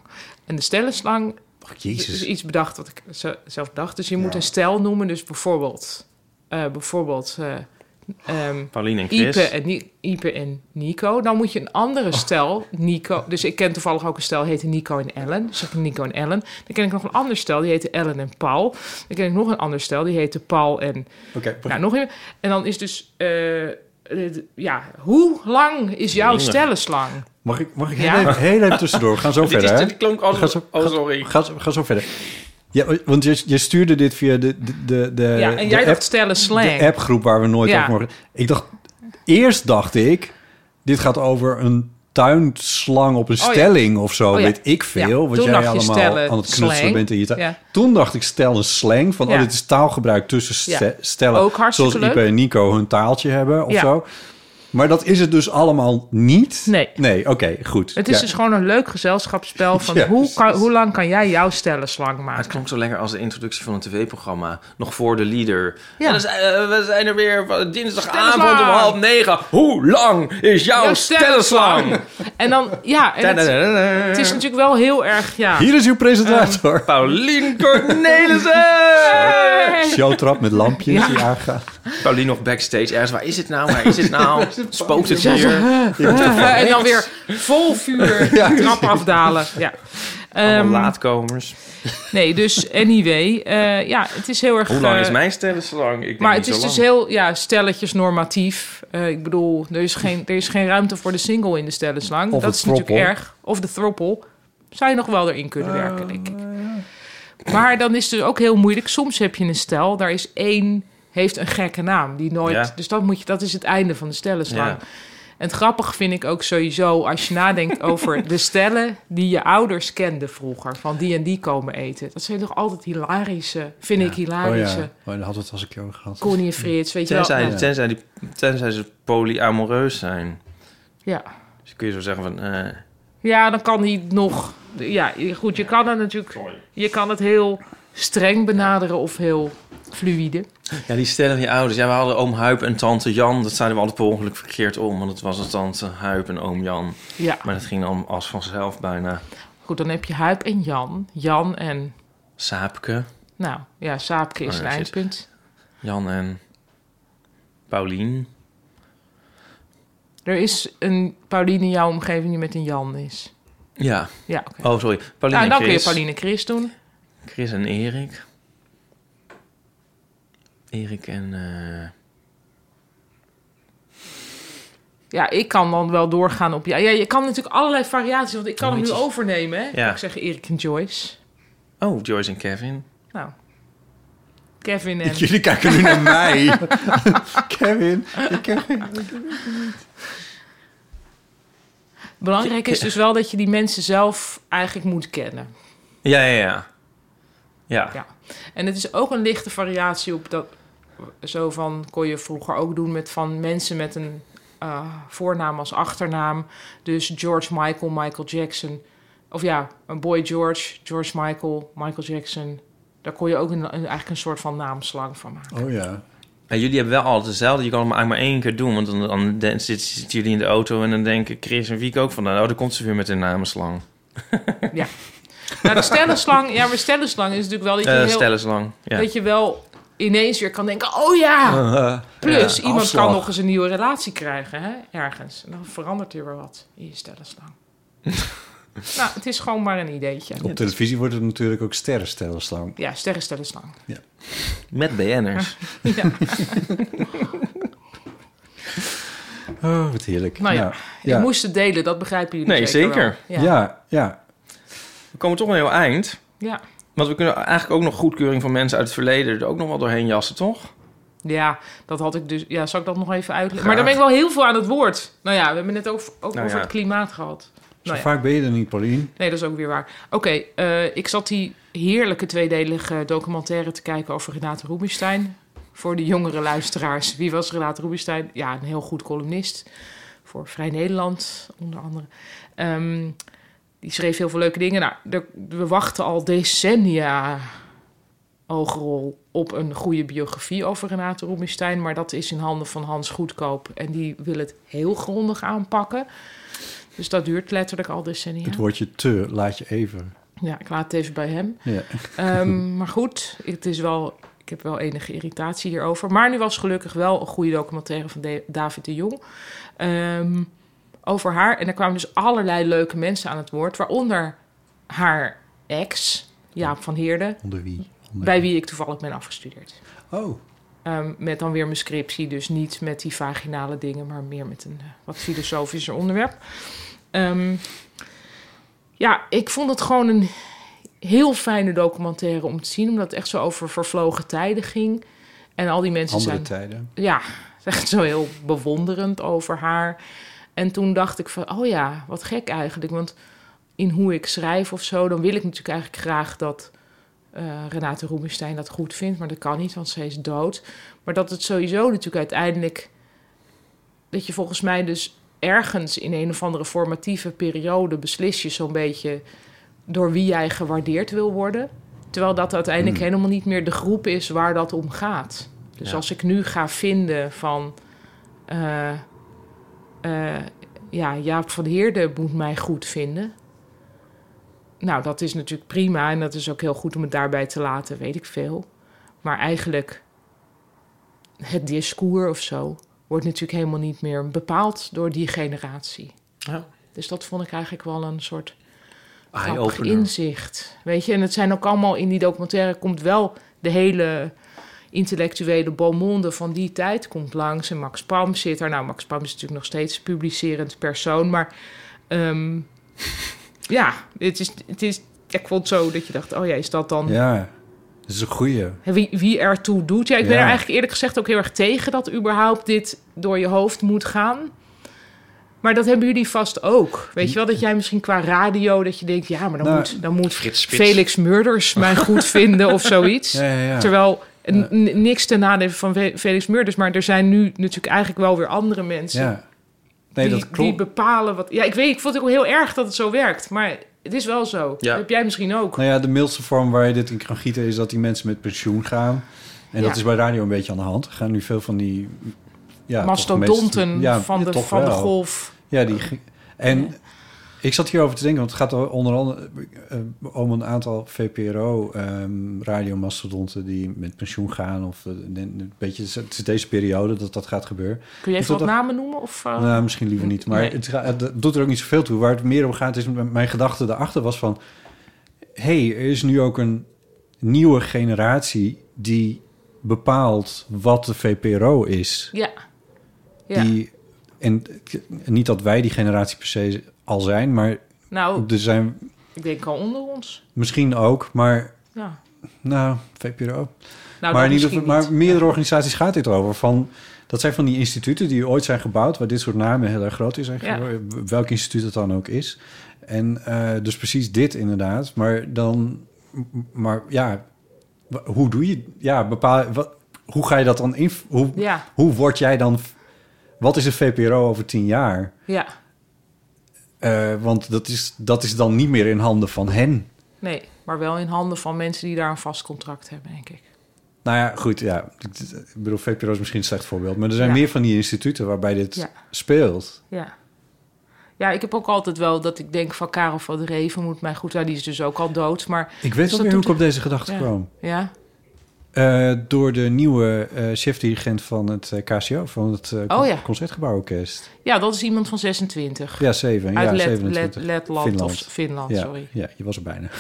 Speaker 4: En de stellenslang
Speaker 3: Oh,
Speaker 4: is
Speaker 3: jezus.
Speaker 4: iets bedacht wat ik ze- zelf dacht. Dus je moet een stel noemen. Dus bijvoorbeeld, eh, bijvoorbeeld eh, ehm,
Speaker 5: Pauline en Chris.
Speaker 4: Ipe en, Ni- Ipe en Nico. Dan moet je een
Speaker 3: Oh.
Speaker 4: andere stel, Nico. Dus ik ken toevallig ook een stel, heette Nico en Ellen. Dus ik Nico en Ellen. Dan ken ik nog een ander stel, die heette Ellen en Paul. Dan ken ik nog een ander stel, die heette Paul en...
Speaker 3: Oké,
Speaker 4: Nou, nog een. En dan is dus... eh, eh, ja, hoe lang is jouw
Speaker 5: Minder.
Speaker 4: stellenslang?
Speaker 3: mag ik, mag ik
Speaker 4: Ja.
Speaker 3: heel, even, heel even tussendoor? We gaan zo
Speaker 5: Dit, is,
Speaker 3: verder, hè?
Speaker 5: dit klonk als...
Speaker 3: Ga zo-
Speaker 5: oh, sorry.
Speaker 3: Ga, zo- ga zo verder. Ja, want je, je stuurde dit via de, de, de, de,
Speaker 4: ja, en
Speaker 3: Eh, de
Speaker 4: jij
Speaker 3: app-
Speaker 4: dacht stellenslang.
Speaker 3: De appgroep waar we nooit
Speaker 4: Ja.
Speaker 3: over mogen. Ik dacht, eerst dacht ik, dit gaat over een tuinslang op een
Speaker 4: ja.
Speaker 3: stelling of zo,
Speaker 4: Oh ja.
Speaker 3: weet ik veel.
Speaker 4: Ja,
Speaker 3: Wat
Speaker 4: toen
Speaker 3: jij
Speaker 4: dacht je
Speaker 3: allemaal
Speaker 4: stellen,
Speaker 3: aan het knutselen
Speaker 4: slang.
Speaker 3: bent in je tuin.
Speaker 4: Ja.
Speaker 3: Toen dacht ik, stel een slang van,
Speaker 4: Ja.
Speaker 3: oh, dit is taalgebruik tussen ste-
Speaker 4: Ja.
Speaker 3: stellen.
Speaker 4: Ook hartstikke
Speaker 3: Zoals Ipe
Speaker 4: leuk.
Speaker 3: en Nico hun taaltje hebben of
Speaker 4: Ja.
Speaker 3: zo. Maar dat is het dus allemaal niet.
Speaker 4: Nee.
Speaker 3: Nee, oké, goed.
Speaker 4: Het is
Speaker 3: Ja.
Speaker 4: dus gewoon een leuk gezelschapsspel van
Speaker 3: Ja,
Speaker 4: hoe, kan,
Speaker 3: precies.
Speaker 4: hoe lang kan jij jouw stellenslang
Speaker 5: Maar het
Speaker 4: maken?
Speaker 5: klonk zo lekker als de introductie van een tv-programma. Nog voor de leader.
Speaker 4: Ja.
Speaker 5: Ja. eh, we zijn er weer van dinsdagavond om
Speaker 4: Stellenslang.
Speaker 5: half negen. Hoe lang is jouw
Speaker 4: Jouw
Speaker 5: stellenslang?
Speaker 4: En dan, ja, en het, het is natuurlijk wel heel erg, ja...
Speaker 3: nou Hier is uw presentator.
Speaker 4: Ehm,
Speaker 5: Paulien Cornelissen!
Speaker 3: Showtrap met lampjes die
Speaker 4: Oh
Speaker 3: aangaan.
Speaker 5: Paulien nog backstage ergens. Waar is het nou? Waar is het nou? Spookt het hier?
Speaker 4: Eh, en dan weer vol vuur de trap afdalen. Ja.
Speaker 5: Allemaal
Speaker 4: Ehm,
Speaker 5: laatkomers.
Speaker 4: nee, dus anyway. eh, ja, het is heel erg...
Speaker 5: Hoe lang
Speaker 4: eh,
Speaker 5: is mijn stellenslang? Ik denk
Speaker 4: Maar
Speaker 5: niet
Speaker 4: het is
Speaker 5: zo
Speaker 4: dus
Speaker 5: lang.
Speaker 4: heel ja, stelletjes normatief. Eh, ik bedoel, er is, geen, er is geen ruimte voor de single in de stellenslang.
Speaker 3: Of
Speaker 4: dat
Speaker 3: het
Speaker 4: is natuurlijk
Speaker 3: throppel.
Speaker 4: erg. Of de throppel. Zou je nog wel erin kunnen werken, denk ik. Maar dan is het dus ook heel moeilijk. Soms heb je een stel, daar is één... heeft een gekke naam die nooit...
Speaker 5: Ja.
Speaker 4: Dus dat, moet je, dat is het einde van de stellenslang.
Speaker 5: Ja.
Speaker 4: En het grappig vind ik ook sowieso als je nadenkt over de stellen die je ouders kenden vroeger, van die en die komen eten. Dat zijn toch altijd hilarische, vind ik
Speaker 3: Oh
Speaker 4: hilarische.
Speaker 3: ja, oh, dan had het als ik jou gehad.
Speaker 4: Connie en Frits, weet je wel.
Speaker 5: Tenzij,
Speaker 4: Nou,
Speaker 5: tenzij, die, tenzij ze polyamoreus zijn.
Speaker 4: Ja.
Speaker 5: Dus kun je zo zeggen van... eh,
Speaker 4: ja, dan kan hij nog... Ja, goed, je kan het natuurlijk... Je kan het heel streng benaderen of heel fluïde.
Speaker 5: Ja, die stellen van je ouders. Ja, we hadden oom Huip en tante Jan. Dat zeiden we altijd per ongeluk verkeerd om. Want het was een tante Huip en oom Jan.
Speaker 4: Ja,
Speaker 5: Maar dat ging dan als vanzelf bijna.
Speaker 4: goed, dan heb je Huip en Jan. Jan en...
Speaker 5: Saapke,
Speaker 4: Nou, ja, Saapke is
Speaker 5: Oh,
Speaker 4: een
Speaker 5: daar zit-
Speaker 4: eindpunt.
Speaker 5: Jan en Paulien.
Speaker 4: Er is een Pauline in jouw omgeving die met een Jan is.
Speaker 5: Ja.
Speaker 4: Ja, oké.
Speaker 5: Oh, sorry. Paulien
Speaker 4: nou,
Speaker 5: en
Speaker 4: dan kun je
Speaker 5: Chris.
Speaker 4: Pauline en Chris doen.
Speaker 5: Chris en Erik. Erik en... eh,
Speaker 4: Ja, ik kan dan wel doorgaan op... Ja, ja je kan natuurlijk allerlei variaties, want ik kan
Speaker 5: Oh,
Speaker 4: hem nu
Speaker 5: het is-
Speaker 4: overnemen. Hè?
Speaker 5: Ja.
Speaker 4: Ik zeg Erik en Joyce.
Speaker 5: Oh, Joyce en Kevin.
Speaker 4: Nou, Kevin en...
Speaker 3: Jullie kijken nu naar mij. Kevin, ik ken geen-
Speaker 4: Belangrijk is dus wel dat je die mensen zelf eigenlijk moet kennen.
Speaker 5: Ja, ja, ja. Ja.
Speaker 4: Ja. En het is ook een lichte variatie op dat. Zo van kon je vroeger ook doen met van mensen met een eh, voornaam als achternaam. Dus George Michael, Michael Jackson. Of ja, een boy George, George Michael, Michael Jackson. Daar kon je ook een, een- eigenlijk een soort van naamslang van maken.
Speaker 3: Oh ja.
Speaker 5: En jullie hebben wel altijd dezelfde. Je kan hem eigenlijk maar één keer doen. Want dan, dan de- zit- zitten jullie in de auto en dan denken Chris en Wieke ook van... Oh, daar komt ze weer met een namenslang.
Speaker 4: Nou, de stellenslang, ja, maar stellenslang is natuurlijk wel dat je,
Speaker 5: Eh
Speaker 4: heel-
Speaker 5: stellenslang. Ja.
Speaker 4: dat je wel ineens weer kan denken: oh ja! Plus,
Speaker 3: Ja,
Speaker 4: iemand
Speaker 3: afslag.
Speaker 4: kan nog eens een nieuwe relatie krijgen, hè? ergens. En dan verandert er weer wat in je stellenslang. nou, het is gewoon maar een ideetje.
Speaker 3: Op televisie wordt het natuurlijk ook sterrenstellenslang.
Speaker 4: Ja, sterren stellenslang.
Speaker 5: Met BN'ers.
Speaker 4: Ja.
Speaker 3: Oh, wat heerlijk.
Speaker 4: Nou ja,
Speaker 3: Nou,
Speaker 4: Ik moest het delen, dat begrijpen jullie
Speaker 5: Nee, zeker.
Speaker 4: wel.
Speaker 3: ja.
Speaker 4: Ja. Nou
Speaker 3: ja, ja.
Speaker 5: We komen toch een heel eind.
Speaker 4: Ja.
Speaker 5: Want we kunnen eigenlijk ook nog goedkeuring van mensen uit het verleden er ook nog wel doorheen jassen, toch?
Speaker 4: Ja, dat had ik dus. Ja, zal ik dat nog even uitleggen?
Speaker 5: Graag.
Speaker 4: Maar dan ben ik wel heel veel aan het woord. Nou ja, we hebben net ook, ook
Speaker 5: Nou
Speaker 4: over
Speaker 5: ja.
Speaker 4: het klimaat gehad.
Speaker 3: Zo
Speaker 4: Nou ja.
Speaker 3: vaak ben je er niet, Paulien.
Speaker 4: Nee, dat is ook weer waar. Oké, eh, ik zat die heerlijke tweedelige documentaire te kijken over Renate Rubinstein. Voor de jongere luisteraars. Wie was Renate Rubinstein? Ja, een heel goed columnist. Voor Vrij Nederland, onder andere. Ehm, die schreef heel veel leuke dingen. Nou, er- we wachten al decennia oogrol op een goede biografie over Renate Rubinstein. Maar dat is in handen van Hans Goedkoop. En die wil het heel grondig aanpakken. Dus dat duurt letterlijk al decennia.
Speaker 3: Het woordje te laat je even.
Speaker 4: Ja, ik laat het even bij hem.
Speaker 3: Ja.
Speaker 4: Ehm, maar goed, het is wel. heb wel enige irritatie hierover. Maar nu was gelukkig wel een goede documentaire van De- David de Jong. ehm, over haar. En er kwamen dus allerlei leuke mensen aan het woord. Waaronder haar ex, Jaap van Heerde.
Speaker 3: Onder wie? Onder
Speaker 4: Bij wie ik toevallig ben afgestudeerd.
Speaker 3: Oh,
Speaker 4: Ehm, met dan weer mijn scriptie, dus niet met die vaginale dingen, maar meer met een eh, wat filosofischer onderwerp. Ehm, ja, ik vond het gewoon een heel fijne documentaire om te zien, omdat het echt zo over vervlogen tijden ging. En al die mensen
Speaker 3: andere
Speaker 4: zijn
Speaker 3: tijden.
Speaker 4: ja, echt zo heel bewonderend over haar. En toen dacht ik van, oh ja, wat gek eigenlijk. Want in hoe ik schrijf of zo, dan wil ik natuurlijk eigenlijk graag dat eh, Renate Roemenstein dat goed vindt. Maar dat kan niet, want ze is dood. Maar dat het sowieso natuurlijk uiteindelijk... Dat je volgens mij dus ergens in een of andere formatieve periode beslis je zo'n beetje door wie jij gewaardeerd wil worden. Terwijl dat uiteindelijk helemaal niet meer de groep is waar dat om gaat. Dus
Speaker 5: Ja.
Speaker 4: als ik nu ga vinden van. eh, eh, ja, Jaap van Heerde moet mij goed vinden. Nou, dat is natuurlijk prima en dat is ook heel goed om het daarbij te laten, weet ik veel. Maar eigenlijk, het discours of zo wordt natuurlijk helemaal niet meer bepaald door die generatie.
Speaker 5: Ja.
Speaker 4: Dus dat vond ik eigenlijk wel een soort grappig
Speaker 5: Eye-opener.
Speaker 4: inzicht. Weet je, en het zijn ook allemaal in die documentaire komt wel de hele intellectuele beaumonde van die tijd komt langs. En Max Pam zit daar. Nou, Max Pam is natuurlijk nog steeds een publicerend persoon, maar ehm, ja, het is, het is, ik vond zo dat je dacht, oh ja, is dat dan
Speaker 3: Ja, dat is een goeie.
Speaker 4: wie, wie ertoe doet. Ja, ik ben
Speaker 3: Ja.
Speaker 4: er eigenlijk eerlijk gezegd ook heel erg tegen dat überhaupt dit door je hoofd moet gaan. Maar dat hebben jullie vast ook. Weet je wel, dat jij misschien qua radio dat je denkt... ja, maar dan
Speaker 3: Nou,
Speaker 4: moet, dan moet
Speaker 5: Frits Spits.
Speaker 4: Felix Murders mij goed vinden of zoiets.
Speaker 3: Ja, ja, ja.
Speaker 4: Terwijl n- n- niks ten nadele van Ve- Felix Murders... maar er zijn nu natuurlijk eigenlijk wel weer andere mensen...
Speaker 3: Ja. Nee,
Speaker 4: die,
Speaker 3: dat
Speaker 4: die
Speaker 3: klopt.
Speaker 4: bepalen wat... Ja, ik weet, ik vond het ook heel erg dat het zo werkt. Maar het is wel zo.
Speaker 5: Ja.
Speaker 4: Dat heb jij misschien ook.
Speaker 3: Nou ja, de mildste vorm waar je dit in kan gieten is dat die mensen met pensioen gaan. En dat
Speaker 4: Ja.
Speaker 3: is bij radio een beetje aan de hand. Er gaan nu veel van die... Ja, toch de meest-
Speaker 4: Mastodonten
Speaker 3: ja,
Speaker 4: van, de,
Speaker 3: toch
Speaker 4: van de
Speaker 3: wel.
Speaker 4: golf.
Speaker 3: Ja, die... ging- En ik zat hierover te denken, want het gaat er onder andere eh, om een aantal VPRO-radiomastodonten ehm, die met pensioen gaan. Of eh, een beetje, het is deze periode dat dat gaat gebeuren.
Speaker 4: Kun je even
Speaker 3: Tot
Speaker 4: wat
Speaker 3: dat-
Speaker 4: namen noemen? Of, eh?
Speaker 3: Nou, misschien liever niet. Maar
Speaker 4: Nee.
Speaker 3: het, ga- het doet er ook niet zoveel toe. Waar het meer om gaat is, m- mijn gedachte daarachter was van... hé, hey, er is nu ook een nieuwe generatie die bepaalt wat de VPRO is.
Speaker 4: Ja. ja.
Speaker 3: Die, en eh, niet dat wij die generatie per se al zijn, maar
Speaker 4: nou,
Speaker 3: er zijn
Speaker 4: ik denk al onder ons.
Speaker 3: misschien ook, maar...
Speaker 4: Ja.
Speaker 3: Nou, VPRO.
Speaker 4: Nou,
Speaker 3: maar,
Speaker 4: dat
Speaker 3: in ieder
Speaker 4: misschien
Speaker 3: geval, maar
Speaker 4: niet.
Speaker 3: meerdere organisaties gaat dit over. Van, dat zijn van die instituten die ooit zijn gebouwd... waar dit soort namen heel erg groot in zijn
Speaker 4: Ja.
Speaker 3: geworden, Welk instituut het dan ook is. En eh, dus precies dit inderdaad. Maar dan... Maar ja, wa- hoe doe je... Ja, bepaal, wat, hoe ga je dat dan in... Hoe,
Speaker 4: Ja,
Speaker 3: hoe word jij dan... Wat is een VPRO over tien jaar?
Speaker 4: ja.
Speaker 3: Eh, want dat is, dat is dan niet meer in handen van hen.
Speaker 4: Nee, maar wel in handen van mensen die daar een vast contract hebben, denk ik.
Speaker 3: Nou ja, goed, ja. Ik bedoel, VPRO is misschien een slecht voorbeeld... maar er zijn
Speaker 4: Ja.
Speaker 3: meer van die instituten waarbij dit
Speaker 4: Ja.
Speaker 3: speelt.
Speaker 4: Ja. Ja, ik heb ook altijd wel dat ik denk van Karel van der Reven moet mij goed... Ja, die is dus ook al dood, maar...
Speaker 3: Ik weet
Speaker 4: Dus
Speaker 3: ook
Speaker 4: dat
Speaker 3: weer hoe ik
Speaker 4: doet
Speaker 3: op deze gedachte
Speaker 4: Ja.
Speaker 3: kwam.
Speaker 4: Ja,
Speaker 3: Eh, door de nieuwe eh chefdirigent van het eh, KCO, van het eh,
Speaker 4: Oh ja.
Speaker 3: Concertgebouworkest.
Speaker 4: ja dat is iemand van 26.
Speaker 3: Ja, 7.
Speaker 4: uit
Speaker 3: ja,
Speaker 4: Let-
Speaker 3: 27.
Speaker 4: Let- Letland
Speaker 3: Finland.
Speaker 4: of Finland,
Speaker 3: ja,
Speaker 4: sorry.
Speaker 3: ja, je was er bijna.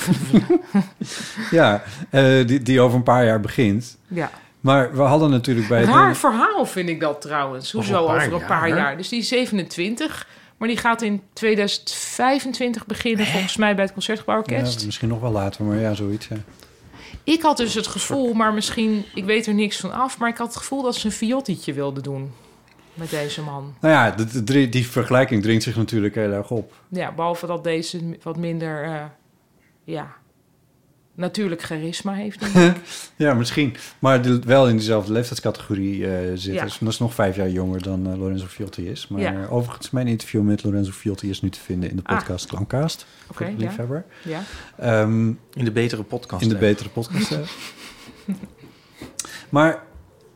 Speaker 3: ja, eh, die, die over een paar jaar begint.
Speaker 4: Ja.
Speaker 3: Maar we hadden natuurlijk bij...
Speaker 4: Raar
Speaker 3: de-
Speaker 4: verhaal vind ik dat trouwens. Hoezo
Speaker 5: Over
Speaker 4: over
Speaker 5: een
Speaker 4: een
Speaker 5: paar
Speaker 4: paar, jaar,
Speaker 5: jaar.
Speaker 4: Dus die is 27, maar die gaat in 2025 beginnen... volgens mij bij het Concertgebouworkest.
Speaker 3: Ja, misschien nog wel later, maar ja, zoiets. Ja.
Speaker 4: Ik had dus het gevoel, maar misschien, ik weet er niks van af, maar ik had het gevoel dat ze een fiottietje wilde doen met deze man.
Speaker 3: Nou ja, de, de drie- die vergelijking dringt zich natuurlijk heel erg op.
Speaker 4: Ja, behalve dat deze wat minder, eh, ja, natuurlijk charisma heeft. denk ik.
Speaker 3: Ja, misschien. Maar de- wel in dezelfde leeftijdscategorie eh zit.
Speaker 4: Ja.
Speaker 3: Dus dat is nog vijf jaar jonger dan eh, Lorenzo Fiotti is. Maar
Speaker 4: Ja.
Speaker 3: overigens, mijn interview met Lorenzo Fiotti is nu te vinden in de
Speaker 4: Ah.
Speaker 3: podcast Klankcast. voor
Speaker 4: Oké,
Speaker 3: de
Speaker 4: ja.
Speaker 3: liefhebber.
Speaker 4: ja.
Speaker 3: Ehm,
Speaker 5: In de betere podcast.
Speaker 3: in de
Speaker 5: hè.
Speaker 3: betere podcast. eh. maar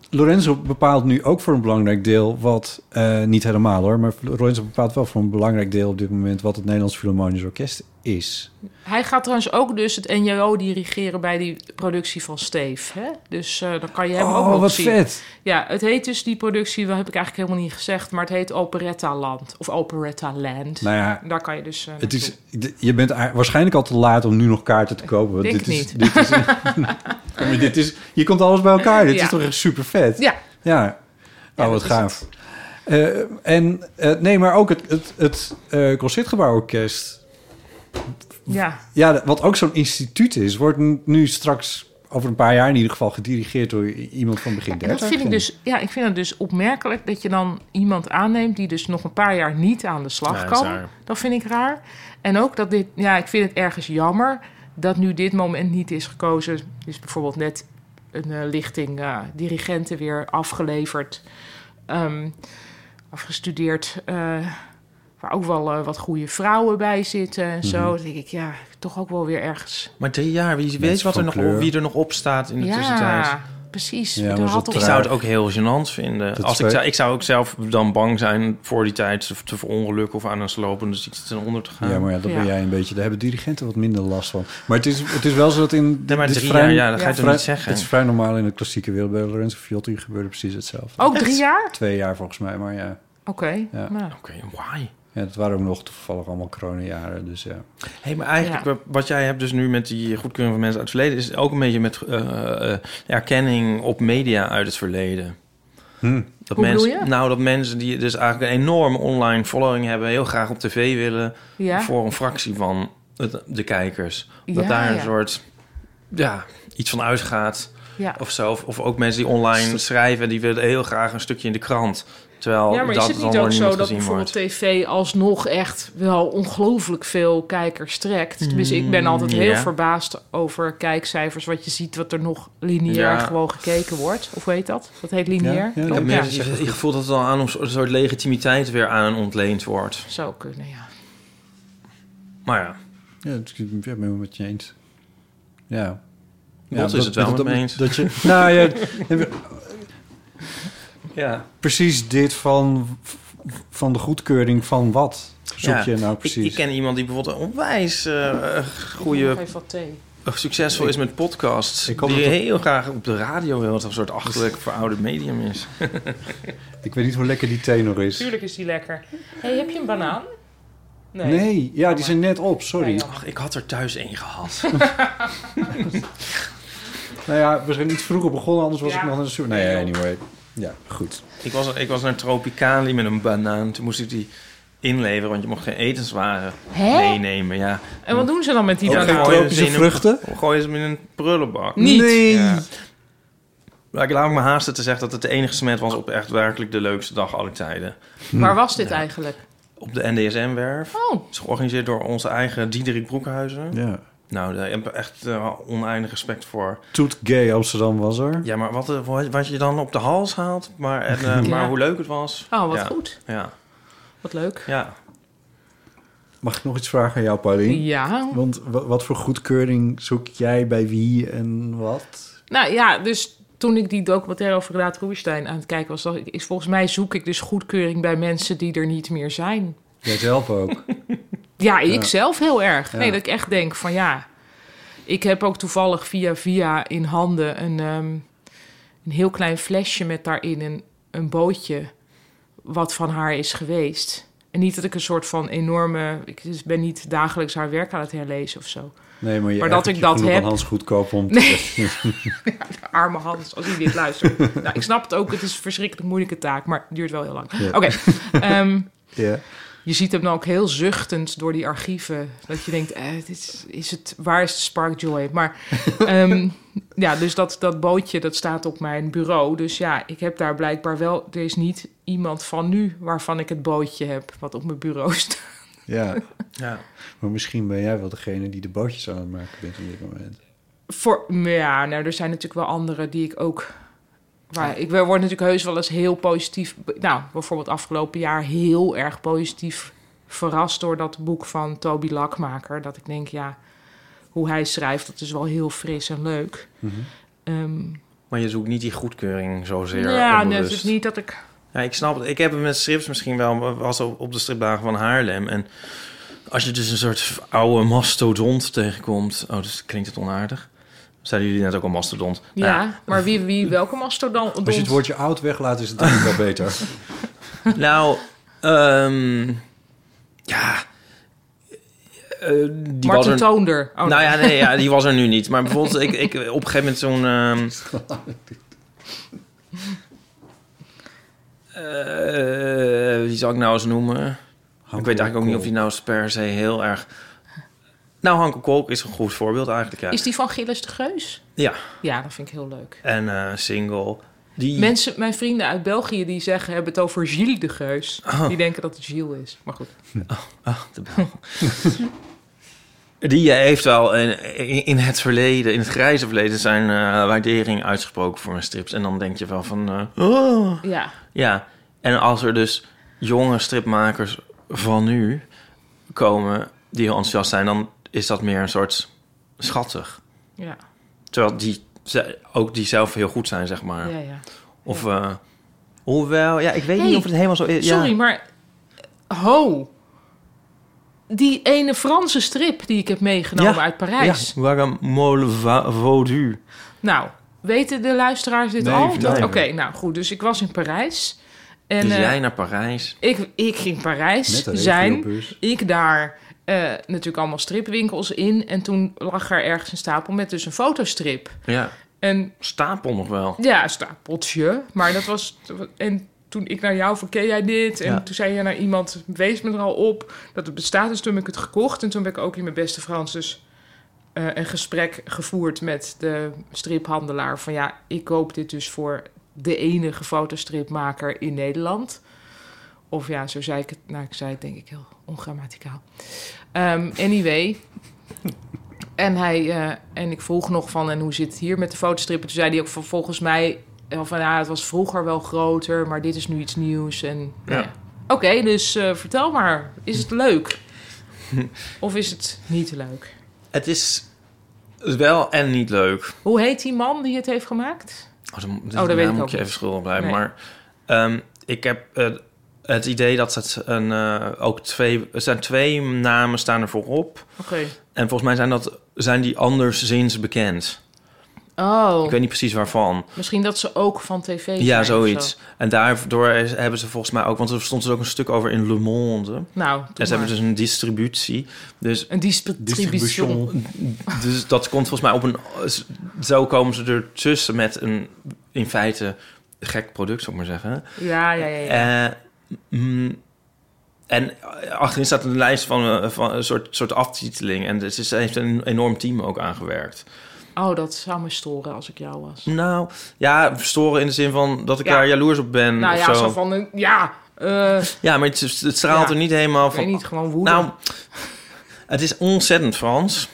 Speaker 3: Lorenzo bepaalt nu ook voor een belangrijk deel wat... eh, niet helemaal hoor, maar Lorenzo bepaalt wel voor een belangrijk deel op dit moment... wat het Nederlands Philharmonisch Orkest is.
Speaker 4: Hij gaat trouwens ook dus het NJO dirigeren bij die productie van Steve. Hè? Dus eh, dan kan je hem ook
Speaker 3: oh,
Speaker 4: nog
Speaker 3: wat
Speaker 4: zien.
Speaker 3: vet!
Speaker 4: Ja, het heet dus die productie, dat heb ik eigenlijk helemaal niet gezegd, maar het heet Operetta Land of Operetta Land.
Speaker 3: Nou ja,
Speaker 4: Daar kan je dus. eh,
Speaker 3: het
Speaker 4: naartoe.
Speaker 3: is, je bent a- waarschijnlijk al te laat om nu nog kaarten te kopen. want
Speaker 4: Denk
Speaker 3: dit is,
Speaker 4: niet.
Speaker 3: Dit is, Kom je, dit is, hier komt alles bij elkaar. Dit
Speaker 4: Ja.
Speaker 3: is toch echt super vet?
Speaker 4: Ja,
Speaker 3: Ja.
Speaker 4: Ja,
Speaker 3: Oh,
Speaker 4: dat
Speaker 3: wat
Speaker 4: is
Speaker 3: gaaf. Eh, en eh, nee, maar ook het, het, het eh, Concertgebouworkest.
Speaker 4: ja.
Speaker 3: Ja, wat ook zo'n instituut is, wordt n- nu straks over een paar jaar in ieder geval gedirigeerd door i- iemand van begin
Speaker 4: En
Speaker 3: 30.
Speaker 4: dat vind ik dus, ja, ik vind het dus opmerkelijk dat je dan iemand aanneemt die dus nog een paar jaar niet aan de slag
Speaker 5: Ja, dat is
Speaker 4: kan.
Speaker 5: raar.
Speaker 4: Dat vind ik raar. En ook dat dit, ja, ik vind het ergens jammer dat nu dit moment niet is gekozen. Dus bijvoorbeeld net een eh, lichting eh, dirigenten weer afgeleverd, ehm, afgestudeerd. eh, waar ook wel eh, wat goede vrouwen bij zitten en zo.
Speaker 5: Mhm.
Speaker 4: Dan denk ik, ja, toch ook wel weer ergens.
Speaker 5: Maar dit jaar, wie weet
Speaker 3: Mensen
Speaker 5: wat
Speaker 3: van
Speaker 5: er nog,
Speaker 3: kleur.
Speaker 5: wie er nog op staat in de tussentijd.
Speaker 4: ja, precies.
Speaker 3: Ja,
Speaker 4: Er
Speaker 3: maar
Speaker 4: had
Speaker 3: dat
Speaker 5: Ik
Speaker 4: toch-
Speaker 3: raar.
Speaker 5: zou het ook heel gênant vinden.
Speaker 3: Dat
Speaker 5: Als ik,
Speaker 3: twee-
Speaker 5: zou, ik zou ook zelf dan bang zijn voor die tijd te- te verongelukken of aan een slopende ziekte ten onder te gaan.
Speaker 3: Ja, maar ja, dat ben
Speaker 4: Ja.
Speaker 3: jij een beetje. Daar hebben dirigenten wat minder last van. Maar het is, het is wel zo dat in...
Speaker 5: Nee, maar
Speaker 3: dit
Speaker 5: drie
Speaker 3: vrij-
Speaker 5: jaar, ja, dat ga je toch
Speaker 3: vrij-
Speaker 5: niet zeggen?
Speaker 3: Het is vrij normaal in de klassieke wereld. Bij Lorenzo Fiotti gebeurde precies hetzelfde.
Speaker 4: Ook drie jaar?
Speaker 3: Twee jaar volgens mij, maar ja.
Speaker 4: Oké.
Speaker 3: Ja.
Speaker 4: nou.
Speaker 5: Oké, why?
Speaker 3: ja dat waren ook nog toevallig allemaal coronajaren, dus ja.
Speaker 5: Hey, maar eigenlijk,
Speaker 4: Ja.
Speaker 5: wa- wat jij hebt dus nu met die goedkeuring van mensen uit het verleden... is ook een beetje met eh, eh, erkenning op media uit het verleden.
Speaker 3: Hm.
Speaker 5: Dat
Speaker 4: Hoe
Speaker 5: mensen,
Speaker 4: bedoel je?
Speaker 5: Nou, dat mensen die dus eigenlijk een enorme online following hebben... heel graag op tv willen
Speaker 4: Ja.
Speaker 5: voor een fractie van het- de kijkers. Dat
Speaker 4: Ja,
Speaker 5: daar een
Speaker 4: ja.
Speaker 5: soort, ja, iets van uitgaat
Speaker 4: Ja.
Speaker 5: of zo. Of, of ook mensen die online schrijven, die willen heel graag een stukje in de krant. Terwijl
Speaker 4: ja, maar
Speaker 5: dat
Speaker 4: is het
Speaker 5: dan
Speaker 4: niet
Speaker 5: door
Speaker 4: ook zo
Speaker 5: niemand
Speaker 4: dat
Speaker 5: gezien
Speaker 4: bijvoorbeeld
Speaker 5: wordt.
Speaker 4: tv alsnog echt wel ongelooflijk veel kijkers trekt? Tenminste, ik ben altijd heel
Speaker 5: Mm, ja.
Speaker 4: verbaasd over kijkcijfers, wat je ziet, wat er nog lineair
Speaker 5: Ja.
Speaker 4: gewoon gekeken wordt. Of weet dat? Dat heet lineair?
Speaker 3: Ja, ja,
Speaker 5: Ja,
Speaker 3: dat
Speaker 4: Toch?
Speaker 5: mensen
Speaker 4: Ja,
Speaker 5: die- het gevoel dat het dan aan een soort, soort legitimiteit weer aan hen ontleend wordt.
Speaker 4: Zou kunnen, ja.
Speaker 5: Maar ja,
Speaker 3: Ja, het- ik ben het helemaal met je eens. Ja.
Speaker 5: Bot is het wel met me eens.
Speaker 3: Dat je, nou ja,
Speaker 5: ja.
Speaker 3: precies dit van, van de goedkeuring van wat zoek
Speaker 5: Ja.
Speaker 3: je nou
Speaker 5: Ik,
Speaker 3: precies?
Speaker 5: ik ken iemand die bijvoorbeeld een onwijs eh, eh,
Speaker 4: Nog
Speaker 5: goede, eh,
Speaker 4: Even wat thee.
Speaker 5: succesvol is met podcasts.
Speaker 3: Ik hoop
Speaker 5: die
Speaker 3: dat dat-
Speaker 5: heel graag op de radio wil, dat een soort achterlijk verouderd medium is.
Speaker 3: Ik weet niet hoe lekker die tenor is.
Speaker 4: Tuurlijk is die lekker. hey, heb je een banaan?
Speaker 3: nee. ja, die zijn net op, sorry.
Speaker 4: Ja,
Speaker 5: Ach, ik had er thuis één gehad.
Speaker 3: Nou ja, we zijn iets vroeger begonnen, anders was
Speaker 4: Ja.
Speaker 3: ik nog aan de super. Nee, anyway. Ja, goed.
Speaker 5: Ik was, ik was naar Tropicali met een banaan. Toen moest ik die inleveren, want je mocht geen etenswaren
Speaker 4: Hè?
Speaker 5: meenemen. Ja.
Speaker 4: En wat doen ze dan met die
Speaker 5: Oh,
Speaker 4: banaan?
Speaker 5: gooi je
Speaker 3: Tropische
Speaker 5: ze in
Speaker 3: vruchten?
Speaker 5: Een, gooi je ze in een prullenbak.
Speaker 4: Niet.
Speaker 3: Nee.
Speaker 5: Ja. Maar ik laat me haasten te zeggen dat het de enige smet was op echt werkelijk de leukste dag aller tijden.
Speaker 4: Waar was dit eigenlijk?
Speaker 5: Op de NDSM-werf.
Speaker 4: Oh,
Speaker 5: Het is georganiseerd door onze eigen Diederik Broekhuizen.
Speaker 3: Ja.
Speaker 5: Nou, daar heb ik echt eh, oneindig respect voor.
Speaker 3: Toet Gay Amsterdam was er.
Speaker 5: Ja, maar wat, eh, wat- wat je dan op de hals haalt, maar, en, eh,
Speaker 4: Ja.
Speaker 5: maar hoe leuk het was.
Speaker 4: oh wat
Speaker 5: Ja.
Speaker 4: goed.
Speaker 5: Ja,
Speaker 4: Wat leuk.
Speaker 5: ja.
Speaker 3: Mag ik nog iets vragen aan jou, Pauline?
Speaker 4: Ja.
Speaker 3: Want wa- wat voor goedkeuring zoek jij bij wie en wat?
Speaker 4: Nou ja, dus toen ik die documentaire over Renate Rubinstein aan het kijken was, dacht ik, is, volgens mij zoek ik dus goedkeuring bij mensen die er niet meer zijn.
Speaker 3: Jijzelf ook.
Speaker 4: Ja, ik
Speaker 3: Ja.
Speaker 4: zelf heel erg.
Speaker 3: Ja.
Speaker 4: Nee, dat ik echt denk van ja, ik heb ook toevallig via via in handen een, ehm, een heel klein flesje met daarin een, een bootje wat van haar is geweest. En niet dat ik een soort van enorme, ik dus ben niet dagelijks haar werk aan het herlezen of zo.
Speaker 3: Nee, maar, je
Speaker 4: Maar dat
Speaker 3: ergert
Speaker 4: ik
Speaker 3: je
Speaker 4: dat
Speaker 3: genoeg
Speaker 4: heb-
Speaker 3: aan Hans goedkoop om te
Speaker 4: arme Hans, als hij dit luistert. nou, ik snap het ook, het is een verschrikkelijk moeilijke taak, maar het duurt wel heel lang.
Speaker 3: Ja.
Speaker 4: Oké, ehm,
Speaker 3: Ja.
Speaker 4: je ziet hem dan ook heel zuchtend door die archieven. Dat je denkt, eh, dit is, is het, waar is de Spark Joy? Maar ehm, ja, dus dat, dat bootje, dat staat op mijn bureau. Dus ja, ik heb daar blijkbaar wel, er is niet iemand van nu waarvan ik het bootje heb, wat op mijn bureau staat.
Speaker 3: ja.
Speaker 5: ja.
Speaker 3: Maar misschien ben jij wel degene die de bootjes aan het maken bent op dit moment.
Speaker 4: Voor, maar ja, nou, er zijn natuurlijk wel anderen die ik ook. Waar, ik word natuurlijk heus wel eens heel positief. be- Nou, bijvoorbeeld afgelopen jaar heel erg positief verrast door dat boek van Toby Lakmaker. Dat ik denk, ja, hoe hij schrijft, dat is wel heel fris en leuk. Ehm, nou
Speaker 5: Maar Maar je zoekt niet die goedkeuring zozeer.
Speaker 4: Ja, nee,
Speaker 5: onbewust.
Speaker 4: het is niet dat ik...
Speaker 5: Ja, ik snap het. Ik heb het met strips misschien wel. maar was op op de stripdagen van Haarlem. En als je dus een soort oude mastodont tegenkomt... Oh, dus klinkt het onaardig. Zeiden jullie net ook al mastodont? Nou
Speaker 4: Ja, maar wie, wie welke mastodon?
Speaker 3: Als je het woordje oud weglaat, is het denk ik wel beter.
Speaker 5: Nou, ehm, ja. Eh, die was
Speaker 4: Martin
Speaker 5: er,
Speaker 4: Toonder. Oh,
Speaker 5: nou ja, nee, ja, die was er nu niet. Maar bijvoorbeeld, ik, ik, op een gegeven moment zo'n... ehm, eh, wie zal ik nou eens noemen? ik weet eigenlijk ook niet of die nou eens per se heel erg... Nou, Hanke Kolk is een goed voorbeeld eigenlijk, ja.
Speaker 4: Is die van Gilles de Geus?
Speaker 5: Ja,
Speaker 4: Ja, dat vind ik heel leuk.
Speaker 5: en eh, single. Die...
Speaker 4: Mensen, mijn vrienden uit België die zeggen, hebben het over Gilles de Geus. Die denken dat het Gilles is. Maar goed.
Speaker 5: Ah, de bel. Die eh, heeft wel in, in- in het verleden, in het grijze verleden, zijn eh, waardering uitgesproken voor mijn strips. En dan denk je wel van, eh, oh.
Speaker 4: Ja,
Speaker 5: ja. En als er dus jonge stripmakers van nu komen die heel enthousiast zijn, dan is dat meer een soort schattig.
Speaker 4: ja,
Speaker 5: Terwijl die ze- ook die zelf heel goed zijn, zeg maar.
Speaker 4: ja, ja.
Speaker 5: Of eh, hoewel, ja, ik weet
Speaker 4: Hey,
Speaker 5: niet of het helemaal zo is.
Speaker 4: Sorry,
Speaker 5: ja.
Speaker 4: maar... Ho! Die ene Franse strip die ik heb meegenomen
Speaker 5: Ja,
Speaker 4: uit Parijs.
Speaker 5: Ja, guacamole va- voodoo.
Speaker 4: Nou, weten de luisteraars dit
Speaker 3: Nee,
Speaker 4: al?
Speaker 3: vertel
Speaker 4: Dat- Oké,
Speaker 3: even.
Speaker 4: nou goed. Dus ik was in Parijs. En
Speaker 5: dus
Speaker 4: eh,
Speaker 5: jij naar Parijs.
Speaker 4: ik, ik ging Parijs
Speaker 3: Met een
Speaker 4: zijn.
Speaker 3: regiobus.
Speaker 4: Ik daar eh, natuurlijk allemaal stripwinkels in. En toen lag er ergens een stapel met dus een fotostrip.
Speaker 5: Ja,
Speaker 4: En
Speaker 5: stapel nog wel.
Speaker 4: ja, een stapeltje. Maar dat was... En toen ik naar jou van, ken jij dit? En
Speaker 5: Ja.
Speaker 4: toen zei jij naar iemand, wees me er al op dat het bestaat. Dus toen heb ik het gekocht. En toen ben ik ook in mijn beste Frans dus eh, een gesprek gevoerd met de striphandelaar. Van ja, ik koop dit dus voor de enige fotostripmaker in Nederland. Of ja, zo zei ik het. Nou, ik zei het denk ik heel ongrammaticaal. Ehm, anyway. en, hij, eh, en ik vroeg nog van, en hoe zit het hier met de fotostrippen? Toen zei hij ook van, volgens mij... eh, Van, ja, het was vroeger wel groter, maar dit is nu iets nieuws. En, nou
Speaker 5: Ja.
Speaker 4: ja. Oké, dus eh, vertel maar. Is het leuk? of is het niet leuk?
Speaker 5: Het is wel en niet leuk.
Speaker 4: Hoe heet die man die het heeft gemaakt?
Speaker 5: Oh, dan, oh,
Speaker 4: dat weet ik
Speaker 5: moet
Speaker 4: ook
Speaker 5: je
Speaker 4: niet.
Speaker 5: even schuldig blijven.
Speaker 4: Nee.
Speaker 5: Maar ehm, ik heb eh, het idee dat het een, eh, ook twee... Er zijn twee namen staan er voorop.
Speaker 4: Oké.
Speaker 5: En volgens mij zijn, dat, zijn die anderszins bekend.
Speaker 4: Oh,
Speaker 5: Ik weet niet precies waarvan.
Speaker 4: misschien dat ze ook van tv zijn.
Speaker 5: Ja,
Speaker 4: of zo.
Speaker 5: zoiets. En daardoor is- hebben ze volgens mij ook... Want er stond dus ook een stuk over in Le Monde.
Speaker 4: Nou, doe
Speaker 5: en ze hebben
Speaker 4: maar.
Speaker 5: dus een distributie. Dus
Speaker 4: Een distribution.
Speaker 5: Dus dat komt volgens mij op een. Zo komen ze ertussen met een in feite gek product, zou ik maar zeggen.
Speaker 4: Ja, ja, ja. ja.
Speaker 5: Eh, mm, en achterin staat een lijst van, eh, van een soort, soort aftiteling. En dus ze heeft een enorm team ook aangewerkt.
Speaker 4: Oh, dat zou me storen als ik jou was.
Speaker 5: Nou, ja, storen in de zin van dat ik
Speaker 4: Ja.
Speaker 5: daar jaloers op ben.
Speaker 4: nou
Speaker 5: of
Speaker 4: ja,
Speaker 5: zo.
Speaker 4: zo. van een... Ja, eh ik
Speaker 5: ja maar het, het straalt
Speaker 4: Ja.
Speaker 5: er niet helemaal van.
Speaker 4: weet niet, gewoon woede.
Speaker 5: nou, het is ontzettend Frans.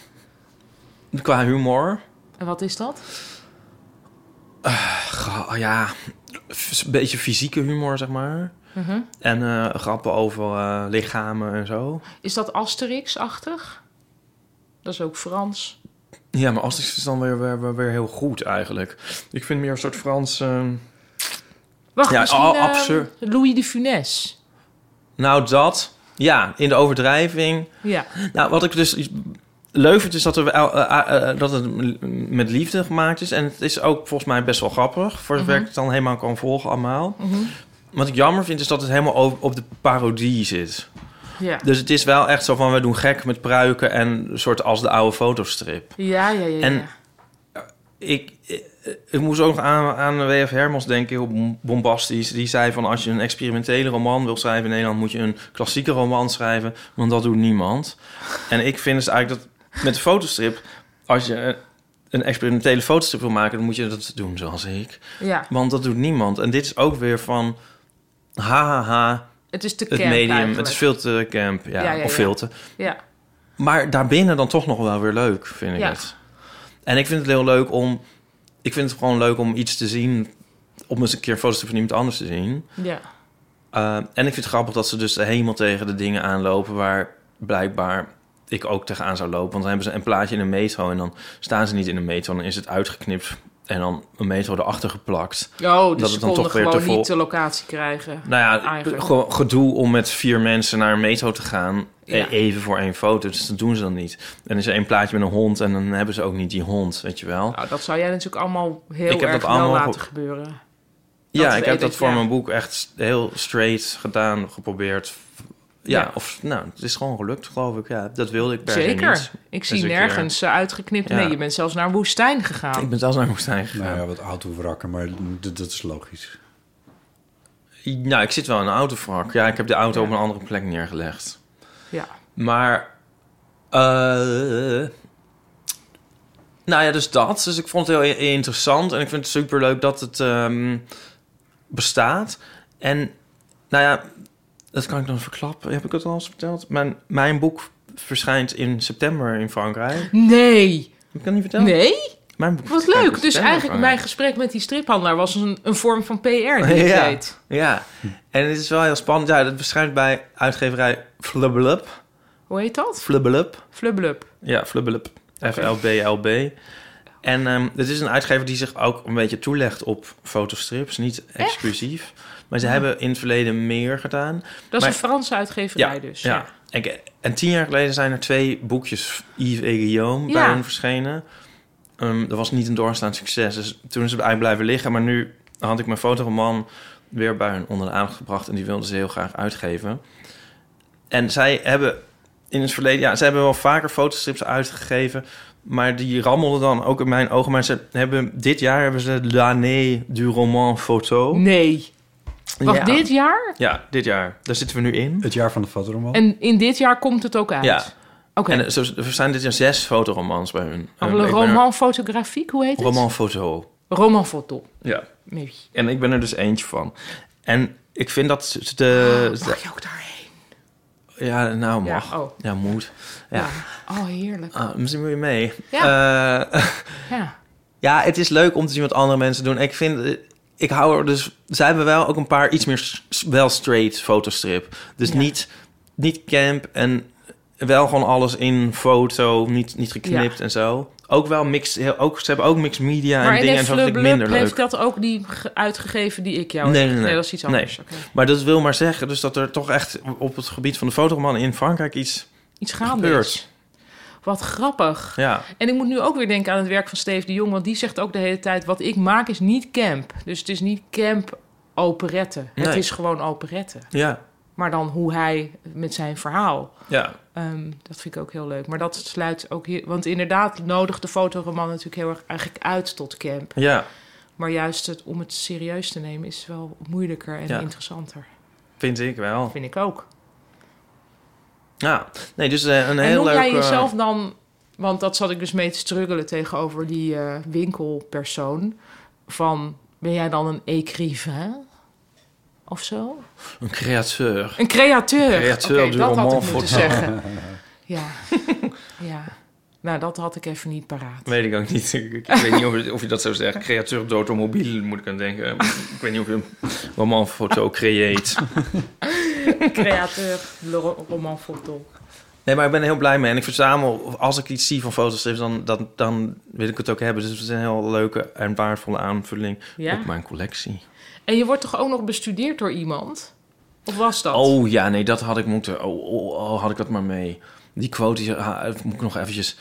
Speaker 5: Qua humor.
Speaker 4: en wat is dat?
Speaker 5: Ge- oh ja, f- een beetje fysieke humor, zeg maar.
Speaker 4: Mhm.
Speaker 5: En eh, grappen over eh, lichamen en zo.
Speaker 4: Is dat Asterix-achtig? Dat is ook Frans.
Speaker 5: Ja, maar Asterix is dan weer, weer, weer, weer heel goed eigenlijk. Ik vind meer een soort Frans... ehm,
Speaker 4: Wacht,
Speaker 5: Ja,
Speaker 4: misschien
Speaker 5: oh,
Speaker 4: eh,
Speaker 5: absurd.
Speaker 4: Louis de Funès.
Speaker 5: Nou, dat. Ja, in de overdrijving.
Speaker 4: Ja,
Speaker 5: Nou, wat ik dus leuk vind is dat, er, wel- eh, eh, eh, dat het m- met liefde gemaakt is. En het is ook volgens mij best wel grappig. Voor zover ik het dan helemaal kan volgen allemaal. Wat ik jammer vind is dat het helemaal o- op de parodie zit.
Speaker 4: ja.
Speaker 5: Dus het is wel echt zo van, we doen gek met pruiken en een soort als de oude fotostrip.
Speaker 4: Ja, ja, ja. ja.
Speaker 5: En- Ik, ik, ik moest ook aan, aan W.F. Hermans denken, heel bom- bombastisch. Die zei van, als je een experimentele roman wil schrijven in Nederland... moet je een klassieke roman schrijven, want dat doet niemand. En ik vind dus eigenlijk dat met de fotostrip... als je eh, een experimentele fotostrip wil maken... dan moet je dat doen zoals ik.
Speaker 4: ja.
Speaker 5: Want dat doet niemand. En dit is ook weer van, ha ha ha,
Speaker 4: Het is te
Speaker 5: het
Speaker 4: camp
Speaker 5: medium.
Speaker 4: eigenlijk.
Speaker 5: Het is veel te camp, ja,
Speaker 4: Ja, ja,
Speaker 5: of
Speaker 4: ja.
Speaker 5: veel te...
Speaker 4: Ja,
Speaker 5: Maar daarbinnen dan toch nog wel weer leuk, vind ik
Speaker 4: Ja.
Speaker 5: het. En ik vind het heel leuk om... Ik vind het gewoon leuk om iets te zien... om eens een keer foto's van iemand anders te zien.
Speaker 4: ja.
Speaker 5: Uh, en ik vind het grappig dat ze dus helemaal tegen de dingen aanlopen... waar blijkbaar ik ook tegenaan zou lopen. Want dan hebben ze een plaatje in een metro... en dan staan ze niet in de metro. Dan is het uitgeknipt En dan een metro erachter geplakt.
Speaker 4: Oh, dus
Speaker 5: het
Speaker 4: ze
Speaker 5: dan
Speaker 4: konden
Speaker 5: toch weer te
Speaker 4: gewoon
Speaker 5: vol-
Speaker 4: niet de locatie krijgen.
Speaker 5: Nou ja,
Speaker 4: Eigenlijk.
Speaker 5: gewoon gedoe om met vier mensen naar een metro te gaan. e-
Speaker 4: Ja.
Speaker 5: Even voor één foto. Dus dat doen ze dan niet. En dan is er één plaatje met een hond en dan hebben ze ook niet die hond, weet je wel.
Speaker 4: Nou, dat zou jij natuurlijk allemaal heel
Speaker 5: Ik heb
Speaker 4: erg
Speaker 5: dat
Speaker 4: wel
Speaker 5: allemaal
Speaker 4: laten
Speaker 5: ge-
Speaker 4: gebeuren. Dat
Speaker 5: ja,
Speaker 4: is
Speaker 5: ik
Speaker 4: één
Speaker 5: heb dat
Speaker 4: ding,
Speaker 5: voor
Speaker 4: ja.
Speaker 5: mijn boek echt heel straight gedaan, geprobeerd. Ja,
Speaker 4: Ja.
Speaker 5: of nou, het is gewoon gelukt, geloof ik. Ja, dat wilde ik per se
Speaker 4: Zeker.
Speaker 5: niet.
Speaker 4: Ik zie
Speaker 5: Dus ik, eh,
Speaker 4: nergens eh, uitgeknipt.
Speaker 5: ja.
Speaker 4: Nee, je bent zelfs naar een woestijn gegaan.
Speaker 5: Ik ben zelfs naar Woestijn gegaan.
Speaker 3: Nou ja, wat autowrakken, maar d- dat is logisch.
Speaker 5: Nou, ik zit wel in een autovrak. Ja, ik heb de auto op een andere plek neergelegd.
Speaker 4: Ja.
Speaker 5: Maar, eh, nou ja, dus dat. Dus ik vond het heel i- interessant en ik vind het superleuk dat het ehm, bestaat. En, nou ja, dat kan ik dan verklappen. Heb ik het al eens verteld? Mijn, mijn boek verschijnt in september in Frankrijk.
Speaker 4: Nee.
Speaker 5: Heb ik dat niet verteld?
Speaker 4: Nee?
Speaker 5: Mijn boek
Speaker 4: Wat
Speaker 5: verschijnt in
Speaker 4: leuk. Dus
Speaker 5: september in
Speaker 4: eigenlijk mijn
Speaker 5: Frankrijk.
Speaker 4: gesprek met die striphandelaar was een, een vorm van PR die ik
Speaker 5: Ja.
Speaker 4: deed.
Speaker 5: Ja, en het is wel heel spannend. Ja, dat verschijnt bij uitgeverij Flubbelup.
Speaker 4: Hoe heet dat?
Speaker 5: Flubbelup.
Speaker 4: Flubblub.
Speaker 5: Ja, Flubbelup. F-L-B-L-B. En ehm het is een uitgever die zich ook een beetje toelegt op fotostrips. Niet exclusief. Maar ze hebben in het verleden meer gedaan.
Speaker 4: Dat is
Speaker 5: Maar-
Speaker 4: een Franse uitgeverij
Speaker 5: Ja,
Speaker 4: dus.
Speaker 5: ja. En, en tien jaar geleden zijn er twee boekjes Yves en Guillaume
Speaker 4: Ja.
Speaker 5: bij hen verschenen. Ehm, dat was niet een doorstaand succes. Dus toen is het bij blijven liggen. Maar nu had ik mijn fotoroman weer bij hun onder de aandacht gebracht. En die wilden ze heel graag uitgeven. En zij hebben in het verleden... Ja, ze hebben wel vaker fotostrips uitgegeven. Maar die rammelden dan ook in mijn ogen. Maar ze hebben, dit jaar hebben ze l'année du roman photo.
Speaker 4: Nee. Wacht,
Speaker 5: Ja.
Speaker 4: dit jaar?
Speaker 5: Ja, dit jaar. Daar zitten we nu in.
Speaker 3: Het jaar van de fotoroman.
Speaker 4: En in dit jaar komt het ook uit?
Speaker 5: Ja.
Speaker 4: Oké.
Speaker 5: En er, zo- er zijn dit jaar zes fotoromans bij hun.
Speaker 4: Oh,
Speaker 5: Ehm, ik ben er-
Speaker 4: roman fotografiek, hoe heet het?
Speaker 5: Roman foto.
Speaker 4: Roman foto.
Speaker 5: Ja.
Speaker 4: Nee.
Speaker 5: En ik ben er dus eentje van. En ik vind dat Eh, ze de...
Speaker 4: Mag je ook daarheen?
Speaker 5: ja, nou
Speaker 4: Ah, Ja,
Speaker 5: mag. Ja,
Speaker 4: oh.
Speaker 5: moet. Ja.
Speaker 4: Oh, heerlijk.
Speaker 5: Ah, misschien moet je mee. Eh,
Speaker 4: Ja.
Speaker 5: ja, het is leuk om te zien wat andere mensen doen. Ik vind... eh, Ik hou er dus... Zij hebben wel ook een paar iets meer s- wel straight fotostrip. Dus
Speaker 4: Ja.
Speaker 5: niet, niet camp en wel gewoon alles in foto. Niet, niet geknipt en zo. Ook wel mix... heel- Ook, ze hebben ook mixed media
Speaker 4: maar
Speaker 5: en
Speaker 4: en
Speaker 5: dingen.
Speaker 4: heeft
Speaker 5: En zo vind ik minder
Speaker 4: Flubblub
Speaker 5: leuk.
Speaker 4: heeft dat ook die ge- uitgegeven die ik jou
Speaker 5: Nee,
Speaker 4: heb?
Speaker 5: nee, nee.
Speaker 4: dat is iets
Speaker 5: Nee.
Speaker 4: anders. Oké.
Speaker 5: Maar dat wil maar zeggen dus dat er toch echt op het gebied van de fotoroman in Frankrijk iets...
Speaker 4: Iets gaande
Speaker 5: Gebeurt.
Speaker 4: is. Wat grappig.
Speaker 5: Ja,
Speaker 4: En ik moet nu ook weer denken aan het werk van Steve de Jong, want die zegt ook de hele tijd: wat ik maak is niet camp. Dus het is niet camp operette. Het
Speaker 5: Nee.
Speaker 4: is gewoon operette.
Speaker 5: ja,
Speaker 4: Maar dan hoe hij met zijn verhaal.
Speaker 5: ja.
Speaker 4: Ehm, dat vind ik ook heel leuk. Maar dat sluit ook hier. Want inderdaad, nodig de fotoroman natuurlijk heel erg eigenlijk uit tot camp.
Speaker 5: Ja,
Speaker 4: Maar juist het, om het serieus te nemen is wel moeilijker en
Speaker 5: Ja.
Speaker 4: interessanter.
Speaker 5: vind ik wel.
Speaker 4: Vind ik ook.
Speaker 5: Ja, nee, dus eh, een
Speaker 4: en
Speaker 5: heel
Speaker 4: noem
Speaker 5: leuk...
Speaker 4: jij
Speaker 5: eh,
Speaker 4: jezelf dan... Want dat zat ik dus mee te struggelen tegenover die eh, winkelpersoon. Van, ben jij dan een écrivain? Of zo?
Speaker 5: Een createur.
Speaker 4: Een createur.
Speaker 5: Createur
Speaker 4: Oké,
Speaker 5: du
Speaker 4: dat had
Speaker 5: roman
Speaker 4: ik moeten
Speaker 5: Fauteuil.
Speaker 4: zeggen. Ja. ja. Nou, dat had ik even niet paraat.
Speaker 5: Weet ik ook niet. Ik, ik weet niet of, of je dat zo zegt. Createur d'automobile moet ik aan denken. Ik weet niet of je een roman foto creëert.
Speaker 4: Createur du ro- roman Fauteuil.
Speaker 5: Nee, maar ik ben er heel blij mee. En ik verzamel, als ik iets zie van fotostrips, dan, dan, dan wil ik het ook hebben. Dus het is een heel leuke en waardevolle aanvulling
Speaker 4: Ja?
Speaker 5: op mijn collectie.
Speaker 4: En je wordt toch ook nog bestudeerd door iemand? Of was dat?
Speaker 5: Oh ja, nee, dat had ik moeten. Oh, oh, oh, had ik dat maar mee. Die quote die, ah, moet ik nog eventjes.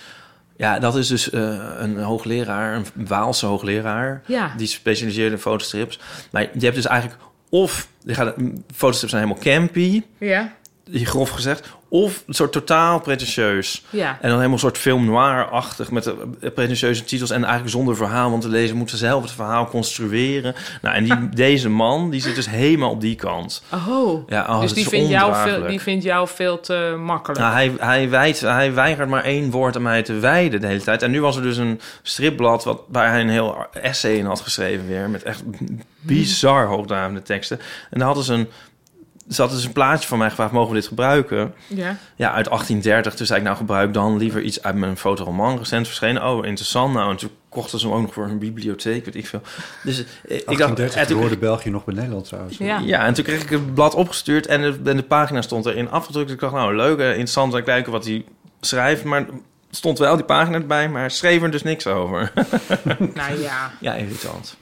Speaker 5: Ja, dat is dus eh, een hoogleraar, een Waalse hoogleraar.
Speaker 4: Ja.
Speaker 5: Die specialiseerde in fotostrips. Maar je hebt dus eigenlijk of je gaat, mm, fotostrips zijn helemaal campy,
Speaker 4: Ja.
Speaker 5: grof gezegd, of een soort totaal pretentieus.
Speaker 4: Ja.
Speaker 5: En dan helemaal een soort film noir-achtig met eh, pretentieuze titels en eigenlijk zonder verhaal, want de lezer moet zelf het verhaal construeren. Nou, en die, deze man, die zit dus helemaal op die kant.
Speaker 4: Oh.
Speaker 5: Ja, oh,
Speaker 4: dus
Speaker 5: dat
Speaker 4: die
Speaker 5: is
Speaker 4: vindt, jou veel,
Speaker 5: ondraaglijk.
Speaker 4: die vindt jou veel te makkelijk.
Speaker 5: Nou, hij, hij, wijt, hij weigert maar één woord aan mij te wijden de hele tijd. En nu was er dus een stripblad wat, waar hij een heel essay in had geschreven weer. Met echt bizar hoogdravende teksten. En daar hadden ze een... Ze hadden dus een plaatje van mij gevraagd, mogen we dit gebruiken?
Speaker 4: Ja.
Speaker 5: Ja, uit 1830. Toen zei ik, nou gebruik dan liever iets uit mijn fotoroman recent verschenen. Oh, interessant. Nou, en toen kochten ze hem ook nog voor hun bibliotheek, weet ik veel. Dus eh, ik dacht...
Speaker 3: 38
Speaker 5: en toen-
Speaker 3: hoorde België nog bij Nederland trouwens.
Speaker 4: Ja.
Speaker 5: ja, en toen kreeg ik het blad opgestuurd en de, en de pagina stond erin afgedrukt. Ik dacht, nou leuk, eh, interessant, dan kijken wat hij schrijft. Maar stond wel die pagina erbij, maar schreef er dus niks over.
Speaker 4: Nou ja,
Speaker 5: ja, irritant.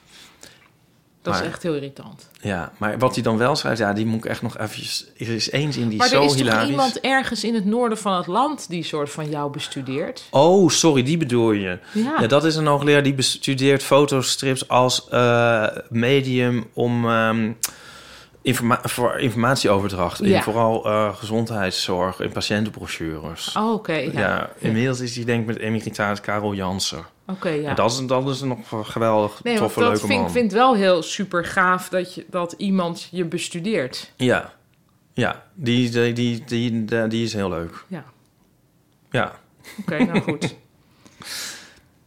Speaker 4: dat is
Speaker 5: Maar-
Speaker 4: echt heel irritant.
Speaker 5: Ja, maar wat hij dan wel schrijft, ja, die moet ik echt nog eventjes... Er is één zin die
Speaker 4: Maar
Speaker 5: zo
Speaker 4: er is
Speaker 5: hilarisch...
Speaker 4: toch iemand ergens in het noorden van het land die soort van jou bestudeert?
Speaker 5: Oh, sorry, die bedoel je.
Speaker 4: Ja.
Speaker 5: Ja, dat is een hoogleraar die bestudeert fotostrips als eh, medium om ehm, informa- voor informatieoverdracht.
Speaker 4: Ja.
Speaker 5: In vooral eh, gezondheidszorg, in patiëntenbrochures.
Speaker 4: Oh, oké. ja.
Speaker 5: ja. inmiddels is hij denk ik met emigritant Karel Jansen.
Speaker 4: Oké, ja.
Speaker 5: En dat is, dat is nog een geweldig,
Speaker 4: nee, want
Speaker 5: toffe,
Speaker 4: dat
Speaker 5: leuke
Speaker 4: vind ik
Speaker 5: man.
Speaker 4: vind wel heel super gaaf dat, je, dat iemand je bestudeert.
Speaker 5: Ja, ja die, die, die, die, die, die is heel leuk.
Speaker 4: Ja,
Speaker 5: Ja,
Speaker 4: oké, nou goed.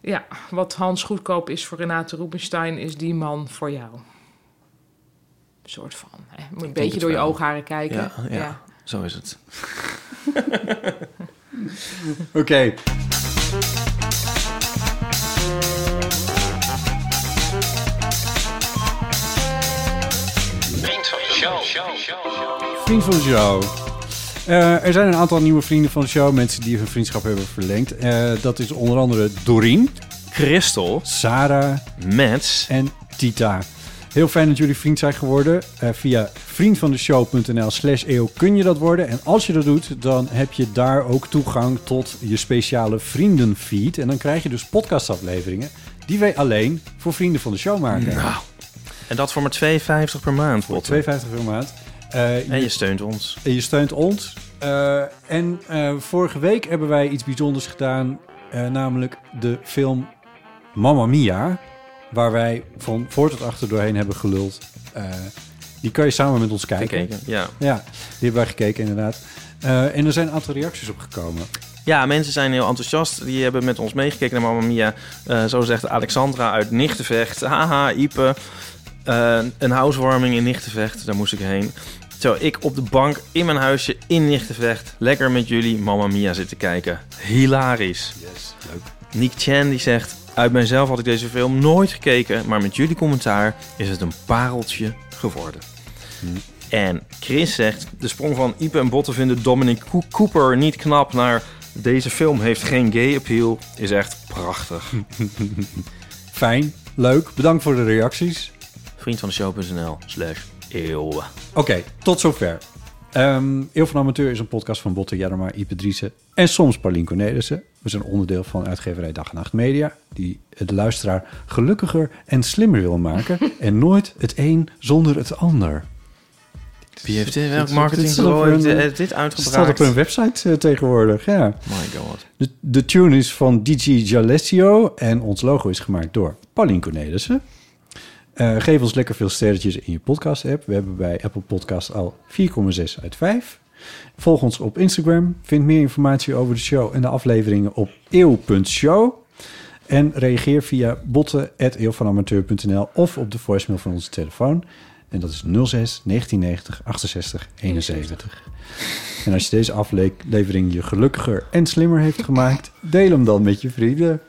Speaker 4: Ja, wat Hans goedkoop is voor Renate Rubinstein, is die man voor jou. Een soort van. Hè. Moet een beetje
Speaker 5: het
Speaker 4: door je
Speaker 5: wel.
Speaker 4: oogharen kijken.
Speaker 5: ja, ja, zo is het.
Speaker 3: Oké. Vriend van de show. Eh, er zijn een aantal nieuwe vrienden van de show. Mensen die hun vriendschap hebben verlengd. Eh, dat is onder andere Dorien,
Speaker 5: Christel,
Speaker 3: Sarah
Speaker 5: Mets,
Speaker 3: en Tita. Heel fijn dat jullie vriend zijn geworden. Eh, via vriendvandeshow.nl slash eeuw kun je dat worden. En als je dat doet, dan heb je daar ook toegang tot je speciale vriendenfeed. En dan krijg je dus podcastafleveringen die wij alleen voor vrienden van de show maken.
Speaker 5: Nou. En dat voor maar 2,50 per maand, Botte.
Speaker 3: 2,50 per maand. Eh,
Speaker 5: En je steunt ons.
Speaker 3: En je steunt ons. Eh, en eh, vorige week hebben wij iets bijzonders gedaan. eh, namelijk de film Mamma Mia. Waar wij van voor tot achter doorheen hebben geluld. Eh, die kan je samen met ons kijken.
Speaker 5: Gekeken, ja.
Speaker 3: Ja, die hebben wij gekeken inderdaad. Eh, en er zijn een aantal reacties op gekomen.
Speaker 5: Ja, mensen zijn heel enthousiast. Die hebben met ons meegekeken naar Mamma Mia. Eh, zo zegt Alexandra uit Nichtenvecht. Haha, Ipe. Eh, een housewarming in Nichtenvecht. Daar moest ik heen. Terwijl ik op de bank in mijn huisje in Nichtenvecht... lekker met jullie Mamma Mia zitten kijken. Hilarisch.
Speaker 3: Yes, leuk.
Speaker 5: Nick Chan die zegt... Uit mijzelf had ik deze film nooit gekeken... maar met jullie commentaar is het een pareltje geworden. En Chris zegt... De sprong van Ipe en Botten vinden Dominic Co- Cooper niet knap... naar deze film heeft geen gay appeal... is echt prachtig.
Speaker 3: Fijn, leuk. Bedankt voor de reacties.
Speaker 5: Vriend van de show.nl slash eeuw.
Speaker 3: Oké, tot zover. Ehm Eeuw van Amateur is een podcast van Botte Jarma, Ipe Driessen en soms Paulien Cornelissen. We zijn onderdeel van uitgeverij Dag en Nacht Media, die het luisteraar gelukkiger en slimmer wil maken. en nooit het een zonder het ander.
Speaker 5: Wie heeft dit?
Speaker 3: dit-
Speaker 5: Welk
Speaker 3: dit
Speaker 5: marketingbureau
Speaker 3: staat op
Speaker 5: heeft
Speaker 3: hun-
Speaker 5: eh, dit
Speaker 3: Staat op
Speaker 5: uitgebracht?
Speaker 3: hun website eh, tegenwoordig, ja.
Speaker 5: My god.
Speaker 3: De, de tune is van DJ Jalessio en ons logo is gemaakt door Paulien Cornelissen. Eh, geef ons lekker veel sterretjes in je podcast-app. We hebben bij Apple Podcast al 4,6 uit 5. Volg ons op Instagram. Vind meer informatie over de show en de afleveringen op eeuw.show. En reageer via botten.eeuwvanamateur.nl of op de voicemail van onze telefoon. En dat is 06 1990 68 71. En als je deze aflevering je gelukkiger en slimmer heeft gemaakt, deel hem dan met je vrienden.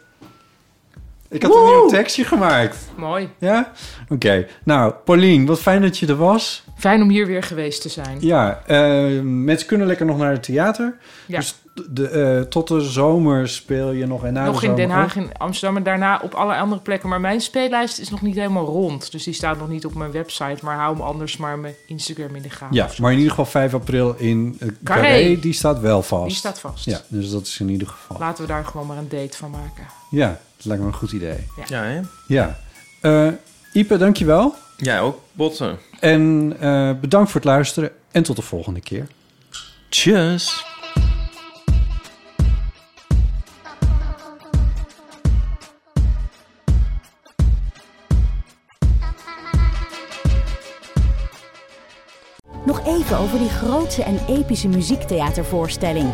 Speaker 3: Ik had een nieuw tekstje gemaakt.
Speaker 4: Mooi.
Speaker 3: Ja? Oké. Nou, Paulien, wat fijn dat je er was.
Speaker 4: Fijn om hier weer geweest te zijn.
Speaker 3: Ja, eh, mensen kunnen lekker nog naar het theater.
Speaker 4: Ja.
Speaker 3: Dus de, eh, tot de zomer speel je nog en na
Speaker 4: nog
Speaker 3: de
Speaker 4: in
Speaker 3: zomer
Speaker 4: Den Haag,
Speaker 3: ook.
Speaker 4: in Amsterdam en daarna op alle andere plekken. Maar mijn speellijst is nog niet helemaal rond. Dus die staat nog niet op mijn website. Maar hou hem anders maar mijn Instagram in de gaten.
Speaker 3: Ja, maar in ieder geval 5 april in eh, Carré,
Speaker 4: Carré.
Speaker 3: die staat wel vast.
Speaker 4: Die staat vast.
Speaker 3: Ja, dus dat is in ieder geval.
Speaker 4: Laten we daar gewoon maar een date van maken.
Speaker 3: Ja, dat lijkt me een goed idee.
Speaker 5: Ja, hè?
Speaker 3: Ja. Eh Ipe, dankjewel.
Speaker 5: Jij ook, Botten.
Speaker 3: En eh, bedankt voor het luisteren en tot de volgende keer.
Speaker 5: Tjus.
Speaker 1: Nog even over die grootse en epische muziektheatervoorstelling.